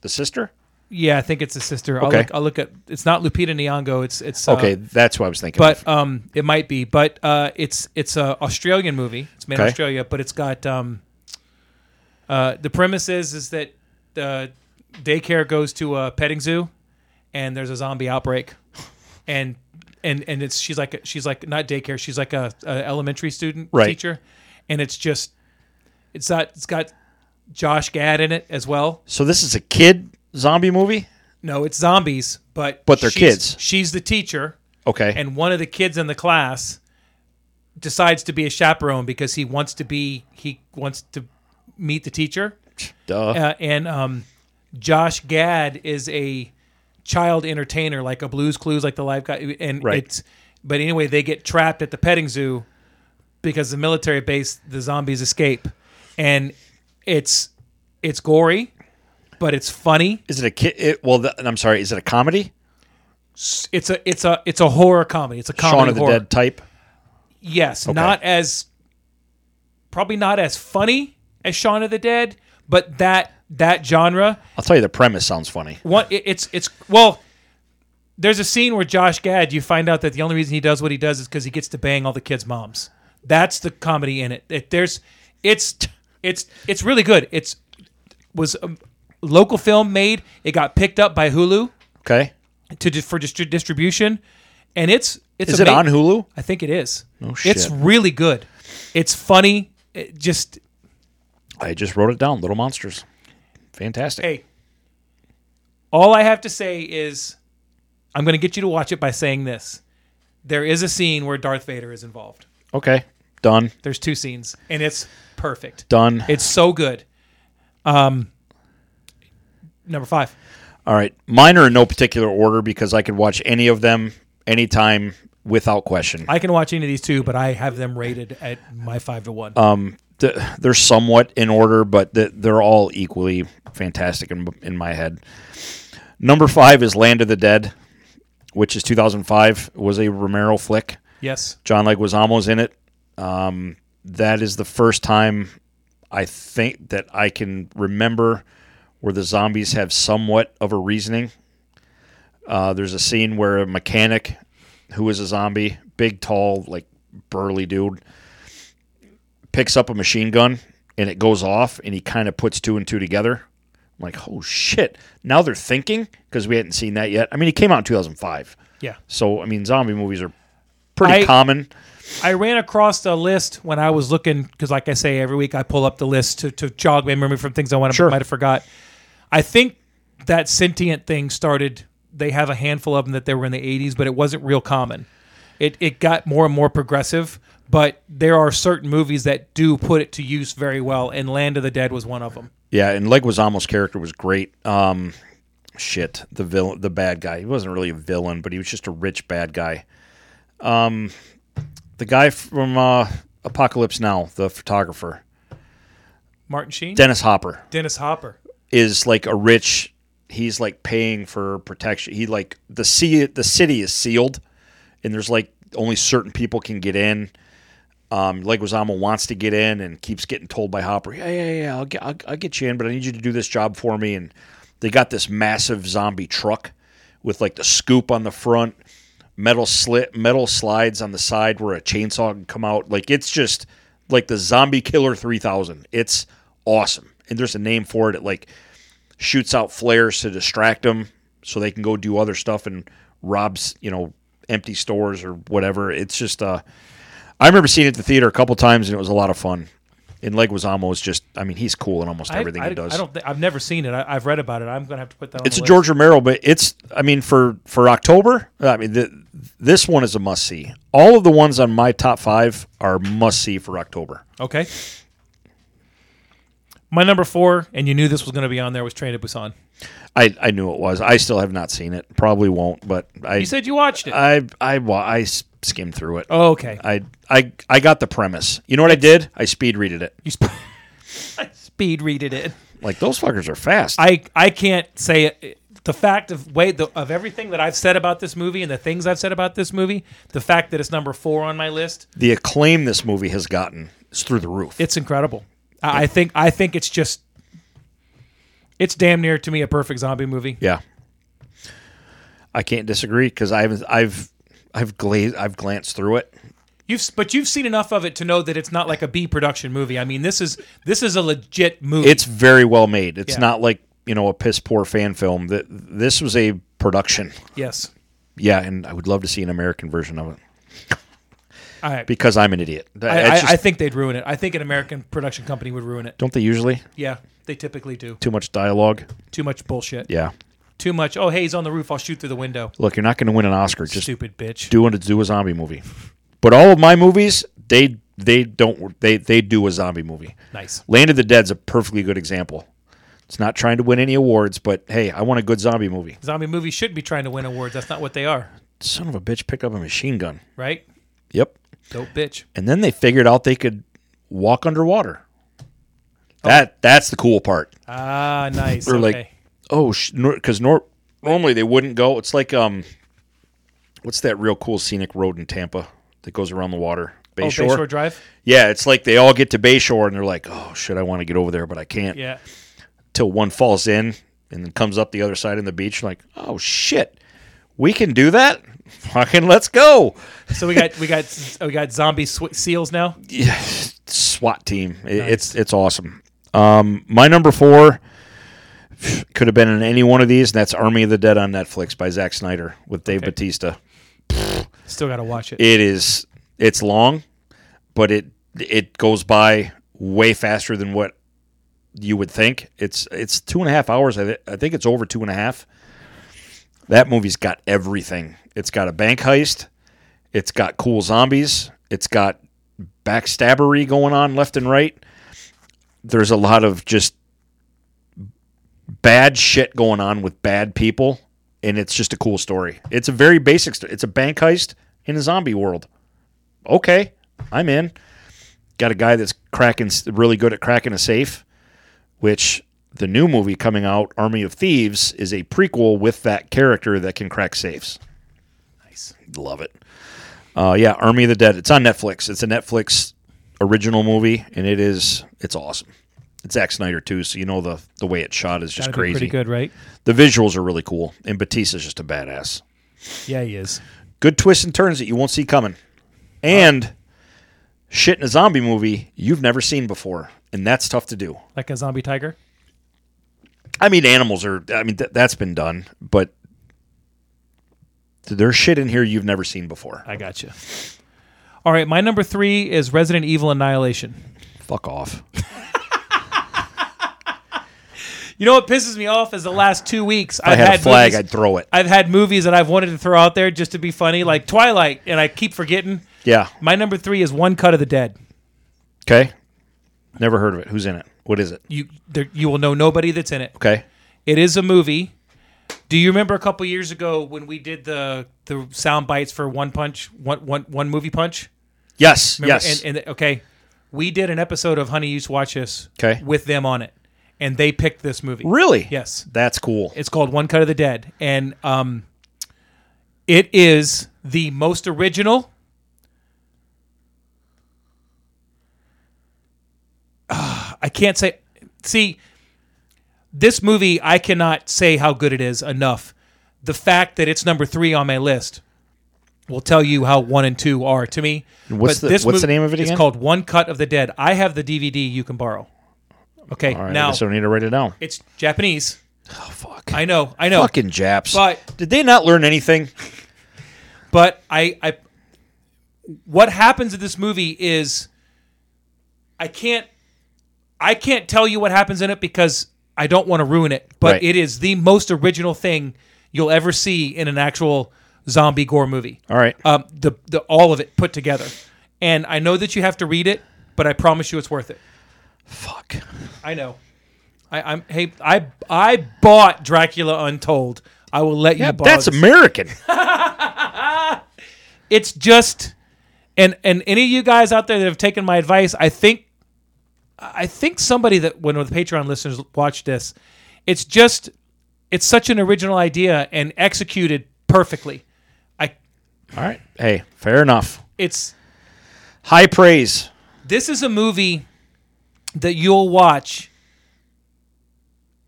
Speaker 1: the
Speaker 2: Uh,
Speaker 1: sister.
Speaker 2: Yeah, I think it's a sister. I'll
Speaker 1: Okay.
Speaker 2: look. I'll look at. It's not Lupita Nyong'o. It's it's uh,
Speaker 1: Okay, that's what I was thinking. of.
Speaker 2: but um, it might be. But uh, it's it's a Australian movie. It's made in
Speaker 1: Okay.
Speaker 2: Australia, but it's got um, uh, the premise is is that the daycare goes to a petting zoo, and there's a zombie outbreak, and and and it's she's like she's like not daycare. She's like a, a elementary student
Speaker 1: Right.
Speaker 2: teacher, and it's just it's not it's got Josh Gad in it as well.
Speaker 1: so this is a kid zombie movie.
Speaker 2: No, it's zombies, but
Speaker 1: But they're
Speaker 2: she's-
Speaker 1: kids.
Speaker 2: She's the teacher
Speaker 1: Okay.
Speaker 2: and one of the kids in the class decides to be a chaperone because he wants to be he wants to meet the teacher
Speaker 1: Duh.
Speaker 2: uh, and um, josh gad is a child entertainer like a blues clues like the live guy and
Speaker 1: Right.
Speaker 2: it's but anyway they get trapped at the petting zoo because the military base the zombies escape and it's it's gory but it's funny
Speaker 1: Is it a kid? It, well, the, I'm sorry. Is it a comedy?
Speaker 2: it's a it's a it's a horror comedy it's a comedy
Speaker 1: Shaun of the
Speaker 2: horror.
Speaker 1: Dead type.
Speaker 2: Yes, not as probably not as funny as Shaun of the Dead, but that that genre.
Speaker 1: I'll tell you, the premise sounds funny.
Speaker 2: One, it, it's it's well. There's a scene where Josh Gad, you find out that the only reason he does what he does is because he gets to bang all the kids' moms. That's the comedy in it. it there's, it's it's it's really good. It's was a local film made. It got picked up by Hulu
Speaker 1: Okay.
Speaker 2: to di- for distri- distribution, and it's it's
Speaker 1: Is it
Speaker 2: ama-
Speaker 1: on Hulu?
Speaker 2: I think it is.
Speaker 1: Oh,
Speaker 2: It's
Speaker 1: shit.
Speaker 2: really good. It's funny. It just
Speaker 1: I just wrote it down. Little Monsters. Fantastic.
Speaker 2: hey, all I have to say is, I'm going to get you to watch it by saying this: there is a scene where Darth Vader is involved.
Speaker 1: Okay. Done.
Speaker 2: There's two scenes, and it's perfect.
Speaker 1: Done.
Speaker 2: It's so good. Um, number five.
Speaker 1: All right. Mine are in no particular order because I could watch any of them anytime without question.
Speaker 2: I can watch any of these two, but I have them rated at my five to one.
Speaker 1: th- they're somewhat in order, but th- they're all equally fantastic in, in my head. Number five is Land of the Dead, which is 2005. It was a Romero flick.
Speaker 2: yes.
Speaker 1: John Leguizamo's in it. Um, that is the first time I think that I can remember where the zombies have somewhat of a reasoning. Uh, there's a scene where a mechanic who is a zombie, big, tall, like burly dude, picks up a machine gun and it goes off and he kind of puts two and two together. I'm like, oh shit. Now they're thinking because we hadn't seen that yet. I mean, he came out in 2005.
Speaker 2: Yeah.
Speaker 1: So, I mean, zombie movies are pretty
Speaker 2: I-
Speaker 1: common.
Speaker 2: I ran across a list when I was looking because, like I say, every week I pull up the list to, to jog my memory from things I want to
Speaker 1: Sure.
Speaker 2: might have forgot. I think that sentient thing started. They have a handful of them that they were in the '80s, but it wasn't real common. It it got more and more progressive, but there are certain movies that do put it to use very well, and Land of the Dead was one of them.
Speaker 1: Yeah, and Leguizamo's character was great. Um, shit, the villain, the bad guy. He wasn't really a villain, but he was just a rich bad guy. Um, the guy from uh, Apocalypse Now, the photographer,
Speaker 2: Martin Sheen,
Speaker 1: Dennis Hopper,
Speaker 2: Dennis Hopper.
Speaker 1: is like a rich. He's like paying for protection. He like the sea, the city is sealed, and there's like only certain people can get in. Um, Leguizamo wants to get in and keeps getting told by Hopper, "Yeah, yeah, yeah, I'll get, I'll, I'll get you in, but I need you to do this job for me." And they got this massive zombie truck with like the scoop on the front, metal slit metal slides on the side where a chainsaw can come out. Like it's just like the zombie killer three thousand. It's awesome, and there's a name for it. It like shoots out flares to distract them so they can go do other stuff and robs you know empty stores or whatever. It's just uh, I remember seeing it at the theater a couple times and it was a lot of fun. And Leguizamo is just I mean he's cool in almost everything
Speaker 2: I, I,
Speaker 1: he does.
Speaker 2: I don't. Th- I've never seen it. I, I've read about it. I'm gonna have to put that. on
Speaker 1: It's a
Speaker 2: the list.
Speaker 1: George Romero, but it's I mean for for October, I mean th this one is a must see. All of the ones on my top five are must see for October.
Speaker 2: Okay. My number four, and you knew this was going to be on there, was Train to Busan.
Speaker 1: I I knew it was. I still have not seen it. Probably won't, but I
Speaker 2: You said you watched it.
Speaker 1: I I wa- I s- skimmed through it.
Speaker 2: Uh, oh, okay.
Speaker 1: I I I got the premise. You know what I did? I speed readed it.
Speaker 2: you sp- I speed readed it.
Speaker 1: Like those fuckers are fast.
Speaker 2: I I can't say it. The fact of wait the, of everything that I've said about this movie and the things I've said about this movie, the fact that it's number four on my list,
Speaker 1: the acclaim this movie has gotten is through the roof.
Speaker 2: it's incredible. I, I think I think it's just it's damn near to me a perfect zombie movie.
Speaker 1: Yeah, I can't disagree because I've I've I've glazed I've glanced through it.
Speaker 2: You've s- but you've seen enough of it to know that it's not like a B production movie. I mean, this is this is a legit movie.
Speaker 1: It's very well made. It's
Speaker 2: Yeah.
Speaker 1: not like you know a piss poor fan film. That this was a production.
Speaker 2: yes.
Speaker 1: Yeah, and I would love to see an American version of it
Speaker 2: All right.
Speaker 1: because I'm an idiot.
Speaker 2: I,
Speaker 1: It's
Speaker 2: I,
Speaker 1: just-
Speaker 2: I think they'd ruin it. I think an American production company would ruin it.
Speaker 1: don't they usually
Speaker 2: Yeah, they typically do.
Speaker 1: too much dialogue?
Speaker 2: Too much bullshit.
Speaker 1: Yeah.
Speaker 2: Too much. Oh, hey, he's on the roof. I'll shoot through the window.
Speaker 1: Look, you're not going to win an Oscar. Just
Speaker 2: Stupid bitch.
Speaker 1: doing to do a zombie movie. But all of my movies, they they don't they they do a zombie movie.
Speaker 2: Nice.
Speaker 1: Land of the Dead's a perfectly good example. It's not trying to win any awards, but hey, I want a good zombie movie.
Speaker 2: Zombie movies should be trying to win awards. That's not what they are,
Speaker 1: Son of a bitch, pick up a machine gun.
Speaker 2: right?
Speaker 1: Yep.
Speaker 2: Dope bitch.
Speaker 1: And then they figured out they could walk underwater.
Speaker 2: Oh.
Speaker 1: That that's the cool part.
Speaker 2: Ah, nice.
Speaker 1: They're
Speaker 2: okay.
Speaker 1: like, oh, because nor- normally they wouldn't go. It's like um, what's that real cool scenic road in Tampa that goes around the water?
Speaker 2: oh, Bayshore Drive.
Speaker 1: Yeah, it's like they all get to Bayshore and they're like, "Oh shit, I want to get over there, but I can't."
Speaker 2: Yeah.
Speaker 1: Till one falls in and then comes up the other side on the beach, like, "Oh shit, we can do that! Fucking let's go!"
Speaker 2: So we got we got we got zombie sw- seals now.
Speaker 1: Yeah, SWAT team. I- It's it's awesome. Um, my number four could have been in any one of these, and that's Army of the Dead on Netflix by Zack Snyder with Dave Batista.
Speaker 2: Still got to watch it.
Speaker 1: It is it's long, but it it goes by way faster than what you would think. It's it's two and a half hours. I, th- I think it's over two and a half. That movie's got everything. It's got a bank heist. It's got cool zombies. It's got backstabbery going on left and right. There's a lot of just bad shit going on with bad people, and it's just a cool story. It's a very basic. St- it's a bank heist in a zombie world. Okay, I'm in. Got a guy that's cracking really good at cracking a safe, which the new movie coming out, Army of Thieves, is a prequel with that character that can crack safes.
Speaker 2: Nice.
Speaker 1: Love it. Uh, yeah, Army of the Dead. It's on Netflix. It's a Netflix original movie, and it is it's awesome. It's Zack Snyder too, so you know the the way it's shot is just
Speaker 2: That'd
Speaker 1: crazy.
Speaker 2: Be pretty good, right?
Speaker 1: The visuals are really cool, and Batista's just a badass.
Speaker 2: Yeah, he is.
Speaker 1: Good twists and turns that you won't see coming, and shit in a zombie movie you've never seen before, and that's tough to do.
Speaker 2: Like a zombie tiger.
Speaker 1: I mean, animals are. I mean, th- that's been done, but there's shit in here you've never seen before.
Speaker 2: I got you. All right, my number three is Resident Evil Annihilation.
Speaker 1: Fuck off.
Speaker 2: You know what pisses me off is the last two weeks
Speaker 1: I
Speaker 2: I've
Speaker 1: had, a flag.
Speaker 2: movies-
Speaker 1: I'd throw it.
Speaker 2: I've had movies that I've wanted to throw out there just to be funny, like Twilight, and I keep forgetting.
Speaker 1: yeah.
Speaker 2: My number three is One Cut of the Dead.
Speaker 1: Okay. Never heard of it. Who's in it? What is it?
Speaker 2: You there, you will know nobody that's in it.
Speaker 1: Okay.
Speaker 2: It is a movie. Do you remember a couple years ago when we did the the sound bites for One Punch, one one one movie punch?
Speaker 1: Yes.
Speaker 2: Remember?
Speaker 1: yes.
Speaker 2: And, and okay, we did an episode of Honey, You Should Watch This.
Speaker 1: 'Kay.
Speaker 2: With them on it, and they picked this movie.
Speaker 1: really?
Speaker 2: Yes.
Speaker 1: That's cool.
Speaker 2: It's called One Cut of the Dead, and um, it is the most original. Ah, I can't say. See, this movie, I cannot say how good it is enough. The fact that it's number three on my list will tell you how one and two are to me.
Speaker 1: What's
Speaker 2: But
Speaker 1: the-
Speaker 2: this
Speaker 1: what's
Speaker 2: movie-
Speaker 1: the name of it again?
Speaker 2: It's called One Cut of the Dead. I have the DVD you can borrow. Okay,
Speaker 1: All right, I
Speaker 2: now
Speaker 1: guess I need to write it down.
Speaker 2: it's Japanese.
Speaker 1: Oh fuck!
Speaker 2: I know, I know,
Speaker 1: Fucking Japs.
Speaker 2: But-
Speaker 1: did they not learn anything?
Speaker 2: but I, I, what happens in this movie is, I can't, I can't tell you what happens in it because I don't want to ruin it. But
Speaker 1: Right.
Speaker 2: it is the most original thing you'll ever see in an actual zombie gore movie.
Speaker 1: All right.
Speaker 2: um, the, the all of it put together. And I know that you have to read it, but I promise you it's worth it.
Speaker 1: Fuck.
Speaker 2: I know. I, I'm hey I I bought Dracula Untold. I will let you
Speaker 1: Yeah,
Speaker 2: borrow.
Speaker 1: that's
Speaker 2: this.
Speaker 1: American.
Speaker 2: it's just and and any of you guys out there that have taken my advice, I think I think somebody that when the Patreon listeners watch this, it's just it's such an original idea and executed perfectly. I
Speaker 1: All right. Hey, fair enough.
Speaker 2: it's
Speaker 1: High praise.
Speaker 2: this is a movie that you'll watch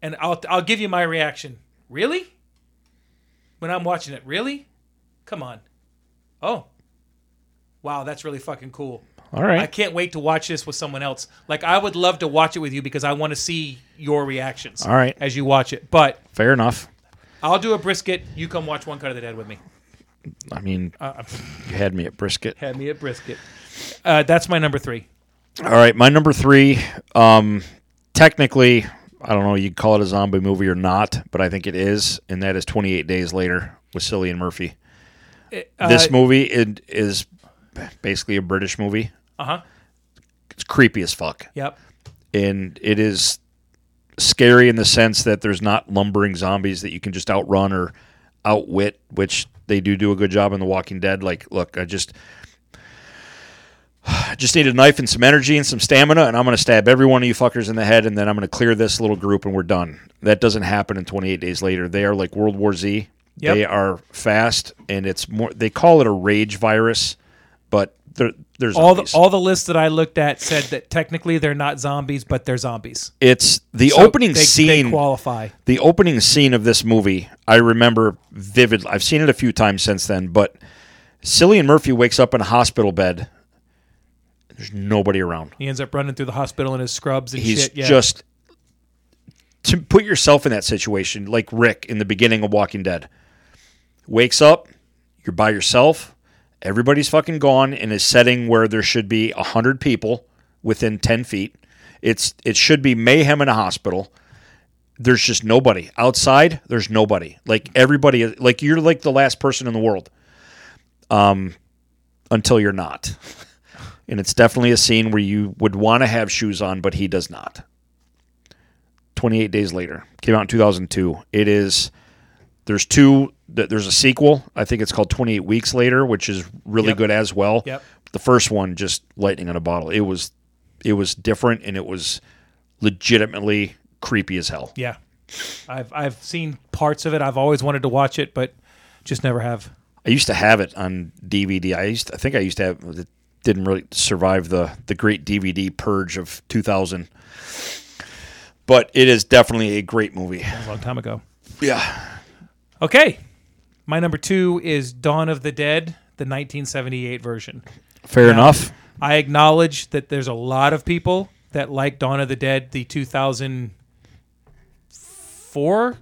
Speaker 2: and I'll I'll give you my reaction. Really? When I'm watching it, really? Come on. Oh. Wow, that's really fucking cool.
Speaker 1: All
Speaker 2: I
Speaker 1: right.
Speaker 2: can't wait to watch this with someone else. Like I would love to watch it with you because I want to see your reactions.
Speaker 1: All right.
Speaker 2: As you watch it. But
Speaker 1: Fair enough.
Speaker 2: I'll do a brisket. You come watch One Cut of the Dead with me.
Speaker 1: I mean, you had me at brisket.
Speaker 2: Had me a brisket. Uh, that's my number three.
Speaker 1: All right, my number three. Um, technically, I don't know. You'd call it a zombie movie or not, but I think it is, and that is 28 Days Later with Cillian Murphy.
Speaker 2: Uh,
Speaker 1: this movie it is basically a British movie.
Speaker 2: Uh huh.
Speaker 1: It's creepy as fuck,
Speaker 2: Yep.
Speaker 1: and it is scary in the sense that there's not lumbering zombies that you can just outrun or outwit, which they do do a good job in The Walking Dead. Like, look, I just I just need a knife and some energy and some stamina, and I'm going to stab every one of you fuckers in the head, and then I'm going to clear this little group, and we're done. That doesn't happen in 28 days later. They are like World War Z.
Speaker 2: Yep.
Speaker 1: They are fast, and it's more. They call it a rage virus, but there, there's
Speaker 2: all the all the lists that I looked at said that technically they're not zombies, but they're zombies.
Speaker 1: it's the
Speaker 2: So
Speaker 1: opening
Speaker 2: they,
Speaker 1: scene.
Speaker 2: they qualify.
Speaker 1: the opening scene of this movie I remember vividly. I've seen it a few times since then, but Cillian Murphy wakes up in a hospital bed. There's nobody around.
Speaker 2: He ends up running through the hospital in his scrubs and
Speaker 1: He's
Speaker 2: shit. Yeah.
Speaker 1: just to put yourself in that situation, like Rick in the beginning of Walking Dead. Wakes up, you're by yourself, everybody's fucking gone in a setting where there should be a hundred people within ten feet. It's it should be mayhem in a hospital. There's just nobody. Outside, there's nobody. Like everybody like you're like the last person in the world. Um until you're not. And it's definitely a scene where you would want to have shoes on, but he does not. 28 Days Later came out in 2002. It is there's two th- there's a sequel. I think it's called 28 Weeks Later, which is really
Speaker 2: Yep.
Speaker 1: good as well.
Speaker 2: Yep.
Speaker 1: The first one just lightning in a bottle. It was it was different and it was legitimately creepy as hell.
Speaker 2: yeah. I've I've seen parts of it. I've always wanted to watch it, but just never have.
Speaker 1: I used to have it on DVD. I used I think I used to have it didn't really survive the the great DVD purge of 2000. But it is definitely a great movie.
Speaker 2: A long time ago.
Speaker 1: Yeah.
Speaker 2: Okay. My number two is Dawn of the Dead, the 1978 version.
Speaker 1: Fair
Speaker 2: Now,
Speaker 1: enough.
Speaker 2: I acknowledge that there's a lot of people that like Dawn of the Dead, the 2004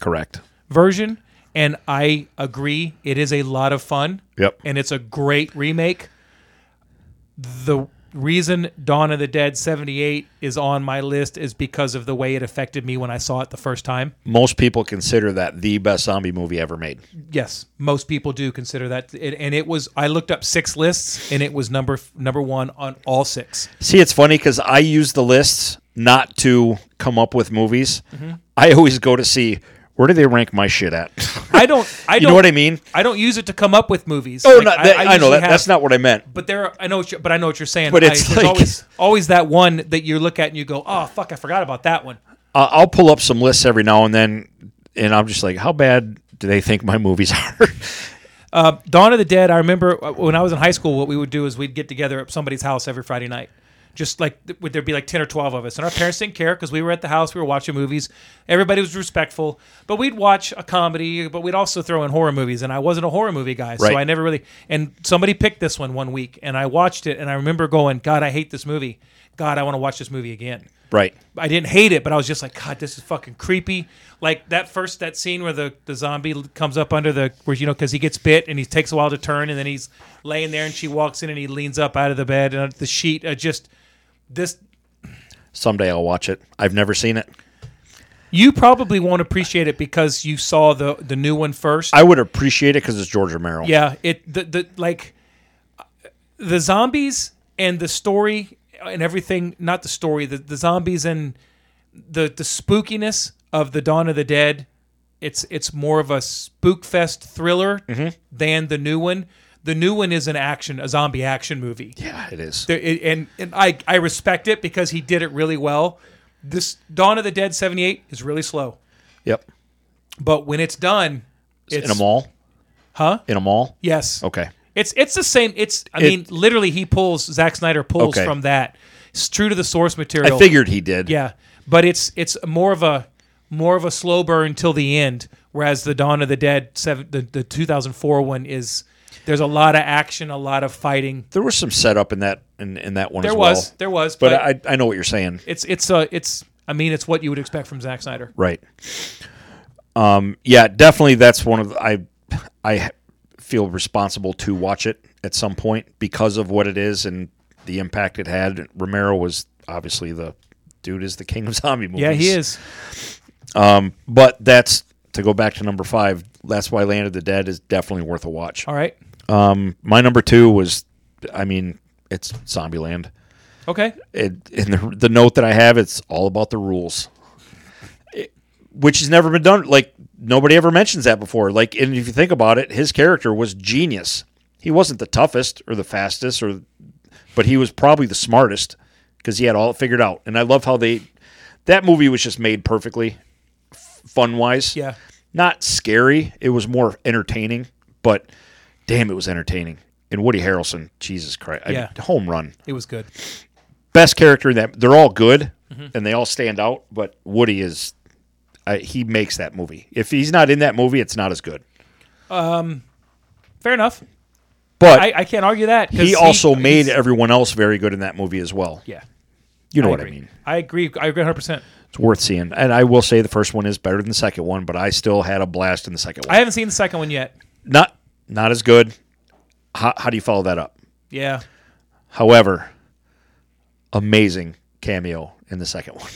Speaker 1: Correct.
Speaker 2: version, and I agree. It is a lot of fun.
Speaker 1: Yep.
Speaker 2: and it's a great remake. The reason Dawn of the Dead 78 is on my list is because of the way it affected me when I saw it the first time.
Speaker 1: Most people consider that the best zombie movie ever made.
Speaker 2: Yes, most people do consider that it, and it was I looked up six lists and it was number number 1 on all six.
Speaker 1: See, it's funny because I use the lists not to come up with movies.
Speaker 2: Mm-hmm.
Speaker 1: I always go to see where do they rank my shit at.
Speaker 2: I don't I
Speaker 1: you
Speaker 2: don't
Speaker 1: know what I mean?
Speaker 2: I don't use it to come up with movies.
Speaker 1: Oh,
Speaker 2: Like,
Speaker 1: no, that, I, know
Speaker 2: usually
Speaker 1: that,
Speaker 2: have-
Speaker 1: that's not what I meant.
Speaker 2: But there, are, I know, what you, but I know what you're saying.
Speaker 1: But
Speaker 2: I-
Speaker 1: it's
Speaker 2: there's
Speaker 1: like-
Speaker 2: always, always that one that you look at and you go, "Oh fuck, I forgot about that one."
Speaker 1: Uh, I'll pull up some lists every now and then, and I'm just like, how bad do they think my movies are?
Speaker 2: Uh, Dawn of the Dead. I remember uh, when I was in high school, what we would do is we'd get together at somebody's house every Friday night, Just like th- would there be like ten or twelve of us, and our parents didn't care because we were at the house, we were watching movies. Everybody was respectful, but we'd watch a comedy, but we'd also throw in horror movies. And I wasn't a horror movie guy,
Speaker 1: Right.
Speaker 2: so I never really. And somebody picked this one one week, and I watched it, and I remember going, "God, I hate this movie. God, I want to watch this movie again."
Speaker 1: Right.
Speaker 2: I didn't hate it, but I was just like, God, this is fucking creepy. Like that first that scene where the, the zombie l- comes up under the where you know because he gets bit and he takes a while to turn and then he's laying there and she walks in and he leans up out of the bed and uh, the sheet. Uh, just this,
Speaker 1: Someday I'll watch it. I've never seen it.
Speaker 2: you probably won't appreciate it because you saw the the new one first.
Speaker 1: I would appreciate it because it's George Romero.
Speaker 2: Yeah, it the, the like the zombies and the story and everything. Not the story, the, the zombies and the the spookiness of the Dawn of the Dead. It's it's more of a spook fest thriller
Speaker 1: Mm-hmm.
Speaker 2: than the new one. The new one is an action, a zombie action movie.
Speaker 1: Yeah, it is.
Speaker 2: There- it- and and I I respect it because he did it really well. This Dawn of the Dead '78 is really slow,
Speaker 1: Yep.
Speaker 2: but when it's done, it's
Speaker 1: in a mall.
Speaker 2: huh?
Speaker 1: In a mall.
Speaker 2: Yes.
Speaker 1: Okay.
Speaker 2: It's it's the same. It's I
Speaker 1: It-
Speaker 2: mean, literally, he pulls Zack Snyder pulls
Speaker 1: Okay.
Speaker 2: from that. It's true to the source material.
Speaker 1: I figured he did.
Speaker 2: Yeah, but it's it's more of a more of a slow burn till the end. Whereas the Dawn of the Dead, seven, the the 2004 one is there's a lot of action, a lot of fighting.
Speaker 1: There was some setup in that in, in that one
Speaker 2: There
Speaker 1: as well.
Speaker 2: was there was,
Speaker 1: but
Speaker 2: but,
Speaker 1: I I know what you're saying.
Speaker 2: it's it's a it's I mean, it's what you would expect from Zack Snyder.
Speaker 1: Right. Um. Yeah. Definitely. That's one of the, I I feel responsible to watch it at some point because of what it is and the impact it had. Romero was obviously the dude is the king of zombie movies.
Speaker 2: Yeah, he is.
Speaker 1: But that's to go back to number five. That's why Land of the Dead is definitely worth a watch.
Speaker 2: All right.
Speaker 1: Um, my number two was, I mean, it's Zombieland.
Speaker 2: Okay.
Speaker 1: It, and the, the note that I have, it's all about the rules, It- which has never been done. Like nobody ever mentions that before. Like, and if you think about it, his character was genius. He wasn't the toughest or the fastest, or but he was probably the smartest because he had all it figured out. And I love how they that movie was just made perfectly, fun wise
Speaker 2: Yeah.
Speaker 1: not scary. It was more entertaining, but damn, it was entertaining. And Woody Harrelson, Jesus Christ, I-
Speaker 2: Yeah.
Speaker 1: home run,
Speaker 2: It was good.
Speaker 1: best character in that. They're all good
Speaker 2: Mm-hmm.
Speaker 1: and they all stand out, but Woody is I, he makes that movie. If he's not in that movie, it's not as good.
Speaker 2: Fair enough.
Speaker 1: But
Speaker 2: I, I can't argue that. 'cause
Speaker 1: he also made
Speaker 2: he's-
Speaker 1: everyone else very good in that movie as well.
Speaker 2: Yeah.
Speaker 1: You know what
Speaker 2: agree.
Speaker 1: I mean?
Speaker 2: I agree. I agree 100. percent
Speaker 1: It's worth seeing. And I will say the first one is better than the second one, but I still had a blast in the second one.
Speaker 2: I haven't seen the second one yet.
Speaker 1: not not as good. How, how do you follow that up?
Speaker 2: Yeah.
Speaker 1: However, amazing cameo in the second one.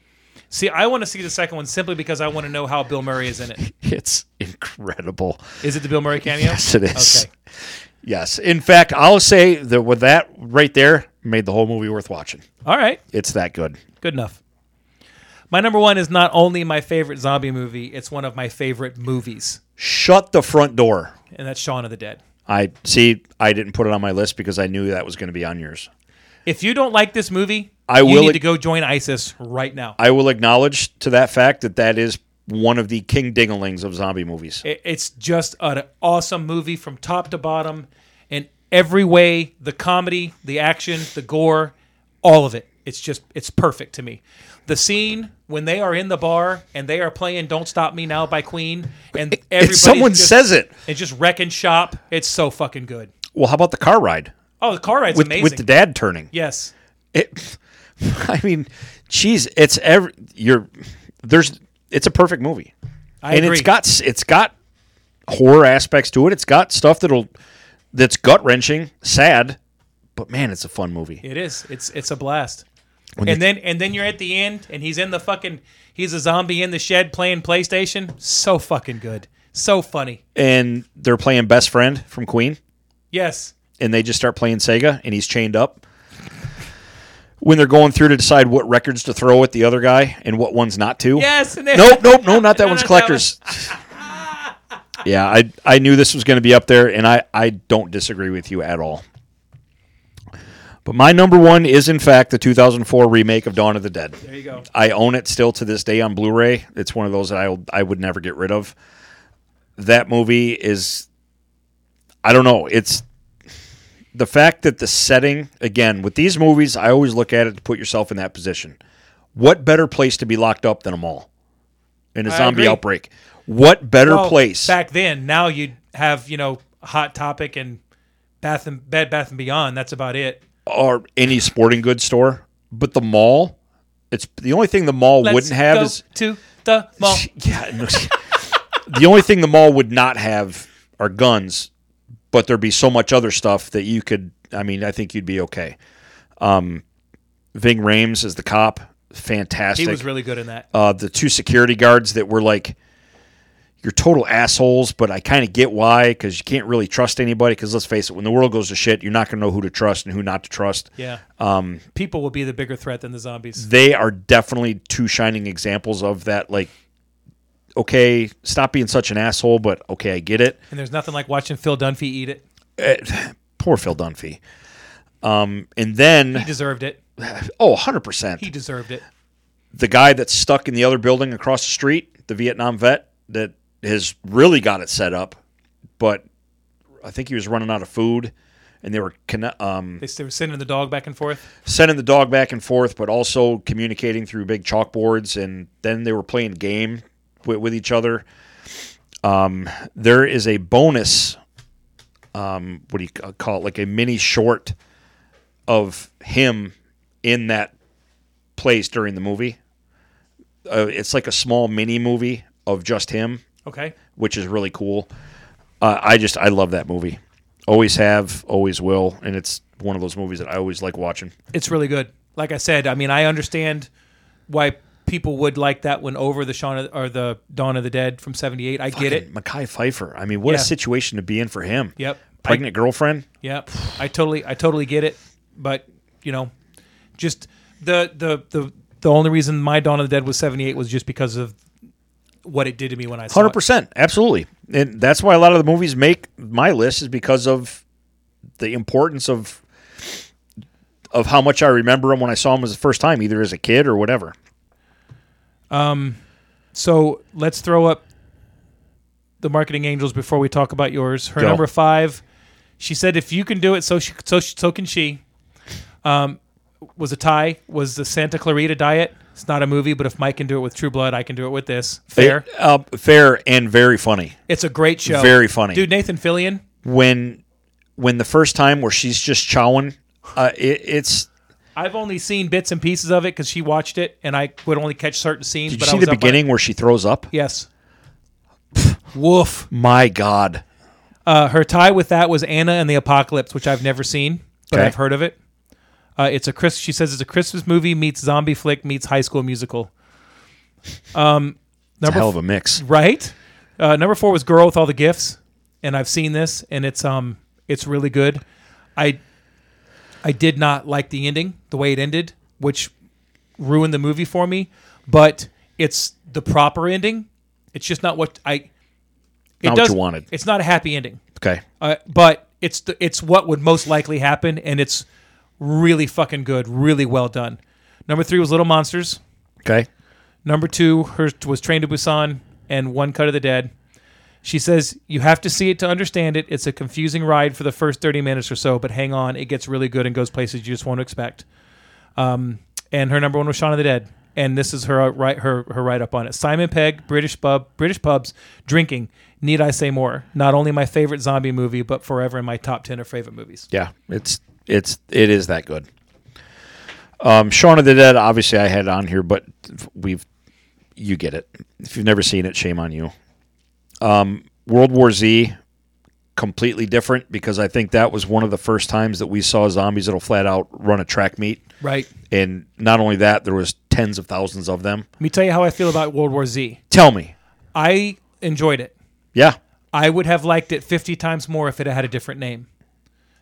Speaker 2: See, I want to see the second one simply because I want to know how Bill Murray is in it.
Speaker 1: It's incredible.
Speaker 2: Is it the Bill Murray cameo?
Speaker 1: Yes, it is.
Speaker 2: Okay.
Speaker 1: Yes. In fact, I'll say that with that right there, made the whole movie worth watching.
Speaker 2: All right.
Speaker 1: It's that good.
Speaker 2: Good enough. My number one is not only my favorite zombie movie, it's one of my favorite movies,
Speaker 1: Shut the front door.
Speaker 2: and that's Shaun of the Dead.
Speaker 1: I see. I didn't put it on my list because I knew that was going to be on yours.
Speaker 2: If you don't like this movie,
Speaker 1: I
Speaker 2: you
Speaker 1: will-
Speaker 2: need to go join ISIS right now.
Speaker 1: I will acknowledge to that fact that that is one of the king dinglings of zombie movies.
Speaker 2: It- It's just an awesome movie from top to bottom in every way the comedy, the action, the gore, all of it. It's just, it's perfect to me. The scene when they are in the bar and they are playing Don't Stop Me Now by Queen, and everybody.
Speaker 1: If someone says it,
Speaker 2: And just wrecking shop. It's so fucking good.
Speaker 1: well, how about the car ride
Speaker 2: Oh, the car ride's
Speaker 1: with,
Speaker 2: amazing.
Speaker 1: with the dad turning?
Speaker 2: yes.
Speaker 1: it i mean geez it's every you're there's it's a perfect movie
Speaker 2: I
Speaker 1: and
Speaker 2: agree.
Speaker 1: it's got s- it's got horror aspects to it it's got stuff that'll that's gut-wrenching sad but man it's a fun movie
Speaker 2: It is. It's it's a blast. and then and then you're at the end and he's in the fucking he's a zombie in the shed playing PlayStation. So fucking good. So funny.
Speaker 1: and they're playing best friend from queen
Speaker 2: Yes.
Speaker 1: and they just start playing sega and he's chained up when they're going through to decide what records to throw at the other guy and what ones not to
Speaker 2: Yes. And then-
Speaker 1: nope, nope, no, not that
Speaker 2: No,
Speaker 1: one's
Speaker 2: not that
Speaker 1: collectors. yeah, I I knew this was going to be up there, and I I don't disagree with you at all. But my number one is in fact the 2004 remake of Dawn of the Dead.
Speaker 2: There you go.
Speaker 1: I own it still to this day on Blu-ray. It's one of those that I I would never get rid of. That movie is, I don't know. It's the fact that the setting again with these movies, I always look at it to put yourself in that position. What better place to be locked up than a mall in a
Speaker 2: I
Speaker 1: zombie
Speaker 2: agree.
Speaker 1: outbreak? What better
Speaker 2: Well,
Speaker 1: place?
Speaker 2: Back then, now you have you know Hot Topic and Bath and Bed Bath and Beyond. That's about it.
Speaker 1: or any sporting goods store, but the mall. It's the only thing the mall
Speaker 2: Let's
Speaker 1: wouldn't have
Speaker 2: go
Speaker 1: is
Speaker 2: to the mall.
Speaker 1: yeah. no. the only thing the mall would not have are guns, but there'd be so much other stuff that you could. I mean, I think you'd be okay. Um, Ving Rames is the cop. Fantastic.
Speaker 2: He was really good in that.
Speaker 1: uh, the two security guards that were like, "You're total assholes," but I kind of get why because you can't really trust anybody. Because let's face it, when the world goes to shit, you're not going to know who to trust and who not to trust.
Speaker 2: Yeah.
Speaker 1: Um,
Speaker 2: People will be the bigger threat than the zombies.
Speaker 1: they are definitely two shining examples of that like okay stop being such an asshole but okay i get it Eh,
Speaker 2: And there's nothing like watching Phil Dunphy eat it.
Speaker 1: poor phil dunphy um, and then
Speaker 2: He deserved it.
Speaker 1: oh 100%
Speaker 2: He deserved it.
Speaker 1: the guy that's stuck in the other building across the street the vietnam vet that has really got it set up but i think he was running out of food and they were conne- um,
Speaker 2: They s- they were sending the dog back and forth.
Speaker 1: sending the dog back and forth but also communicating through big chalkboards and then they were playing game with, with each other Um, there is a bonus um what do you ca- call it like a mini short of him in that place during the movie uh, it's like a small mini movie of just him
Speaker 2: Okay.
Speaker 1: which is really cool uh, i just i love that movie always have always will and it's one of those movies that i always like watching
Speaker 2: It's really good. Like I said, I mean, I understand why people would like that one over the Shaun of, or the Dawn of the Dead from 78. I get it.
Speaker 1: Mackay Pfeiffer. I mean, what
Speaker 2: Yeah.
Speaker 1: a situation to be in for him.
Speaker 2: Yep. I
Speaker 1: Pregnant girlfriend.
Speaker 2: Yeah, I totally, I totally get it. But you know, just the the the the only reason my Dawn of the Dead was seventy eight was just because of what it did to me when I saw
Speaker 1: Hundred
Speaker 2: it.
Speaker 1: percent, absolutely, and that's why a lot of the movies make my list is because of the importance of of how much I remember them when I saw them as the first time, either as a kid or whatever.
Speaker 2: So let's throw up the marketing angels before we talk about yours. Her
Speaker 1: Go.
Speaker 2: number five, she said, if you can do it, so she, so she, so can she. Um, was a tie. Was the Santa Clarita Diet? It's not a movie, but if Mike can do it with True Blood, I can do it with this. Fair.
Speaker 1: It- uh, fair, and very funny.
Speaker 2: it's a great show.
Speaker 1: Very funny.
Speaker 2: dude. Nathan Fillion.
Speaker 1: When when the first time where she's just chowing, uh, it, it's.
Speaker 2: I've only seen bits and pieces of it because she watched it, and I would only catch certain scenes.
Speaker 1: Did
Speaker 2: but
Speaker 1: you
Speaker 2: I
Speaker 1: see
Speaker 2: was
Speaker 1: the
Speaker 2: up on it.
Speaker 1: beginning where she throws up?
Speaker 2: Yes. Woof.
Speaker 1: My God,
Speaker 2: Uh, her tie with that was Anna and the Apocalypse, which I've never seen, but
Speaker 1: Okay.
Speaker 2: I've heard of it. Uh, it's a Chris. She says it's a Christmas movie meets zombie flick meets High School Musical. Um,
Speaker 1: it's a
Speaker 2: Number
Speaker 1: hell of a mix.
Speaker 2: Right. Uh, number four was Girl with All the Gifts, and I've seen this, and it's um, it's really good. I, I did not like the ending, the way it ended, which ruined the movie for me. But it's the proper ending. It's just not what I. It
Speaker 1: Not what you
Speaker 2: does,
Speaker 1: wanted.
Speaker 2: It's not a happy ending,
Speaker 1: Okay,
Speaker 2: uh, but it's the, it's what would most likely happen, and it's really fucking good, really well done. Number three was Little Monsters.
Speaker 1: okay.
Speaker 2: Number two, hers was Train to Busan and One Cut of the Dead. She says you have to see it to understand it. It's a confusing ride for the first thirty minutes or so, but hang on, it gets really good and goes places you just won't expect. Um, and her number one was Shaun of the Dead, and this is her uh, right her her write up on it. Simon Pegg, British pub, British pubs, drinking. Need I say more? Not only my favorite zombie movie, but forever in my top ten of favorite movies.
Speaker 1: Yeah, it's it's it is that good. Um, Shaun of the Dead, obviously, I had on here, but we've you get it. If you've never seen it, shame on you. Um, World War Z, completely different because I think that was one of the first times that we saw zombies that'll flat out run a track meet,
Speaker 2: Right.
Speaker 1: and not only that, there was tens of thousands of them.
Speaker 2: Let me tell you how I feel about World War Z.
Speaker 1: Tell me,
Speaker 2: I enjoyed it.
Speaker 1: yeah,
Speaker 2: I would have liked it 50 times more if it had a different name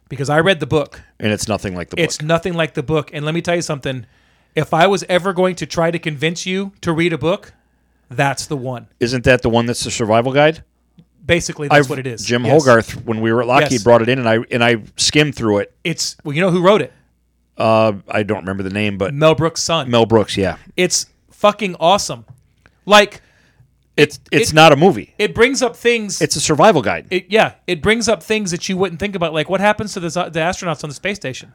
Speaker 2: because I read the book.
Speaker 1: and it's nothing like the
Speaker 2: It's nothing like the book. And let me tell you something if I was ever going to try to convince you to read a book, that's the one.
Speaker 1: book. Isn't that the one that's the survival guide?
Speaker 2: Basically, that's
Speaker 1: I've-
Speaker 2: what it is.
Speaker 1: Jim
Speaker 2: Yes.
Speaker 1: Hogarth, when we were at Lockheed,
Speaker 2: Yes.
Speaker 1: brought it in, and I and I skimmed through it.
Speaker 2: It's, well, you know who wrote it?
Speaker 1: Uh, I don't remember the name, but
Speaker 2: Mel Brooks' son.
Speaker 1: Mel Brooks. Yeah,
Speaker 2: It's fucking awesome. Like,
Speaker 1: It's it's
Speaker 2: it-
Speaker 1: not a movie.
Speaker 2: It brings up things.
Speaker 1: It's a survival guide.
Speaker 2: it, yeah, it brings up things that you wouldn't think about, like what happens to the, zo- the astronauts on the space station?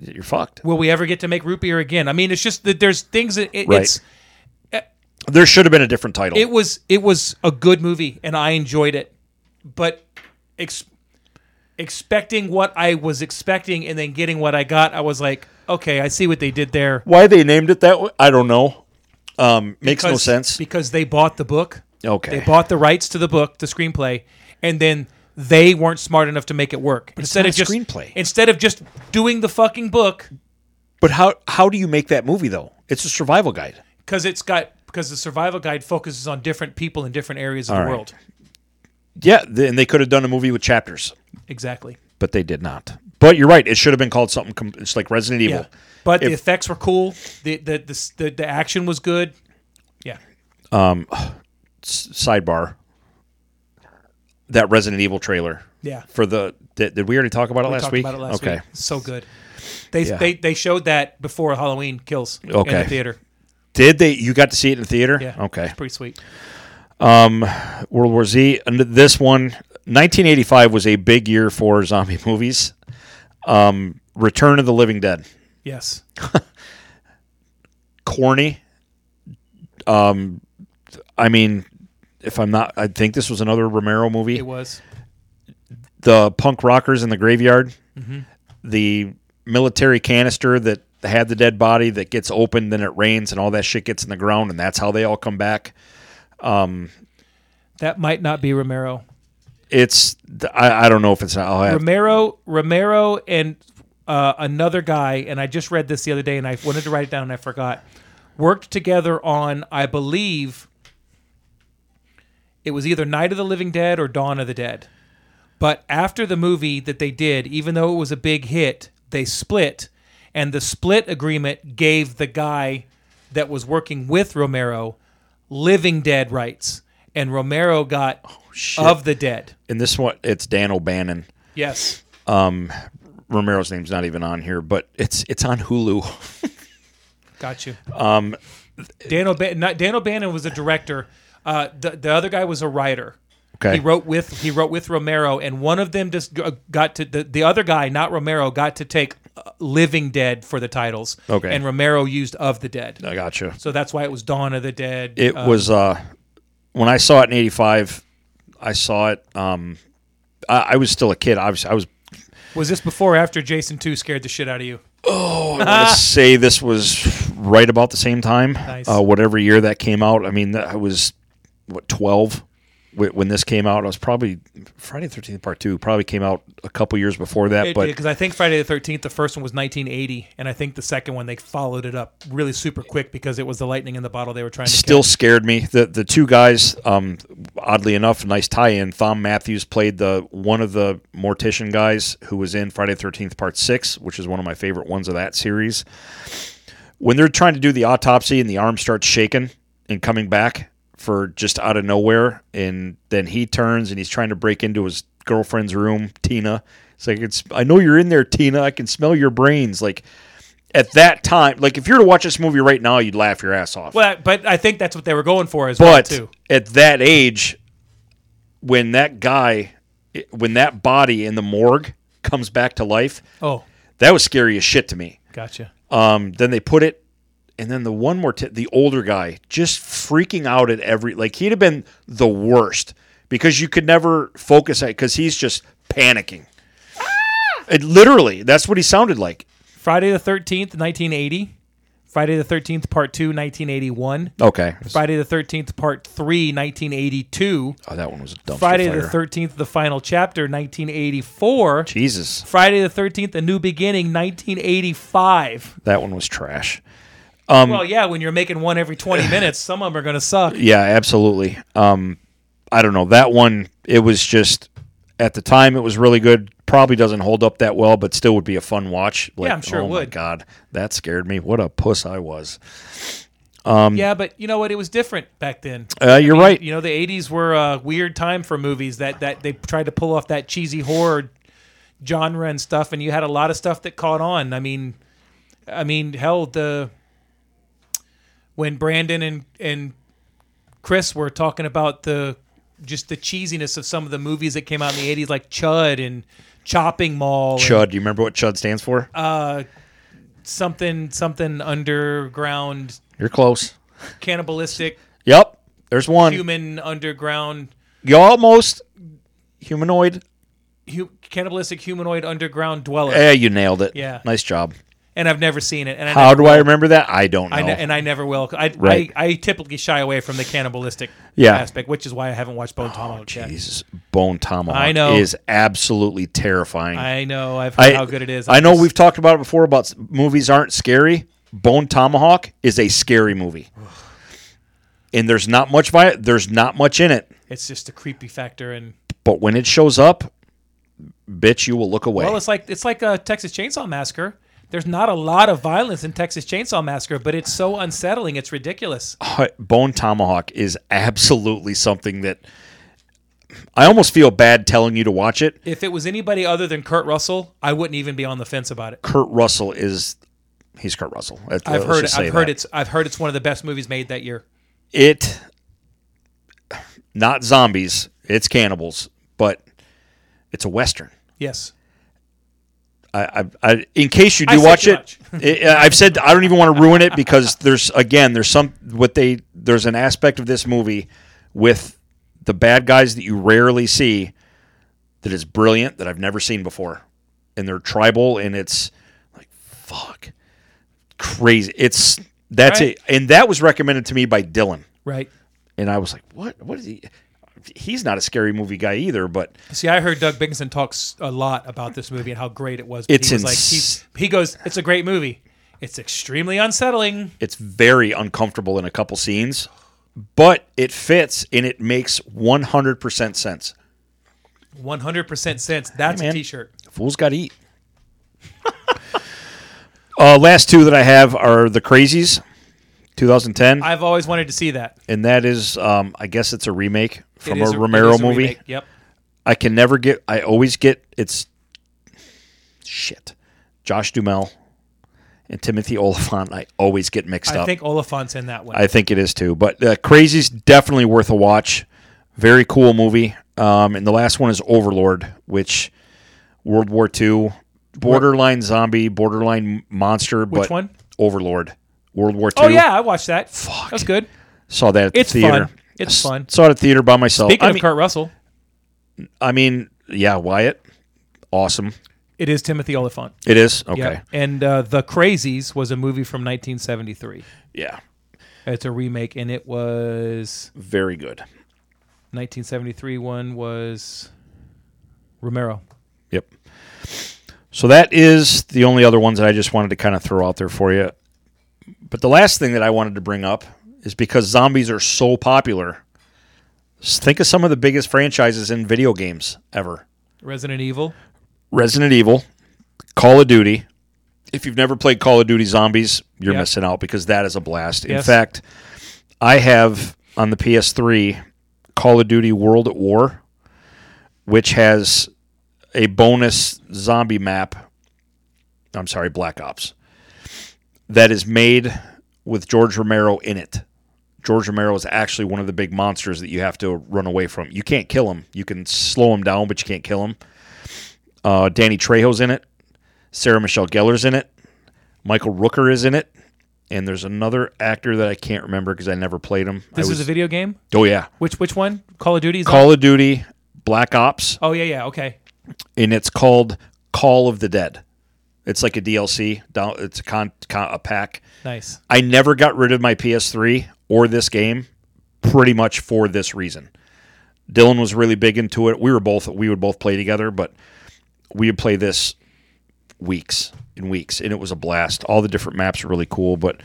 Speaker 1: You're fucked.
Speaker 2: Will we ever get to make root beer again? I mean, it's just that there's things that it,
Speaker 1: Right.
Speaker 2: it's
Speaker 1: There should have been a different title.
Speaker 2: it was it was a good movie and I enjoyed it, but ex- expecting what I was expecting and then getting what I got, I was like, okay, I see what they did there.
Speaker 1: Why they named it that way, I don't know. Um, makes no
Speaker 2: Because-
Speaker 1: sense.
Speaker 2: because they bought the book.
Speaker 1: Okay.
Speaker 2: They bought the rights to the book, the screenplay, and then they weren't smart enough to make it work. instead
Speaker 1: not
Speaker 2: of
Speaker 1: a
Speaker 2: just
Speaker 1: screenplay.
Speaker 2: instead of just doing the fucking book
Speaker 1: but how how do you make that movie though? It's a survival guide.
Speaker 2: because it's got because the survival guide focuses on different people in different areas of the
Speaker 1: right.
Speaker 2: world.
Speaker 1: Yeah, th- and they could have done a movie with chapters,
Speaker 2: Exactly.
Speaker 1: but they did not. But you're right. It should have been called something. Com- it's like Resident
Speaker 2: Yeah.
Speaker 1: Evil.
Speaker 2: But the
Speaker 1: If-
Speaker 2: effects were cool. The the, the s- the the action was good. Yeah.
Speaker 1: S- sidebar. That Resident Evil trailer.
Speaker 2: Yeah.
Speaker 1: For the did, did we already talk about it last
Speaker 2: talked
Speaker 1: week?
Speaker 2: about it last
Speaker 1: okay.
Speaker 2: week. So good. They,
Speaker 1: Yeah.
Speaker 2: they they showed that before Halloween kills in
Speaker 1: Okay.
Speaker 2: the theater.
Speaker 1: Did they? You got to see it in the theater?
Speaker 2: Yeah.
Speaker 1: Okay.
Speaker 2: It's pretty sweet.
Speaker 1: World War Z. And this one, 1985 was a big year for zombie movies. Um, Return of the Living Dead.
Speaker 2: Yes.
Speaker 1: Corny. Um, I mean, if I'm not, I think this was another Romero movie.
Speaker 2: It was.
Speaker 1: the punk rockers in the graveyard, the military canister that had the dead body that gets opened, then it rains, and all that shit gets in the ground, and that's how they all come back.
Speaker 2: That might not be Romero.
Speaker 1: It's I, I don't know if it's I'll have,
Speaker 2: Romero, Romero, and uh, another guy, and I just read this the other day, and I wanted to write it down, and I forgot. Worked together on, I believe, it was either Night of the Living Dead or Dawn of the Dead. But after the movie that they did, even though it was a big hit, they split, and the split agreement gave the guy that was working with Romero Living Dead rights, and Romero got of the Dead.
Speaker 1: in this one it's Dan O'Bannon.
Speaker 2: Yes.
Speaker 1: Romero's name's not even on here, but it's it's on Hulu.
Speaker 2: Got you. Um, Dan O'Bannon, not Dan O'Bannon was a director. Uh, the the other guy was a writer.
Speaker 1: Okay.
Speaker 2: He wrote with he wrote with Romero, and one of them just g- got to the, the other guy, not Romero, got to take uh, Living Dead for the titles.
Speaker 1: Okay.
Speaker 2: And Romero used Of the Dead,
Speaker 1: I gotcha.
Speaker 2: so that's why it was Dawn of the Dead.
Speaker 1: It was uh when I saw it in '85. I saw it. Um, I, I was still a kid. Obviously, I was
Speaker 2: was this before or after Jason Two scared the shit out of you? Oh,
Speaker 1: I want to say this was right about the same time,
Speaker 2: Nice.
Speaker 1: uh, whatever year that came out. I mean, that- I was what twelve wh- when this came out. I was probably Friday the Thirteenth Part Two probably came out a couple years before that, but
Speaker 2: Because I think Friday the Thirteenth, the first one was 1980, and I think the second one they followed it up really super quick because it was the lightning in the bottle they were trying to catch.
Speaker 1: still scared me. The the two guys, um, oddly enough, nice tie-in. Thom Matthews played the one of the mortician guys who was in Friday the Thirteenth Part Six, which is one of my favorite ones of that series. When they're trying to do the autopsy and the arm starts shaking and coming back for just out of nowhere, and then he turns and he's trying to break into his girlfriend's room, Tina. It's like it's. I know you're in there, Tina. I can smell your brains. Like at that time, like if you were to watch this movie right now, you'd laugh your ass off.
Speaker 2: Well, but I think that's what they were going for as well
Speaker 1: But
Speaker 2: too.
Speaker 1: at that age, when that guy, when that body in the morgue comes back to life,
Speaker 2: Oh,
Speaker 1: that was scary as shit to me.
Speaker 2: gotcha.
Speaker 1: Um, then they put it, and then the one more, t- the older guy, just freaking out at every, like he'd have been the worst because you could never focus at because he's just panicking. It literally, that's what he sounded like.
Speaker 2: Friday the Thirteenth, nineteen eighty. Friday the Thirteenth Part Two, nineteen eighty one.
Speaker 1: Okay,
Speaker 2: Friday the Thirteenth Part Three, nineteen eighty two.
Speaker 1: oh, that one was a dumpster
Speaker 2: Friday the
Speaker 1: fire.
Speaker 2: Thirteenth, the final chapter, nineteen eighty four.
Speaker 1: Jesus,
Speaker 2: Friday the Thirteenth, a new beginning, nineteen eighty five.
Speaker 1: that one was trash. Um,
Speaker 2: well, yeah, when you're making one every twenty minutes, some of them are going to suck.
Speaker 1: Yeah, absolutely. Um, I don't know that one. It was just at the time it was really good. Probably doesn't hold up that well, but still would be a fun watch. Like,
Speaker 2: I'm sure it
Speaker 1: oh My
Speaker 2: would.
Speaker 1: God, that scared me. What a puss I was. um,
Speaker 2: yeah, but you know what? It was different back then.
Speaker 1: Uh, you're right.
Speaker 2: You know, the '80s were a weird time for movies that that they tried to pull off that cheesy horror genre and stuff, and you had a lot of stuff that caught on. I mean, I mean, hell, the when Brandon and and Chris were talking about the just the cheesiness of some of the movies that came out in the '80s, like Chud and Chopping Mall. and,
Speaker 1: Chud. Do you remember what Chud stands for?
Speaker 2: uh, something something underground
Speaker 1: You're close.
Speaker 2: cannibalistic
Speaker 1: Yep. There's one.
Speaker 2: human underground
Speaker 1: You almost humanoid.
Speaker 2: hu- cannibalistic humanoid underground dweller.
Speaker 1: Eh, you nailed it.
Speaker 2: Yeah.
Speaker 1: Nice job.
Speaker 2: and I've never seen it. And I
Speaker 1: How do I remember that? I don't know.
Speaker 2: I ne- and I never will. I,
Speaker 1: Right.
Speaker 2: I I typically shy away from the cannibalistic
Speaker 1: Yeah. Oh,
Speaker 2: aspect, which is why I haven't watched Bone Tomahawk yet.
Speaker 1: Jesus, Bone Tomahawk
Speaker 2: I know.
Speaker 1: is absolutely terrifying.
Speaker 2: I know. I've heard how good it is.
Speaker 1: I know
Speaker 2: just-
Speaker 1: we've talked about it before about s- movies aren't scary. Bone Tomahawk is a scary movie. and there's not much by it. There's not much in it.
Speaker 2: It's just the creepy factor, and
Speaker 1: But when it shows up, bitch, you will look away.
Speaker 2: well, it's like it's like a Texas Chainsaw Massacre. There's not a lot of violence in Texas Chainsaw Massacre, but it's so unsettling. It's ridiculous.
Speaker 1: Bone Tomahawk is absolutely something that I almost feel bad telling you to watch it.
Speaker 2: If it was anybody other than Kurt Russell, I wouldn't even be on the fence about it.
Speaker 1: Kurt Russell is he's Kurt Russell. Let-
Speaker 2: I've
Speaker 1: let's
Speaker 2: heard
Speaker 1: just
Speaker 2: I've
Speaker 1: say
Speaker 2: heard
Speaker 1: that.
Speaker 2: it's I've heard it's one of the best movies made that year.
Speaker 1: it not zombies, it's cannibals, but it's a western.
Speaker 2: Yes.
Speaker 1: I, I, I in case you
Speaker 2: I
Speaker 1: do
Speaker 2: said
Speaker 1: watch
Speaker 2: too
Speaker 1: it, it, I've said I don't even want to ruin it because there's again there's some what they there's an aspect of this movie with the bad guys that you rarely see that is brilliant that I've never seen before, and they're tribal and it's like fuck crazy. It's that's
Speaker 2: Right.
Speaker 1: it, and that was recommended to me by Dylan,
Speaker 2: Right.
Speaker 1: and I was like, what what is he? He's not a scary movie guy either, but
Speaker 2: See, I heard Doug Bigginson talks a lot about this movie and how great it was. But
Speaker 1: It's
Speaker 2: he was
Speaker 1: ins-
Speaker 2: like he, he goes, "It's a great movie. It's extremely unsettling."
Speaker 1: it's very uncomfortable in a couple scenes, but it fits and it makes 100% sense.
Speaker 2: One hundred percent sense. That's a
Speaker 1: man.
Speaker 2: T-shirt.
Speaker 1: Fools got to eat. uh, last two that I have are The Crazies, 2010.
Speaker 2: I've always wanted to see that
Speaker 1: and that is, um, I guess it's a remake
Speaker 2: It
Speaker 1: from
Speaker 2: is
Speaker 1: a
Speaker 2: it
Speaker 1: Romero
Speaker 2: is a
Speaker 1: movie.
Speaker 2: remake. Yep.
Speaker 1: I can never get, I always get, it's shit. Josh Dumel and Timothy Oliphant, I always get mixed
Speaker 2: I
Speaker 1: up.
Speaker 2: think Oliphant's in that one.
Speaker 1: I think it is too. But uh, Crazy's definitely worth a watch. Very cool movie. Um, and the last one is Overlord, which World War II, borderline zombie, borderline monster.
Speaker 2: Which
Speaker 1: but
Speaker 2: one?
Speaker 1: Overlord. World War II.
Speaker 2: oh yeah, I watched that.
Speaker 1: Fuck.
Speaker 2: That's good.
Speaker 1: Saw that at
Speaker 2: It's
Speaker 1: the theater.
Speaker 2: fun. It's
Speaker 1: S-
Speaker 2: fun.
Speaker 1: Saw it at the theater by myself.
Speaker 2: Speaking
Speaker 1: I
Speaker 2: of
Speaker 1: mean,
Speaker 2: Kurt Russell,
Speaker 1: I mean, yeah, Wyatt. Awesome.
Speaker 2: it is Timothy Oliphant.
Speaker 1: It is? Okay.
Speaker 2: Yep. And uh, The Crazies was a movie from 1973.
Speaker 1: Yeah.
Speaker 2: It's a remake, and it was
Speaker 1: Very good.
Speaker 2: 1973. One was Romero.
Speaker 1: Yep. So that is the only other ones that I just wanted to kind of throw out there for you. But the last thing that I wanted to bring up is because zombies are so popular. s- Think of some of the biggest franchises in video games ever.
Speaker 2: Resident Evil.
Speaker 1: Resident Evil, Call of Duty. If you've never played Call of Duty Zombies, you're
Speaker 2: Yeah.
Speaker 1: missing out because that is a blast. In
Speaker 2: Yes.
Speaker 1: fact, I have on the PS3 Call of Duty World at War, which has a bonus zombie map. I'm sorry, Black Ops. That is made with George Romero in it. George Romero is actually one of the big monsters that you have to run away from. You can't kill him. You can slow him down, but you can't kill him. Uh, Danny Trejo's in it. Sarah Michelle Gellar's in it. Michael Rooker is in it. And there's another actor that I can't remember because I never played him. I
Speaker 2: This
Speaker 1: was-
Speaker 2: is a video game.
Speaker 1: oh yeah,
Speaker 2: Which which one? Call of Duty. Is
Speaker 1: Call of Duty Black Ops,
Speaker 2: oh yeah yeah okay.
Speaker 1: and it's called Call of the Dead. It's like a DLC. Down, it's a con, con a pack.
Speaker 2: Nice.
Speaker 1: I never got rid of my PS3 or this game, pretty much for this reason. Dylan was really big into it. We were both we would both play together, but we would play this weeks and weeks, and it was a blast. All the different maps were really cool. But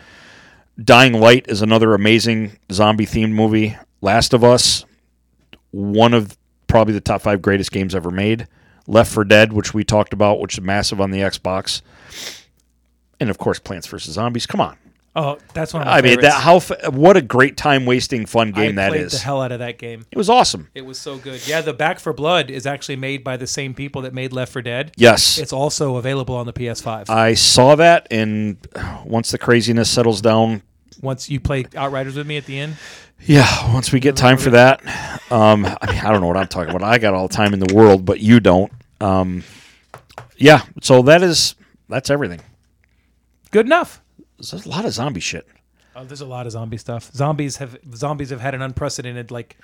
Speaker 1: Dying Light is another amazing zombie themed movie. Last of Us, one of probably the top five greatest games ever made. Left for Dead, which we talked about, which is massive on the Xbox, and of course Plants vs Zombies. Come on,
Speaker 2: Oh, that's one. Of my
Speaker 1: I mean
Speaker 2: favorites.
Speaker 1: that how f- what a great time wasting fun
Speaker 2: I
Speaker 1: game that
Speaker 2: played
Speaker 1: is.
Speaker 2: the hell out of that game.
Speaker 1: it was awesome.
Speaker 2: It was so good. Yeah, the Back for Blood is actually made by the same people that made Left for Dead.
Speaker 1: Yes,
Speaker 2: It's
Speaker 1: Uh,
Speaker 2: also available on the PS5.
Speaker 1: I saw that, and once the craziness settles down,
Speaker 2: once you play Outriders with me at the end.
Speaker 1: Yeah, once we get time for that. Um, I mean, I don't know what I'm talking about. I got all the time in the world, but you don't. Um, yeah, so that is that's everything.
Speaker 2: Good enough.
Speaker 1: There's a lot of zombie shit.
Speaker 2: Oh, there's a lot of zombie stuff. Zombies have zombies have had an unprecedented like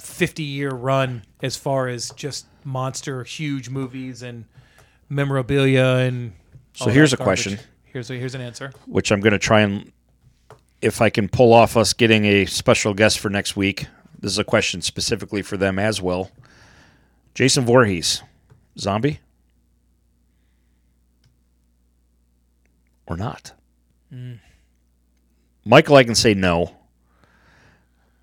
Speaker 2: 50 year run as far as just monster huge movies and memorabilia and.
Speaker 1: So
Speaker 2: all that
Speaker 1: here's a
Speaker 2: garbage.
Speaker 1: question.
Speaker 2: Here's a, here's an answer.
Speaker 1: which I'm going to try and if I can pull off us getting a special guest for next week. This is a question specifically for them as well. Jason Voorhees, zombie or not?
Speaker 2: Hmm.
Speaker 1: Michael, I can say no,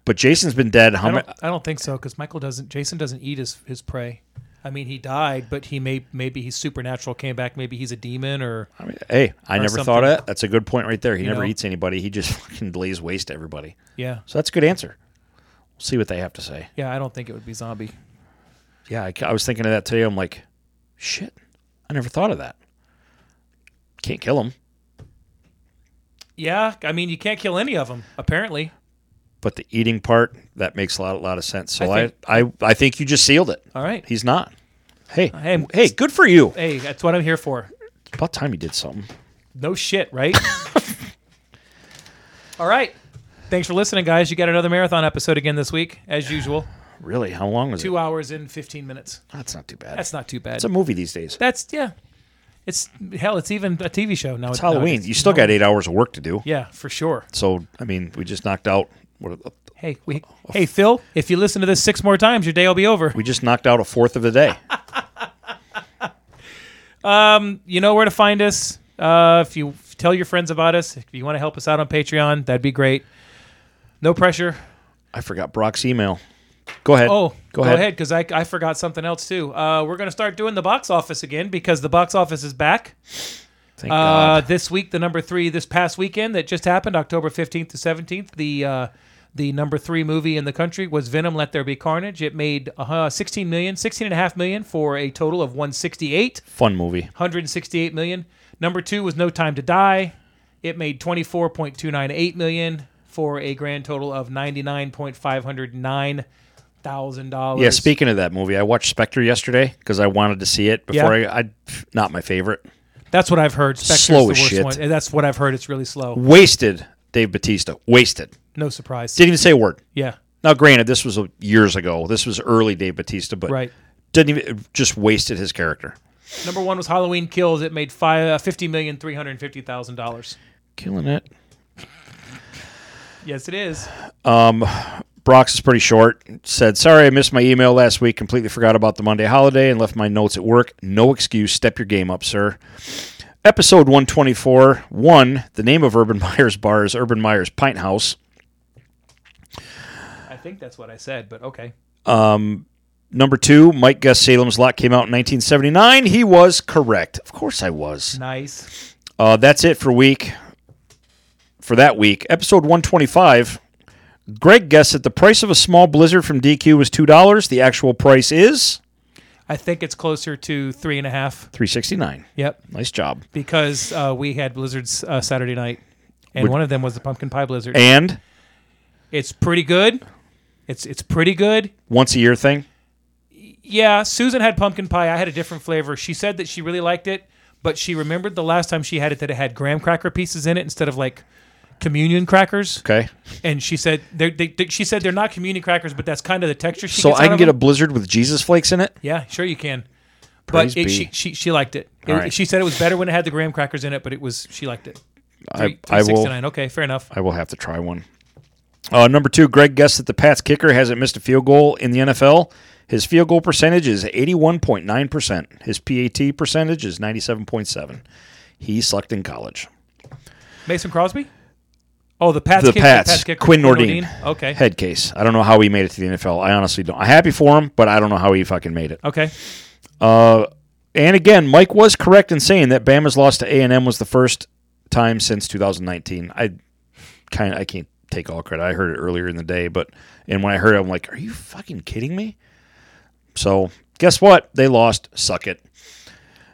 Speaker 1: but Jason's been dead. How
Speaker 2: I
Speaker 1: many?
Speaker 2: don't, I don't think so because Michael doesn't. Jason doesn't eat his his prey. I mean, he died, but he may maybe he's supernatural, came back. Maybe he's a demon or
Speaker 1: I mean, hey, I
Speaker 2: or
Speaker 1: never
Speaker 2: something.
Speaker 1: thought of that. That's a good point right there. He
Speaker 2: You
Speaker 1: never
Speaker 2: know.
Speaker 1: eats anybody. He just fucking lays waste to everybody.
Speaker 2: yeah,
Speaker 1: So that's a good answer. We'll see what they have to say.
Speaker 2: yeah. I don't think it would be zombie.
Speaker 1: Yeah, I, I was thinking of that today. I'm like, shit, I never thought of that. Can't kill him,
Speaker 2: Yeah, I mean, you can't kill any of them apparently.
Speaker 1: but the eating part that makes a lot, a lot of sense. So
Speaker 2: I
Speaker 1: I,
Speaker 2: think-
Speaker 1: I, I, think you just sealed it.
Speaker 2: All right.
Speaker 1: He's not. Hey,
Speaker 2: Hey.
Speaker 1: hey, hey, good for you.
Speaker 2: Hey, that's what I'm here for.
Speaker 1: About time you did something.
Speaker 2: No shit, right? All right. Thanks for listening, guys. You got another marathon episode again this week, as usual.
Speaker 1: Really? How long was it?
Speaker 2: Two hours and 15 minutes.
Speaker 1: That's not too bad.
Speaker 2: That's not too bad.
Speaker 1: it's a movie these days.
Speaker 2: That's, yeah. It's, hell, it's even a TV show now.
Speaker 1: It's Halloween. You still got eight hours of work to do.
Speaker 2: Yeah, for sure.
Speaker 1: So I mean, we just knocked out. What,
Speaker 2: Hey, we,
Speaker 1: Oh,
Speaker 2: hey, Phil, if you listen to this six more times, your day will be over.
Speaker 1: we just knocked out a fourth of the day.
Speaker 2: you know where to find us. Uh, if you tell your friends about us, if you want to help us out on Patreon, that'd be great. No pressure.
Speaker 1: I forgot Brock's email. Go ahead.
Speaker 2: Oh,
Speaker 1: go, ahead.
Speaker 2: because I, I forgot something else too. Uh, we're going to start doing the box office again because the box office is back.
Speaker 1: Thank
Speaker 2: Uh,
Speaker 1: God.
Speaker 2: this week, the number three, this past weekend that just happened, October 15th to 17th, the uh, the number three movie in the country was Venom Let There Be Carnage. It made uh, 16 million, 16 and a half million for a total of 168.
Speaker 1: Fun movie.
Speaker 2: 168 million. Number two was No Time to Die. It made 24.298 million for a grand total of 99.509 thousand dollars.
Speaker 1: Yeah, speaking of that movie, I watched Spectre yesterday because I wanted to see it before
Speaker 2: Yeah.
Speaker 1: I, I. Not my favorite.
Speaker 2: That's what I've heard. Spectre's
Speaker 1: Slow
Speaker 2: the
Speaker 1: as
Speaker 2: worst
Speaker 1: shit.
Speaker 2: one. And That's what I've heard. It's really slow.
Speaker 1: Wasted Dave Batista. Wasted.
Speaker 2: No surprise.
Speaker 1: Didn't even say a word.
Speaker 2: yeah.
Speaker 1: Now, granted, this was uh, years ago. This was early Dave Batista, but
Speaker 2: Right.
Speaker 1: didn't even just wasted his character.
Speaker 2: Number one was Halloween Kills. It made five, uh, fifty million three hundred fifty thousand dollars.
Speaker 1: Killing it.
Speaker 2: Yes, it is.
Speaker 1: Brock's is pretty short. Said, sorry, I missed my email last week. Completely forgot about the Monday holiday and left my notes at work. No excuse. Step your game up, sir. Episode 124. One, the name of Urban Myers Bar is Urban Myers Pint House.
Speaker 2: I think that's what I said, but okay.
Speaker 1: Number two, Mike Gus Salem's Lot came out in 1979. He was correct. Of course I was.
Speaker 2: Nice.
Speaker 1: Uh, that's it for week. For that week, episode 125. Greg guessed that the price of a small blizzard from DQ was two dollars. The actual price is
Speaker 2: I think it's closer to three and a half.
Speaker 1: three sixty nine.
Speaker 2: Yep.
Speaker 1: Nice job.
Speaker 2: because uh, we had blizzards uh, Saturday night, and one of them was the pumpkin pie blizzard.
Speaker 1: And
Speaker 2: it's pretty good. It's it's pretty good.
Speaker 1: once a year thing.
Speaker 2: Yeah, Susan had pumpkin pie. I had a different flavor. She said that she really liked it, but she remembered the last time she had it that it had graham cracker pieces in it instead of like communion crackers.
Speaker 1: Okay.
Speaker 2: And she said they're, they, they- she said they're not communion crackers, but that's kind of the texture. She
Speaker 1: so
Speaker 2: gets
Speaker 1: I
Speaker 2: out
Speaker 1: can
Speaker 2: of
Speaker 1: get a
Speaker 2: them.
Speaker 1: blizzard with Jesus flakes in it.
Speaker 2: yeah, sure you can.
Speaker 1: Praise
Speaker 2: But it,
Speaker 1: be.
Speaker 2: she, she she liked it. It-
Speaker 1: All right.
Speaker 2: She said it was better when it had the graham crackers in it, but it was she liked it.
Speaker 1: I,
Speaker 2: Three-
Speaker 1: I will.
Speaker 2: 369. Okay, fair enough.
Speaker 1: I will have to try one. Uh, number two, Greg guessed that the Pats kicker hasn't missed a field goal in the NFL. His field goal percentage is 81.9%. His PAT percentage is 97.7. He sucked in college.
Speaker 2: Mason Crosby? Oh, the Pats.
Speaker 1: The
Speaker 2: kicker,
Speaker 1: Pats,
Speaker 2: Pats kicker,
Speaker 1: Quinn Nordine.
Speaker 2: Okay.
Speaker 1: Head case. I don't know how he made it to the NFL. I honestly don't. I'm happy for him, but I don't know how he fucking made it.
Speaker 2: Okay.
Speaker 1: And again, Mike was correct in saying that Bama's loss to A&M was the first time since 2019. I kind of I can't take all credit. I heard it earlier in the day, but and when I heard it, I'm like, "Are you fucking kidding me?" So, guess what? They lost. Suck it.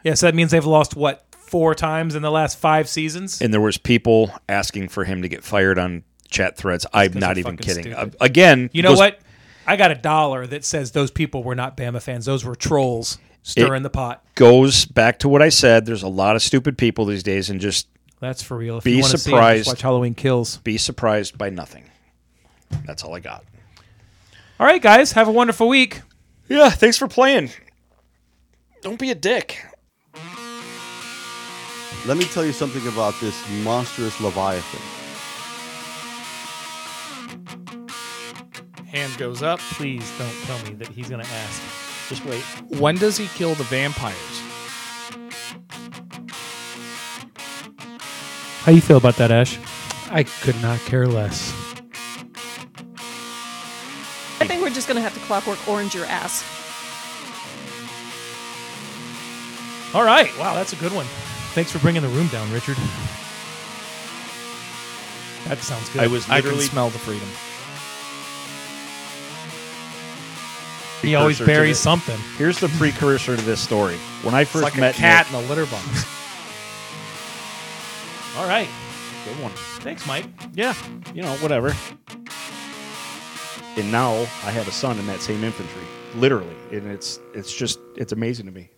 Speaker 2: Yeah, so that means they've lost what four times in the last five seasons.
Speaker 1: and there was people asking for him to get fired on chat threads. I'm not
Speaker 2: they're
Speaker 1: even
Speaker 2: fucking
Speaker 1: kidding.
Speaker 2: stupid.
Speaker 1: Uh, again,
Speaker 2: You know
Speaker 1: goes-
Speaker 2: what? I got a dollar that says those people were not Bama fans. Those were trolls stirring the pot.
Speaker 1: Goes back to what I said. There's a lot of stupid people these days, and just
Speaker 2: That's for real. If
Speaker 1: Be
Speaker 2: you want to see 'em,
Speaker 1: surprised.
Speaker 2: just watch Halloween Kills.
Speaker 1: be surprised by nothing. That's all I got.
Speaker 2: All right, guys, have a wonderful week.
Speaker 1: Yeah, thanks for playing. Don't be a dick.
Speaker 4: Let me tell you something about this monstrous Leviathan.
Speaker 5: Hand goes up.
Speaker 3: Please don't tell me that he's going to ask. Just wait.
Speaker 5: When does he kill the vampires?
Speaker 3: How you feel about that, Ash? I could not care less.
Speaker 6: I think we're just gonna have to clockwork orange your ass.
Speaker 2: All right. Wow, that's a good one. Thanks for bringing the room down, Richard. That sounds good.
Speaker 5: I was
Speaker 2: I
Speaker 5: literally-
Speaker 2: can smell the freedom. He always buries something.
Speaker 1: Here's the precursor to this story. When I
Speaker 2: It's
Speaker 1: first
Speaker 2: like a
Speaker 1: met
Speaker 2: cat
Speaker 1: Nick-
Speaker 2: in a litter box. All right. Good one. Thanks, Mike.
Speaker 1: yeah, you know, whatever. And now I have a son in that same infantry, literally, and it's it's just it's amazing to me.